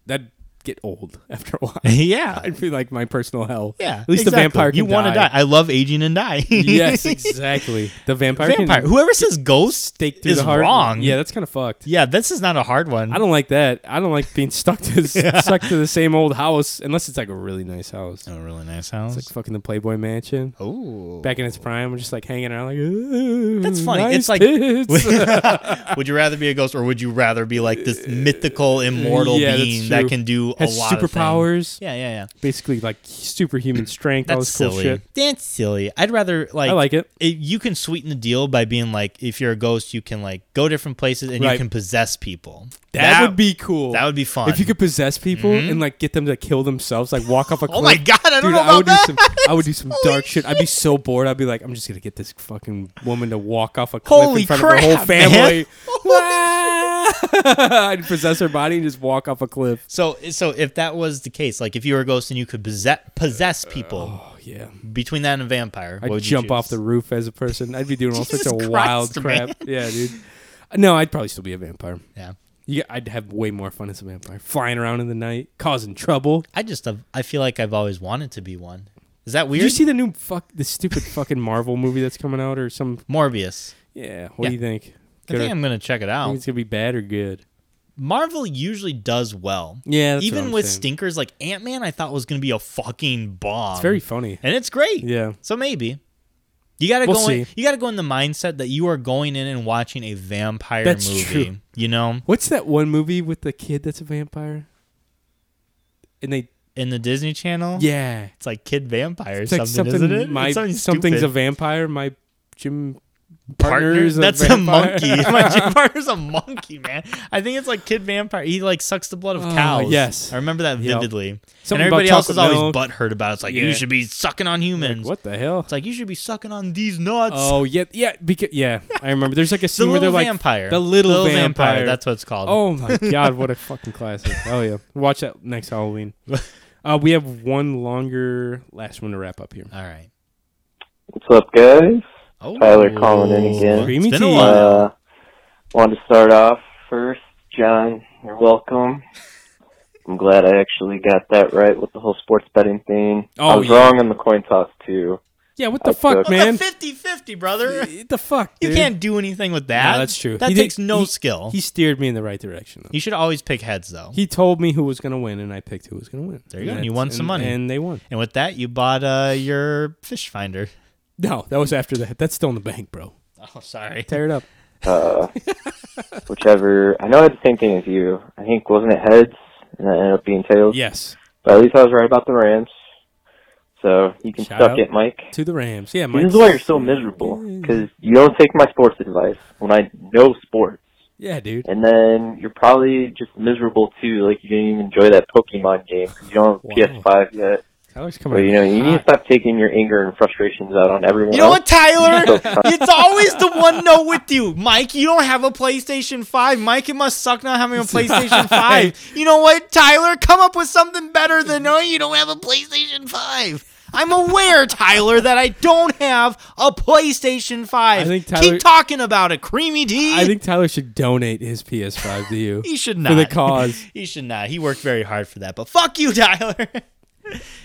Speaker 1: that get old <laughs> after
Speaker 2: <laughs>
Speaker 1: a while.
Speaker 2: <laughs> Yeah.
Speaker 1: I'd be like my personal hell.
Speaker 2: Yeah.
Speaker 1: At least
Speaker 2: exactly.
Speaker 1: the vampire can
Speaker 2: You want to die. I love aging and die. <laughs>
Speaker 1: yes, exactly. The vampire, can
Speaker 2: vampire. Whoever says ghost
Speaker 1: stake through
Speaker 2: is
Speaker 1: the heart.
Speaker 2: wrong.
Speaker 1: Yeah, that's kind of fucked.
Speaker 2: Yeah, this is not a hard one.
Speaker 1: I don't like that. I don't like being stuck to
Speaker 2: <laughs>
Speaker 1: stuck to the same old house unless it's like a really nice house.
Speaker 2: Oh, really nice house.
Speaker 1: It's like fucking the Playboy Mansion.
Speaker 2: oh.
Speaker 1: Back <laughs> in its prime, we're just like hanging around like "Ooh,
Speaker 2: That's funny.
Speaker 1: nice
Speaker 2: It's like- <laughs>
Speaker 1: tits."
Speaker 2: <laughs> would you rather be a ghost or would you rather be like this mythical immortal
Speaker 1: Uh, yeah, that's
Speaker 2: being that
Speaker 1: true.
Speaker 2: can do
Speaker 1: has
Speaker 2: a lot of things?
Speaker 1: superpowers,
Speaker 2: Yeah, yeah, yeah.
Speaker 1: basically like
Speaker 2: <clears throat>
Speaker 1: superhuman strength, all
Speaker 2: That's
Speaker 1: this cool
Speaker 2: silly.
Speaker 1: shit.
Speaker 2: That's silly. I'd rather like
Speaker 1: I like it.
Speaker 2: it, you can sweeten the deal by being like if you're a ghost you can like go different places and
Speaker 1: Right.
Speaker 2: you can possess people
Speaker 1: That, would be cool.
Speaker 2: that would be fun Mm-hmm.
Speaker 1: If you could possess people and like get them to kill themselves, like walk off a cliff.
Speaker 2: <laughs> oh my god i don't
Speaker 1: Dude,
Speaker 2: know
Speaker 1: I
Speaker 2: about
Speaker 1: would
Speaker 2: that
Speaker 1: do some I would do some dark shit. I'd be so bored. I'd be like, I'm just gonna get this fucking woman to walk off a cliff
Speaker 2: Holy
Speaker 1: in front
Speaker 2: <laughs> crap,
Speaker 1: of her whole
Speaker 2: man.
Speaker 1: family. <laughs> I'd possess her body and just walk off a cliff.
Speaker 2: <laughs> So, so if that was the case, like if you were a ghost and you could possess, possess people
Speaker 1: Oh yeah,
Speaker 2: between that and a vampire, what
Speaker 1: I'd
Speaker 2: would you
Speaker 1: jump
Speaker 2: choose?
Speaker 1: off the roof as a person. I'd be doing all sorts
Speaker 2: Jesus
Speaker 1: of
Speaker 2: Christ,
Speaker 1: wild
Speaker 2: man.
Speaker 1: crap. Yeah, dude. No, I'd probably still be a vampire.
Speaker 2: Yeah,
Speaker 1: Yeah, I'd have way more fun as a vampire, flying around in the night, causing trouble.
Speaker 2: I just have, I feel like I've always wanted to be one. Is that
Speaker 1: Did
Speaker 2: weird?
Speaker 1: you see the new fuck, the stupid fucking Marvel movie that's coming out, or some?
Speaker 2: Morbius.
Speaker 1: Yeah, what
Speaker 2: Yeah.
Speaker 1: do you think?
Speaker 2: I
Speaker 1: Good
Speaker 2: think
Speaker 1: or-
Speaker 2: I'm gonna check it
Speaker 1: think
Speaker 2: out.
Speaker 1: it's gonna be bad or good.
Speaker 2: Marvel usually does well.
Speaker 1: Yeah, that's what
Speaker 2: even
Speaker 1: I'm
Speaker 2: with
Speaker 1: saying.
Speaker 2: stinkers like Ant Man, I thought was gonna be a fucking bomb.
Speaker 1: It's very funny.
Speaker 2: and it's great.
Speaker 1: Yeah.
Speaker 2: So maybe you gotta
Speaker 1: We'll
Speaker 2: go. In,
Speaker 1: see.
Speaker 2: you gotta go in the mindset that you are going in and watching a vampire
Speaker 1: That's
Speaker 2: movie.
Speaker 1: true.
Speaker 2: You know,
Speaker 1: What's that one movie with the kid that's a vampire? And they
Speaker 2: in the Disney Channel.
Speaker 1: yeah,
Speaker 2: It's like Kid Vampire or
Speaker 1: it's
Speaker 2: something,
Speaker 1: like something.
Speaker 2: isn't it?
Speaker 1: My
Speaker 2: It's something
Speaker 1: something's a
Speaker 2: stupid.
Speaker 1: vampire. My gym
Speaker 2: Partner?
Speaker 1: partner's a
Speaker 2: That's a,
Speaker 1: vampire. <laughs>
Speaker 2: monkey. My gym partner's a monkey, man. I think it's like Kid Vampire. He like sucks the blood of
Speaker 1: Oh,
Speaker 2: cows.
Speaker 1: yes.
Speaker 2: I remember that
Speaker 1: Yep.
Speaker 2: vividly. and
Speaker 1: Something about
Speaker 2: everybody else is
Speaker 1: chocolate
Speaker 2: always
Speaker 1: milk.
Speaker 2: butthurt about it. It's like you
Speaker 1: Yeah.
Speaker 2: should be sucking on humans.
Speaker 1: Like, what the hell?
Speaker 2: <laughs> It's like you should be sucking on these nuts.
Speaker 1: Oh yeah, yeah, because yeah, I remember. There's like a
Speaker 2: the
Speaker 1: scene where
Speaker 2: little
Speaker 1: they're like
Speaker 2: vampire.
Speaker 1: the little,
Speaker 2: vampire.
Speaker 1: vampire.
Speaker 2: That's what it's
Speaker 1: <laughs>
Speaker 2: called.
Speaker 1: Oh my god, what a fucking classic! Oh yeah, watch that next
Speaker 2: <laughs>
Speaker 1: Halloween.
Speaker 2: Oh,
Speaker 1: Uh, we have one longer last one to wrap up here.
Speaker 2: all right.
Speaker 5: What's up, guys?
Speaker 2: Oh,
Speaker 5: Tyler calling in again.
Speaker 1: Creamy
Speaker 2: it's been a
Speaker 1: tea.
Speaker 2: while.
Speaker 5: Uh, wanted to start off first, John. You're welcome. I'm glad I actually got that right with the whole sports betting thing. I
Speaker 1: Oh,
Speaker 5: was
Speaker 1: yeah.
Speaker 5: wrong on the coin toss too.
Speaker 1: Yeah, what the
Speaker 5: I
Speaker 1: fuck,
Speaker 5: took-
Speaker 1: man?
Speaker 2: What's a 50-50, brother?
Speaker 1: What the fuck?
Speaker 2: You
Speaker 1: dude?
Speaker 2: can't do anything with that.
Speaker 1: No, that's true.
Speaker 2: That
Speaker 1: He did-
Speaker 2: takes no
Speaker 1: he-
Speaker 2: skill.
Speaker 1: He steered me in the right direction. Though.
Speaker 2: you should always pick heads though.
Speaker 1: He told me who was going to win, and I picked who was going to win.
Speaker 2: There you go,
Speaker 1: And
Speaker 2: and you
Speaker 1: that's-
Speaker 2: won some
Speaker 1: and-
Speaker 2: money.
Speaker 1: and they won.
Speaker 2: And with that, you bought uh, your fish finder.
Speaker 1: No, that was after that. That's still in the bank, bro.
Speaker 2: Oh, sorry.
Speaker 1: Tear it up.
Speaker 5: Uh, whichever. I know I had the same thing as you. I think wasn't it heads, and that ended up being tails.
Speaker 1: Yes,
Speaker 5: But at least I was right about the Rams. So you can
Speaker 1: Shout
Speaker 5: suck
Speaker 1: out.
Speaker 5: it, Mike.
Speaker 1: to the Rams. Yeah,
Speaker 5: This
Speaker 1: Mike.
Speaker 5: is why you're so miserable because you don't take my sports advice when I know sports.
Speaker 1: Yeah, dude.
Speaker 5: And then you're probably just miserable too. Like you didn't even enjoy that Pokemon game. 'cause You don't
Speaker 1: Wow.
Speaker 5: have PS5 yet.
Speaker 1: Tyler's
Speaker 5: But
Speaker 1: coming.
Speaker 5: you know, you need to
Speaker 1: hot.
Speaker 5: stop taking your anger and frustrations out on everyone.
Speaker 2: You know what,
Speaker 5: else.
Speaker 1: <laughs>
Speaker 2: Tyler?
Speaker 5: So-
Speaker 2: it's always the one no with you. Mike, you don't have a PlayStation 5. Mike, it must suck not
Speaker 1: <laughs>
Speaker 2: having a PlayStation 5. You know what, Tyler? Come up with something better than, oh, you don't have a PlayStation 5. I'm aware, Tyler, that I don't have a PlayStation 5.
Speaker 1: I think Tyler-
Speaker 2: Keep talking about it, Creamy D.
Speaker 1: I think Tyler should donate his PS5 to
Speaker 2: <laughs>
Speaker 1: you.
Speaker 2: he should not.
Speaker 1: for the cause.
Speaker 2: he should not. He worked very hard for that. But fuck you, Tyler. <laughs>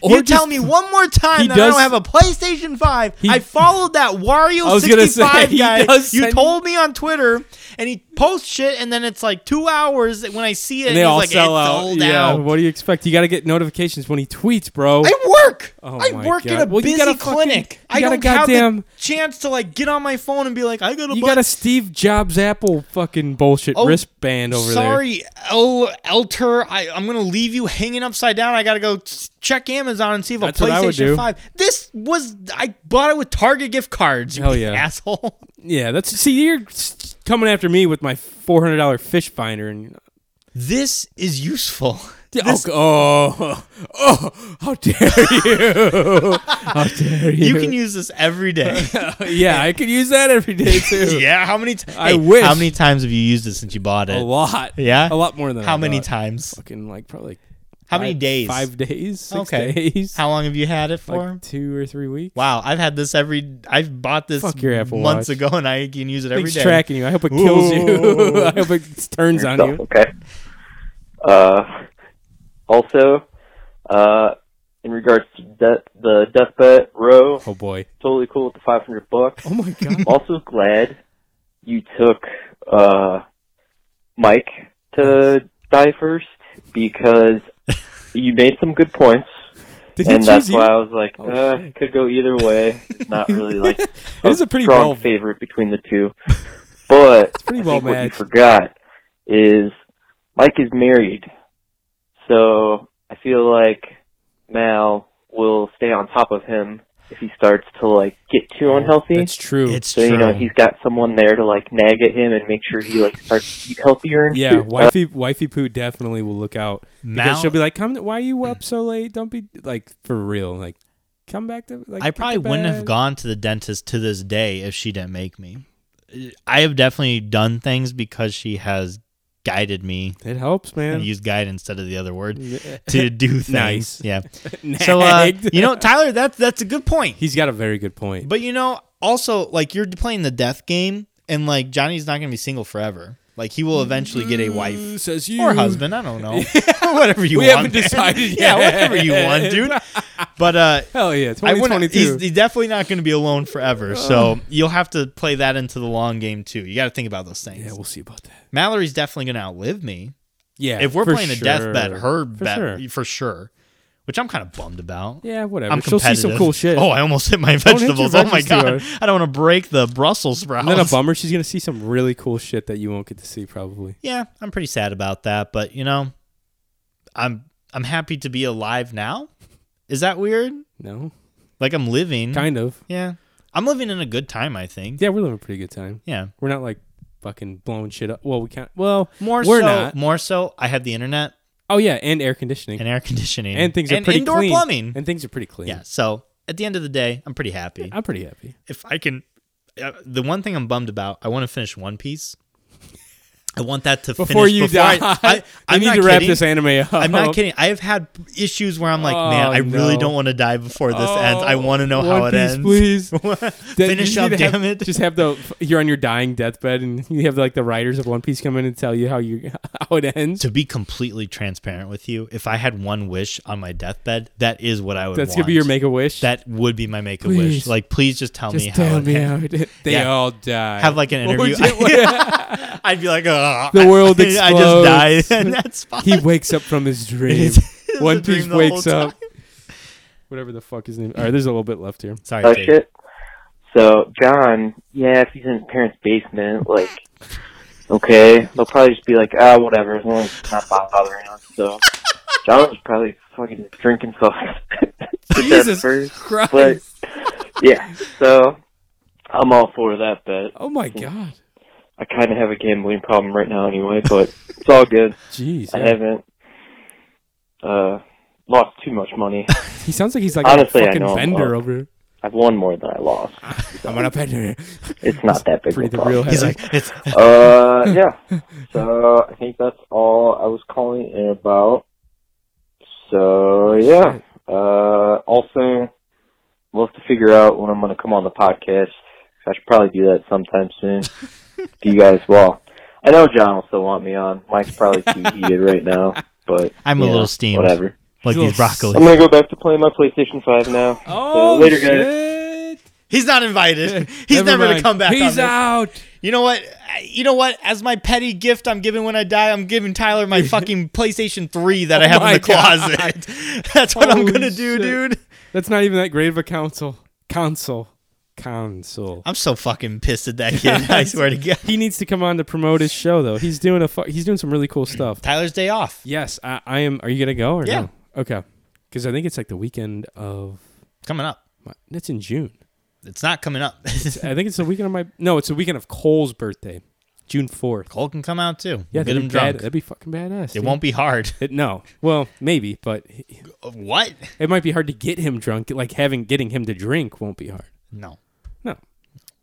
Speaker 1: Or
Speaker 2: you
Speaker 1: just-
Speaker 2: tell me one more time
Speaker 1: He
Speaker 2: that
Speaker 1: does-
Speaker 2: I don't have a PlayStation 5.
Speaker 1: He-
Speaker 2: I followed
Speaker 1: I
Speaker 2: that Wario
Speaker 1: was gonna say,
Speaker 2: 65
Speaker 1: he
Speaker 2: guy
Speaker 1: does
Speaker 2: you
Speaker 1: send-
Speaker 2: told me on Twitter, and he posts shit, and then it's like two hours when I see it,
Speaker 1: And
Speaker 2: and,
Speaker 1: they
Speaker 2: he's
Speaker 1: all
Speaker 2: like,
Speaker 1: sell
Speaker 2: it's
Speaker 1: out.
Speaker 2: sold
Speaker 1: Yeah.
Speaker 2: out.
Speaker 1: What do you expect? You got to get notifications when he tweets, bro.
Speaker 2: I work.
Speaker 1: Oh
Speaker 2: I
Speaker 1: my
Speaker 2: work
Speaker 1: God.
Speaker 2: at a
Speaker 1: Well, you
Speaker 2: busy
Speaker 1: gotta fucking-
Speaker 2: clinic.
Speaker 1: you
Speaker 2: I
Speaker 1: gotta
Speaker 2: don't have
Speaker 1: goddamn-
Speaker 2: the chance to like get on my phone and be like, I gotta.
Speaker 1: you
Speaker 2: buy-
Speaker 1: got a Steve Jobs Apple fucking bullshit
Speaker 2: Oh,
Speaker 1: wristband over there.
Speaker 2: Sorry, El Elter. I, I'm gonna leave you hanging upside down. I gotta go s- check Amazon and see if
Speaker 1: That's
Speaker 2: a
Speaker 1: what I would do.
Speaker 2: PlayStation Five. This was I bought it with Target gift cards. You
Speaker 1: Hell yeah. <laughs>
Speaker 2: asshole.
Speaker 1: Yeah, that's see, you're s- coming after me with my four hundred dollar fish finder and.
Speaker 2: This is useful.
Speaker 1: Yeah, oh, g- oh, oh, how dare you!
Speaker 2: <laughs>
Speaker 1: how dare you!
Speaker 2: You
Speaker 1: <laughs>
Speaker 2: can use this every day.
Speaker 1: yeah, I could use that every day too.
Speaker 2: <laughs> yeah. How many? T-
Speaker 1: I
Speaker 2: Hey,
Speaker 1: wish.
Speaker 2: How many times have you used it since you bought
Speaker 1: a
Speaker 2: it?
Speaker 1: lot.
Speaker 2: Yeah?
Speaker 1: a lot more than
Speaker 2: How
Speaker 1: I
Speaker 2: many
Speaker 1: thought.
Speaker 2: times?
Speaker 1: Fucking like probably.
Speaker 2: How many
Speaker 1: five-
Speaker 2: days?
Speaker 1: Five days. Six
Speaker 2: Okay.
Speaker 1: days.
Speaker 2: How long have you had it
Speaker 1: <laughs>
Speaker 2: for?
Speaker 1: like two or three weeks.
Speaker 2: wow, I've had this every. I've bought this
Speaker 1: Fuck your Apple
Speaker 2: months
Speaker 1: Watch.
Speaker 2: ago, and I can use it <laughs> every
Speaker 1: Things
Speaker 2: day.
Speaker 1: tracking you. I hope it kills you. <laughs>
Speaker 2: Ooh.
Speaker 1: I hope it turns on
Speaker 2: <laughs>
Speaker 5: Yourself,
Speaker 1: you.
Speaker 5: okay. Uh, also, uh, in regards to de- the deathbed row,
Speaker 1: Oh boy.
Speaker 5: totally cool with the 500
Speaker 2: <laughs>
Speaker 5: bucks.
Speaker 1: Oh my god.
Speaker 5: also glad you took uh, Mike to die first because you made some good points,
Speaker 1: Did he
Speaker 5: and that's
Speaker 1: choose you?
Speaker 5: why I was like,
Speaker 1: Oh,
Speaker 5: uh,
Speaker 1: shit.
Speaker 5: could go either way. It's Not
Speaker 1: <laughs>
Speaker 5: really like
Speaker 1: It is a pretty
Speaker 5: strong
Speaker 1: well-
Speaker 5: favorite between the
Speaker 1: <laughs>
Speaker 5: two, but
Speaker 1: pretty
Speaker 5: I
Speaker 1: well
Speaker 5: think what you
Speaker 1: matched.
Speaker 5: forgot is Mike is married, so I feel like Mal will stay on top of him if he starts to like get too unhealthy.
Speaker 1: That's true.
Speaker 2: It's
Speaker 5: So
Speaker 2: true.
Speaker 5: you know he's got someone there to like nag at him and make sure he like starts to eat healthier. And
Speaker 1: yeah,
Speaker 5: <laughs> shit.
Speaker 1: wifey, wifey poo definitely will look out because
Speaker 2: Mal-
Speaker 1: she'll be like, "Come, why are you up so late? Don't be like for real. Like, come back to." Like,
Speaker 2: I
Speaker 1: get to
Speaker 2: probably wouldn't have
Speaker 1: bed."
Speaker 2: gone to the dentist to this day if she didn't make me. I have definitely done things because she has guided me.
Speaker 1: It helps,
Speaker 2: I
Speaker 1: man. <laughs>
Speaker 2: use guide instead of the other word <laughs> to do things.
Speaker 1: Mm. Nice. <laughs>
Speaker 2: Yeah. <laughs> So uh,
Speaker 1: Nagged.
Speaker 2: you know, Tyler, that's that's a good
Speaker 1: <laughs>
Speaker 2: point.
Speaker 1: he's got a very good point.
Speaker 2: But you know, also like you're playing the death game, and like Johnny's not gonna be single forever. Like he
Speaker 1: Mm,
Speaker 2: will eventually get a wife
Speaker 1: says you
Speaker 2: or
Speaker 1: <laughs>
Speaker 2: husband. <laughs> I don't know. whatever you
Speaker 1: We
Speaker 2: want. <laughs>
Speaker 1: haven't
Speaker 2: man.
Speaker 1: decided yet.
Speaker 2: yeah, whatever you want,
Speaker 1: <laughs>
Speaker 2: dude. But uh,
Speaker 1: Hell yeah,
Speaker 2: I wouldn't.
Speaker 1: 2022.
Speaker 2: He's, he's definitely not going to be
Speaker 1: <sighs>
Speaker 2: alone forever. So you'll have to play that into the long game too. You got to think about those things.
Speaker 1: yeah, we'll see about that.
Speaker 2: Mallory's definitely going to outlive me
Speaker 1: Yeah,
Speaker 2: if we're
Speaker 1: for
Speaker 2: playing a deathbed.
Speaker 1: sure.
Speaker 2: Her
Speaker 1: For
Speaker 2: bet
Speaker 1: sure.
Speaker 2: for sure, which I'm kind of bummed about.
Speaker 1: Yeah, whatever.
Speaker 2: I'm
Speaker 1: She'll
Speaker 2: competitive.
Speaker 1: see some cool shit.
Speaker 2: Oh, I almost hit my
Speaker 1: hit your
Speaker 2: vegetables. Oh my
Speaker 1: veggies too
Speaker 2: god!
Speaker 1: hard.
Speaker 2: I don't want to break the Brussels sprouts.
Speaker 1: and then a bummer. She's gonna see some really cool shit that you won't get to see probably.
Speaker 2: yeah, I'm pretty sad about that, but you know, I'm I'm happy to be alive now. Is that weird?
Speaker 1: No,
Speaker 2: Like I'm living.
Speaker 1: kind of.
Speaker 2: yeah. I'm living in a good time, I think.
Speaker 1: Yeah, we're living a pretty good time.
Speaker 2: Yeah.
Speaker 1: We're not like fucking blowing shit up. Well, we can't. Well,
Speaker 2: More
Speaker 1: we're
Speaker 2: so
Speaker 1: not.
Speaker 2: more so I have the internet
Speaker 1: Oh yeah, and air conditioning
Speaker 2: and
Speaker 1: and,
Speaker 2: air conditioning
Speaker 1: things are pretty
Speaker 2: indoor
Speaker 1: clean.
Speaker 2: plumbing.
Speaker 1: and things are pretty clean.
Speaker 2: yeah, so at the end of the day, I'm pretty happy.
Speaker 1: I'm pretty happy.
Speaker 2: if I can uh, the one thing I'm bummed about, I want to finish One Piece. I want that to
Speaker 1: Before
Speaker 2: finish
Speaker 1: you
Speaker 2: before
Speaker 1: die,
Speaker 2: I, I,
Speaker 1: I <laughs>
Speaker 2: I'm
Speaker 1: need
Speaker 2: not
Speaker 1: to wrap
Speaker 2: kidding.
Speaker 1: this anime up.
Speaker 2: I'm not kidding. I have had issues where I'm like, man,
Speaker 1: Oh,
Speaker 2: I really
Speaker 1: no.
Speaker 2: don't want to die before this ends. I
Speaker 1: Oh,
Speaker 2: want to know
Speaker 1: One
Speaker 2: how it
Speaker 1: Piece,
Speaker 2: ends. <laughs>
Speaker 1: Please. <laughs> That-
Speaker 2: Finish
Speaker 1: you
Speaker 2: up,
Speaker 1: need to have-
Speaker 2: damn it.
Speaker 1: Just have the <laughs> you're on your dying deathbed, and you have like the writers of One Piece come in and tell you how you <laughs> how it ends.
Speaker 2: to be completely transparent with you, if I had one wish on my deathbed, that is what I would
Speaker 1: That's
Speaker 2: want.
Speaker 1: gonna be your make a wish.
Speaker 2: That would be my make a
Speaker 1: Please.
Speaker 2: wish. Like, please just tell
Speaker 1: just
Speaker 2: me how
Speaker 1: tell
Speaker 2: it
Speaker 1: me
Speaker 2: ends.
Speaker 1: how it <laughs> ends. They
Speaker 2: Yeah.
Speaker 1: all die.
Speaker 2: Have like an
Speaker 1: What <laughs> would
Speaker 2: interview.
Speaker 1: you-
Speaker 2: <laughs> I'd be like, oh,
Speaker 1: The world
Speaker 2: <laughs> I just died,
Speaker 1: explodes.
Speaker 2: <laughs> and that's fine.
Speaker 1: he wakes up from
Speaker 2: <laughs>
Speaker 1: his dream. <laughs>
Speaker 2: It was a
Speaker 1: One
Speaker 2: dream
Speaker 1: Piece
Speaker 2: the whole
Speaker 1: wakes
Speaker 2: time.
Speaker 1: up. Whatever the fuck his name. All right, there's a little bit left here.
Speaker 2: Sorry,
Speaker 5: Oh
Speaker 2: Dave.
Speaker 5: shit. So John, yeah, if he's in his parents' basement, like, okay, they'll probably just be like, ah, whatever, as long as it's not bothering us.
Speaker 1: <laughs>
Speaker 5: So John was probably fucking drinking himself. to death
Speaker 1: <laughs> Jesus
Speaker 5: first.
Speaker 1: Christ.
Speaker 5: But yeah, so I'm all for that bet.
Speaker 1: oh my god.
Speaker 5: I kind of have a gambling problem right now, anyway, but it's all good.
Speaker 1: Jeez.
Speaker 5: I
Speaker 1: yeah.
Speaker 5: haven't uh lost too much money.
Speaker 1: He sounds like he's like
Speaker 5: Honestly,
Speaker 1: a
Speaker 5: I
Speaker 1: fucking
Speaker 5: know I'm
Speaker 1: vendor
Speaker 5: up.
Speaker 1: over. here.
Speaker 5: I've won more than I lost.
Speaker 1: I'm on a vendor.
Speaker 5: It's not that
Speaker 1: <laughs>
Speaker 5: big. of a
Speaker 1: Pretty the
Speaker 5: problem.
Speaker 1: real
Speaker 2: He's
Speaker 1: headache. <laughs>
Speaker 2: like, it's <laughs>
Speaker 5: uh,
Speaker 2: Hmm.
Speaker 5: yeah. So I think that's all I was calling in about. So yeah. Uh, also, we'll have to figure out when I'm going to come on the podcast. I should probably do that sometime soon. do you guys? Well, I know John will still want me on. Mike's probably
Speaker 2: <laughs>
Speaker 5: too heated right now, but
Speaker 2: I'm a
Speaker 5: you know,
Speaker 2: little steamed.
Speaker 5: Whatever.
Speaker 2: like
Speaker 1: Little
Speaker 2: these broccoli.
Speaker 5: I'm gonna go back to playing my PlayStation Five now.
Speaker 1: Oh
Speaker 5: later, guys.
Speaker 1: shit.
Speaker 2: He's not
Speaker 1: <laughs>
Speaker 2: invited. He's never,
Speaker 1: mind.
Speaker 2: to come back.
Speaker 1: He's
Speaker 2: on this.
Speaker 1: out.
Speaker 2: You know what? I- You know what? As my petty gift I'm giving when I die, I'm giving
Speaker 1: <laughs>
Speaker 2: Tyler my fucking PlayStation 3 that I have in
Speaker 1: Oh my
Speaker 2: the
Speaker 1: God.
Speaker 2: closet. <laughs> That's what I'm
Speaker 1: Holy
Speaker 2: gonna do,
Speaker 1: shit.
Speaker 2: dude.
Speaker 1: That's not even that great of a counsel. Counsel. Counsel.
Speaker 2: I'm so fucking pissed at that kid. I swear to God.
Speaker 1: He needs to come on to promote his show though. He's doing a fu- he's doing some really cool stuff.
Speaker 2: Tyler's day off.
Speaker 1: Yes, I, I am. Are you gonna go or
Speaker 2: Yeah.
Speaker 1: no? Okay, because I think it's like the weekend of.
Speaker 2: Coming up.
Speaker 1: My, it's in June.
Speaker 2: It's not coming up. <laughs>
Speaker 1: I think it's the weekend of my. No, it's the weekend of Cole's birthday, June fourth.
Speaker 2: Cole can come out too.
Speaker 1: Yeah,
Speaker 2: Get
Speaker 1: that'd
Speaker 2: him
Speaker 1: be bad-
Speaker 2: drunk.
Speaker 1: That'd be fucking badass.
Speaker 2: It
Speaker 1: dude.
Speaker 2: won't be hard. <laughs>
Speaker 1: It, no, well, maybe, but he-
Speaker 2: What?
Speaker 1: it might be hard to get him drunk. Like having getting him to drink won't be hard.
Speaker 2: No.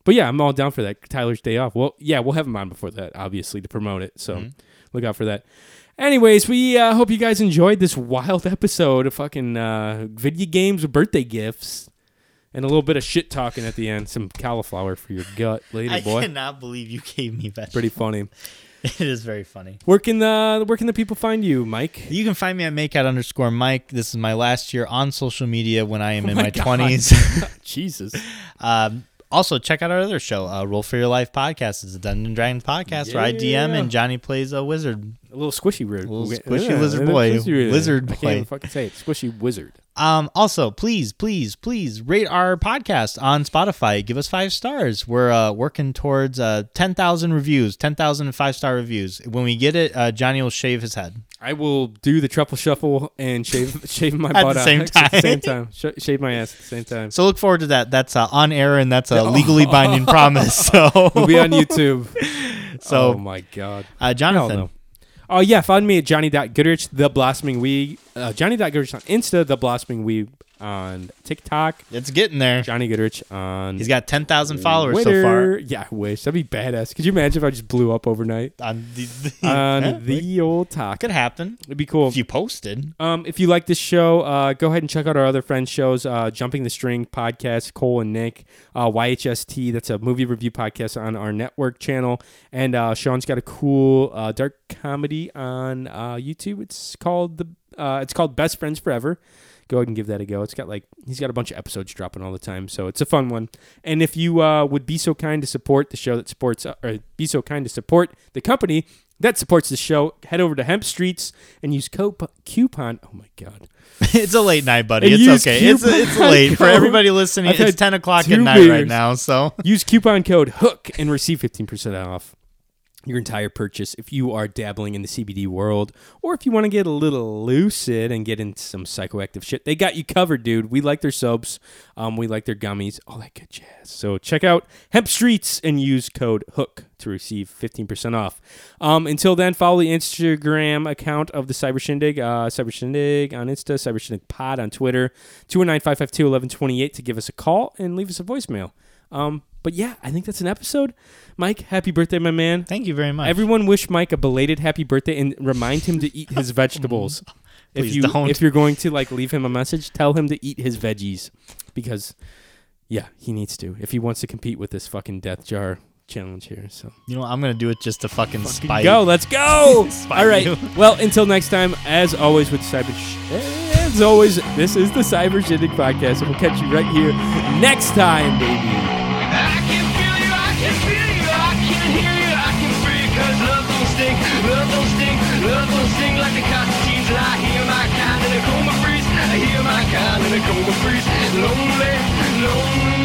Speaker 1: But yeah, I'm all down for that. Tyler's day off. Well, yeah, we'll have him on before that, obviously, to promote it. So
Speaker 2: Mm-hmm.
Speaker 1: look out for that. Anyways, we uh, hope you guys enjoyed this wild <laughs> episode of fucking uh, video games with birthday gifts and a little bit of shit talking at the end. Some cauliflower for your
Speaker 2: <laughs>
Speaker 1: gut
Speaker 2: I
Speaker 1: later, boy.
Speaker 2: cannot believe you gave me vegetables.
Speaker 1: Pretty funny.
Speaker 2: <laughs> It is very funny.
Speaker 1: Where can the where can the people find you,
Speaker 2: <laughs>
Speaker 1: Mike?
Speaker 2: You can find me at makeout underscore Mike. This is my last year on social media when I am in
Speaker 1: my
Speaker 2: Oh my
Speaker 1: God.
Speaker 2: twenties. <laughs>
Speaker 1: Jesus,
Speaker 2: um, also, check out our other show, uh, Roll for Your Life podcast. It's a Dungeon and Dragons podcast where I DM
Speaker 1: Yeah.
Speaker 2: and Johnny plays a wizard.
Speaker 1: a little squishy wizard,
Speaker 2: Little squishy lizard boy. Lizard
Speaker 1: I can't
Speaker 2: boy.
Speaker 1: even fucking say it. Squishy wizard.
Speaker 2: Um, also, please, please, please rate our podcast on Spotify. Give us five stars. We're uh, working towards uh, 10,000 reviews, 10,000 five star reviews. When we get it, uh, Johnny will shave his head.
Speaker 1: I will do the truffle shuffle and
Speaker 2: <laughs>
Speaker 1: shave shave my
Speaker 2: the
Speaker 1: butt out
Speaker 2: same
Speaker 1: <laughs> at the
Speaker 2: time.
Speaker 1: same time. Sh- shave my ass at the same time.
Speaker 2: <laughs> So look forward to that. That's uh, on air and that's
Speaker 1: <laughs>
Speaker 2: a legally binding promise. So
Speaker 1: We'll be on YouTube.
Speaker 2: <laughs> So
Speaker 1: oh my god.
Speaker 2: uh,
Speaker 1: Hell
Speaker 2: Jonathan,
Speaker 1: no. Oh yeah, find me at Johnny.Goodrich, the blossoming weeb uh, Johnny.Goodrich on Insta, the blossoming weeb on TikTok,
Speaker 2: It's getting there.
Speaker 1: Johnny Goodrich on
Speaker 2: He's got 10,000 followers so
Speaker 1: Twitter.
Speaker 2: far.
Speaker 1: Yeah, I wish that'd be badass. Could you imagine if I just blew up overnight
Speaker 2: On the,
Speaker 1: <laughs>
Speaker 2: <laughs>
Speaker 1: on
Speaker 2: Yeah,
Speaker 1: the old talk?
Speaker 2: could happen
Speaker 1: It'd be cool.
Speaker 2: if
Speaker 1: <laughs>
Speaker 2: you posted.
Speaker 1: Um, if you like this show, uh, go ahead and check out our other friends' shows, uh, Jumping the String podcast, Cole and Nick, uh, YHST, that's a movie review podcast on our network channel. And uh, Sean's got a cool uh, dark comedy on uh, YouTube. It's called the uh, it's called Best Friends Forever. Go ahead and give that a go. It's got like he's got a bunch of episodes dropping all the time, so it's a fun one. And if you uh, would be so kind to support the show that supports, uh, or be so kind to support the company that supports the show, head over to Hemp Streets and use co- coupon. Oh my god,
Speaker 2: it's a late night, buddy.
Speaker 1: And
Speaker 2: It's
Speaker 1: use
Speaker 2: okay. It's,
Speaker 1: coupon
Speaker 2: it's
Speaker 1: <laughs>
Speaker 2: late for
Speaker 1: code.
Speaker 2: everybody listening.
Speaker 1: I've had
Speaker 2: it's 10 o'clock at
Speaker 1: two
Speaker 2: night right
Speaker 1: beers.
Speaker 2: now. So <laughs>
Speaker 1: use coupon code Hook and receive fifteen percent off your entire purchase if you are dabbling in the CBD world, or if you want to get a little lucid and get into some psychoactive shit. They got you covered, dude. We like their soaps, um, we like their gummies, all that good jazz. So check out Hemp Streets and use code Hook to receive fifteen percent off. Um, until then, follow the Instagram account of the Cyber Shindig, uh, Cyber Shindig on Insta, Cyber Shindig Pod on Twitter, 209-552-1128 to give us a call and leave us a voicemail. Um, but yeah, I think that's an episode. Mike, happy birthday, my man.
Speaker 2: thank you very much.
Speaker 1: <laughs> Everyone wish Mike a belated happy birthday and remind him to eat his
Speaker 2: <laughs>
Speaker 1: vegetables. if
Speaker 2: Please
Speaker 1: you
Speaker 2: don't.
Speaker 1: if you're going to like leave him a message, tell him to eat his veggies because yeah, he needs to if he wants to compete with this fucking death jar challenge here. So
Speaker 2: you know, what? I'm going to do it just to fucking, spite.
Speaker 1: go, let's
Speaker 2: <laughs>
Speaker 1: go.
Speaker 2: Spite
Speaker 1: All right.
Speaker 2: you.
Speaker 1: Well, until next time, as always with Cyber Sh- as always, this is the Cyber Shindig podcast and we'll catch you right here next time, baby.
Speaker 6: I can feel you, I can feel you, I can hear you, I can feel you, cause love don't stink, love don't stink, love don't stink like the Constantines, and I hear my kind in a coma freeze, I hear my kind in a coma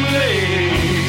Speaker 6: freeze, lonely, lonely.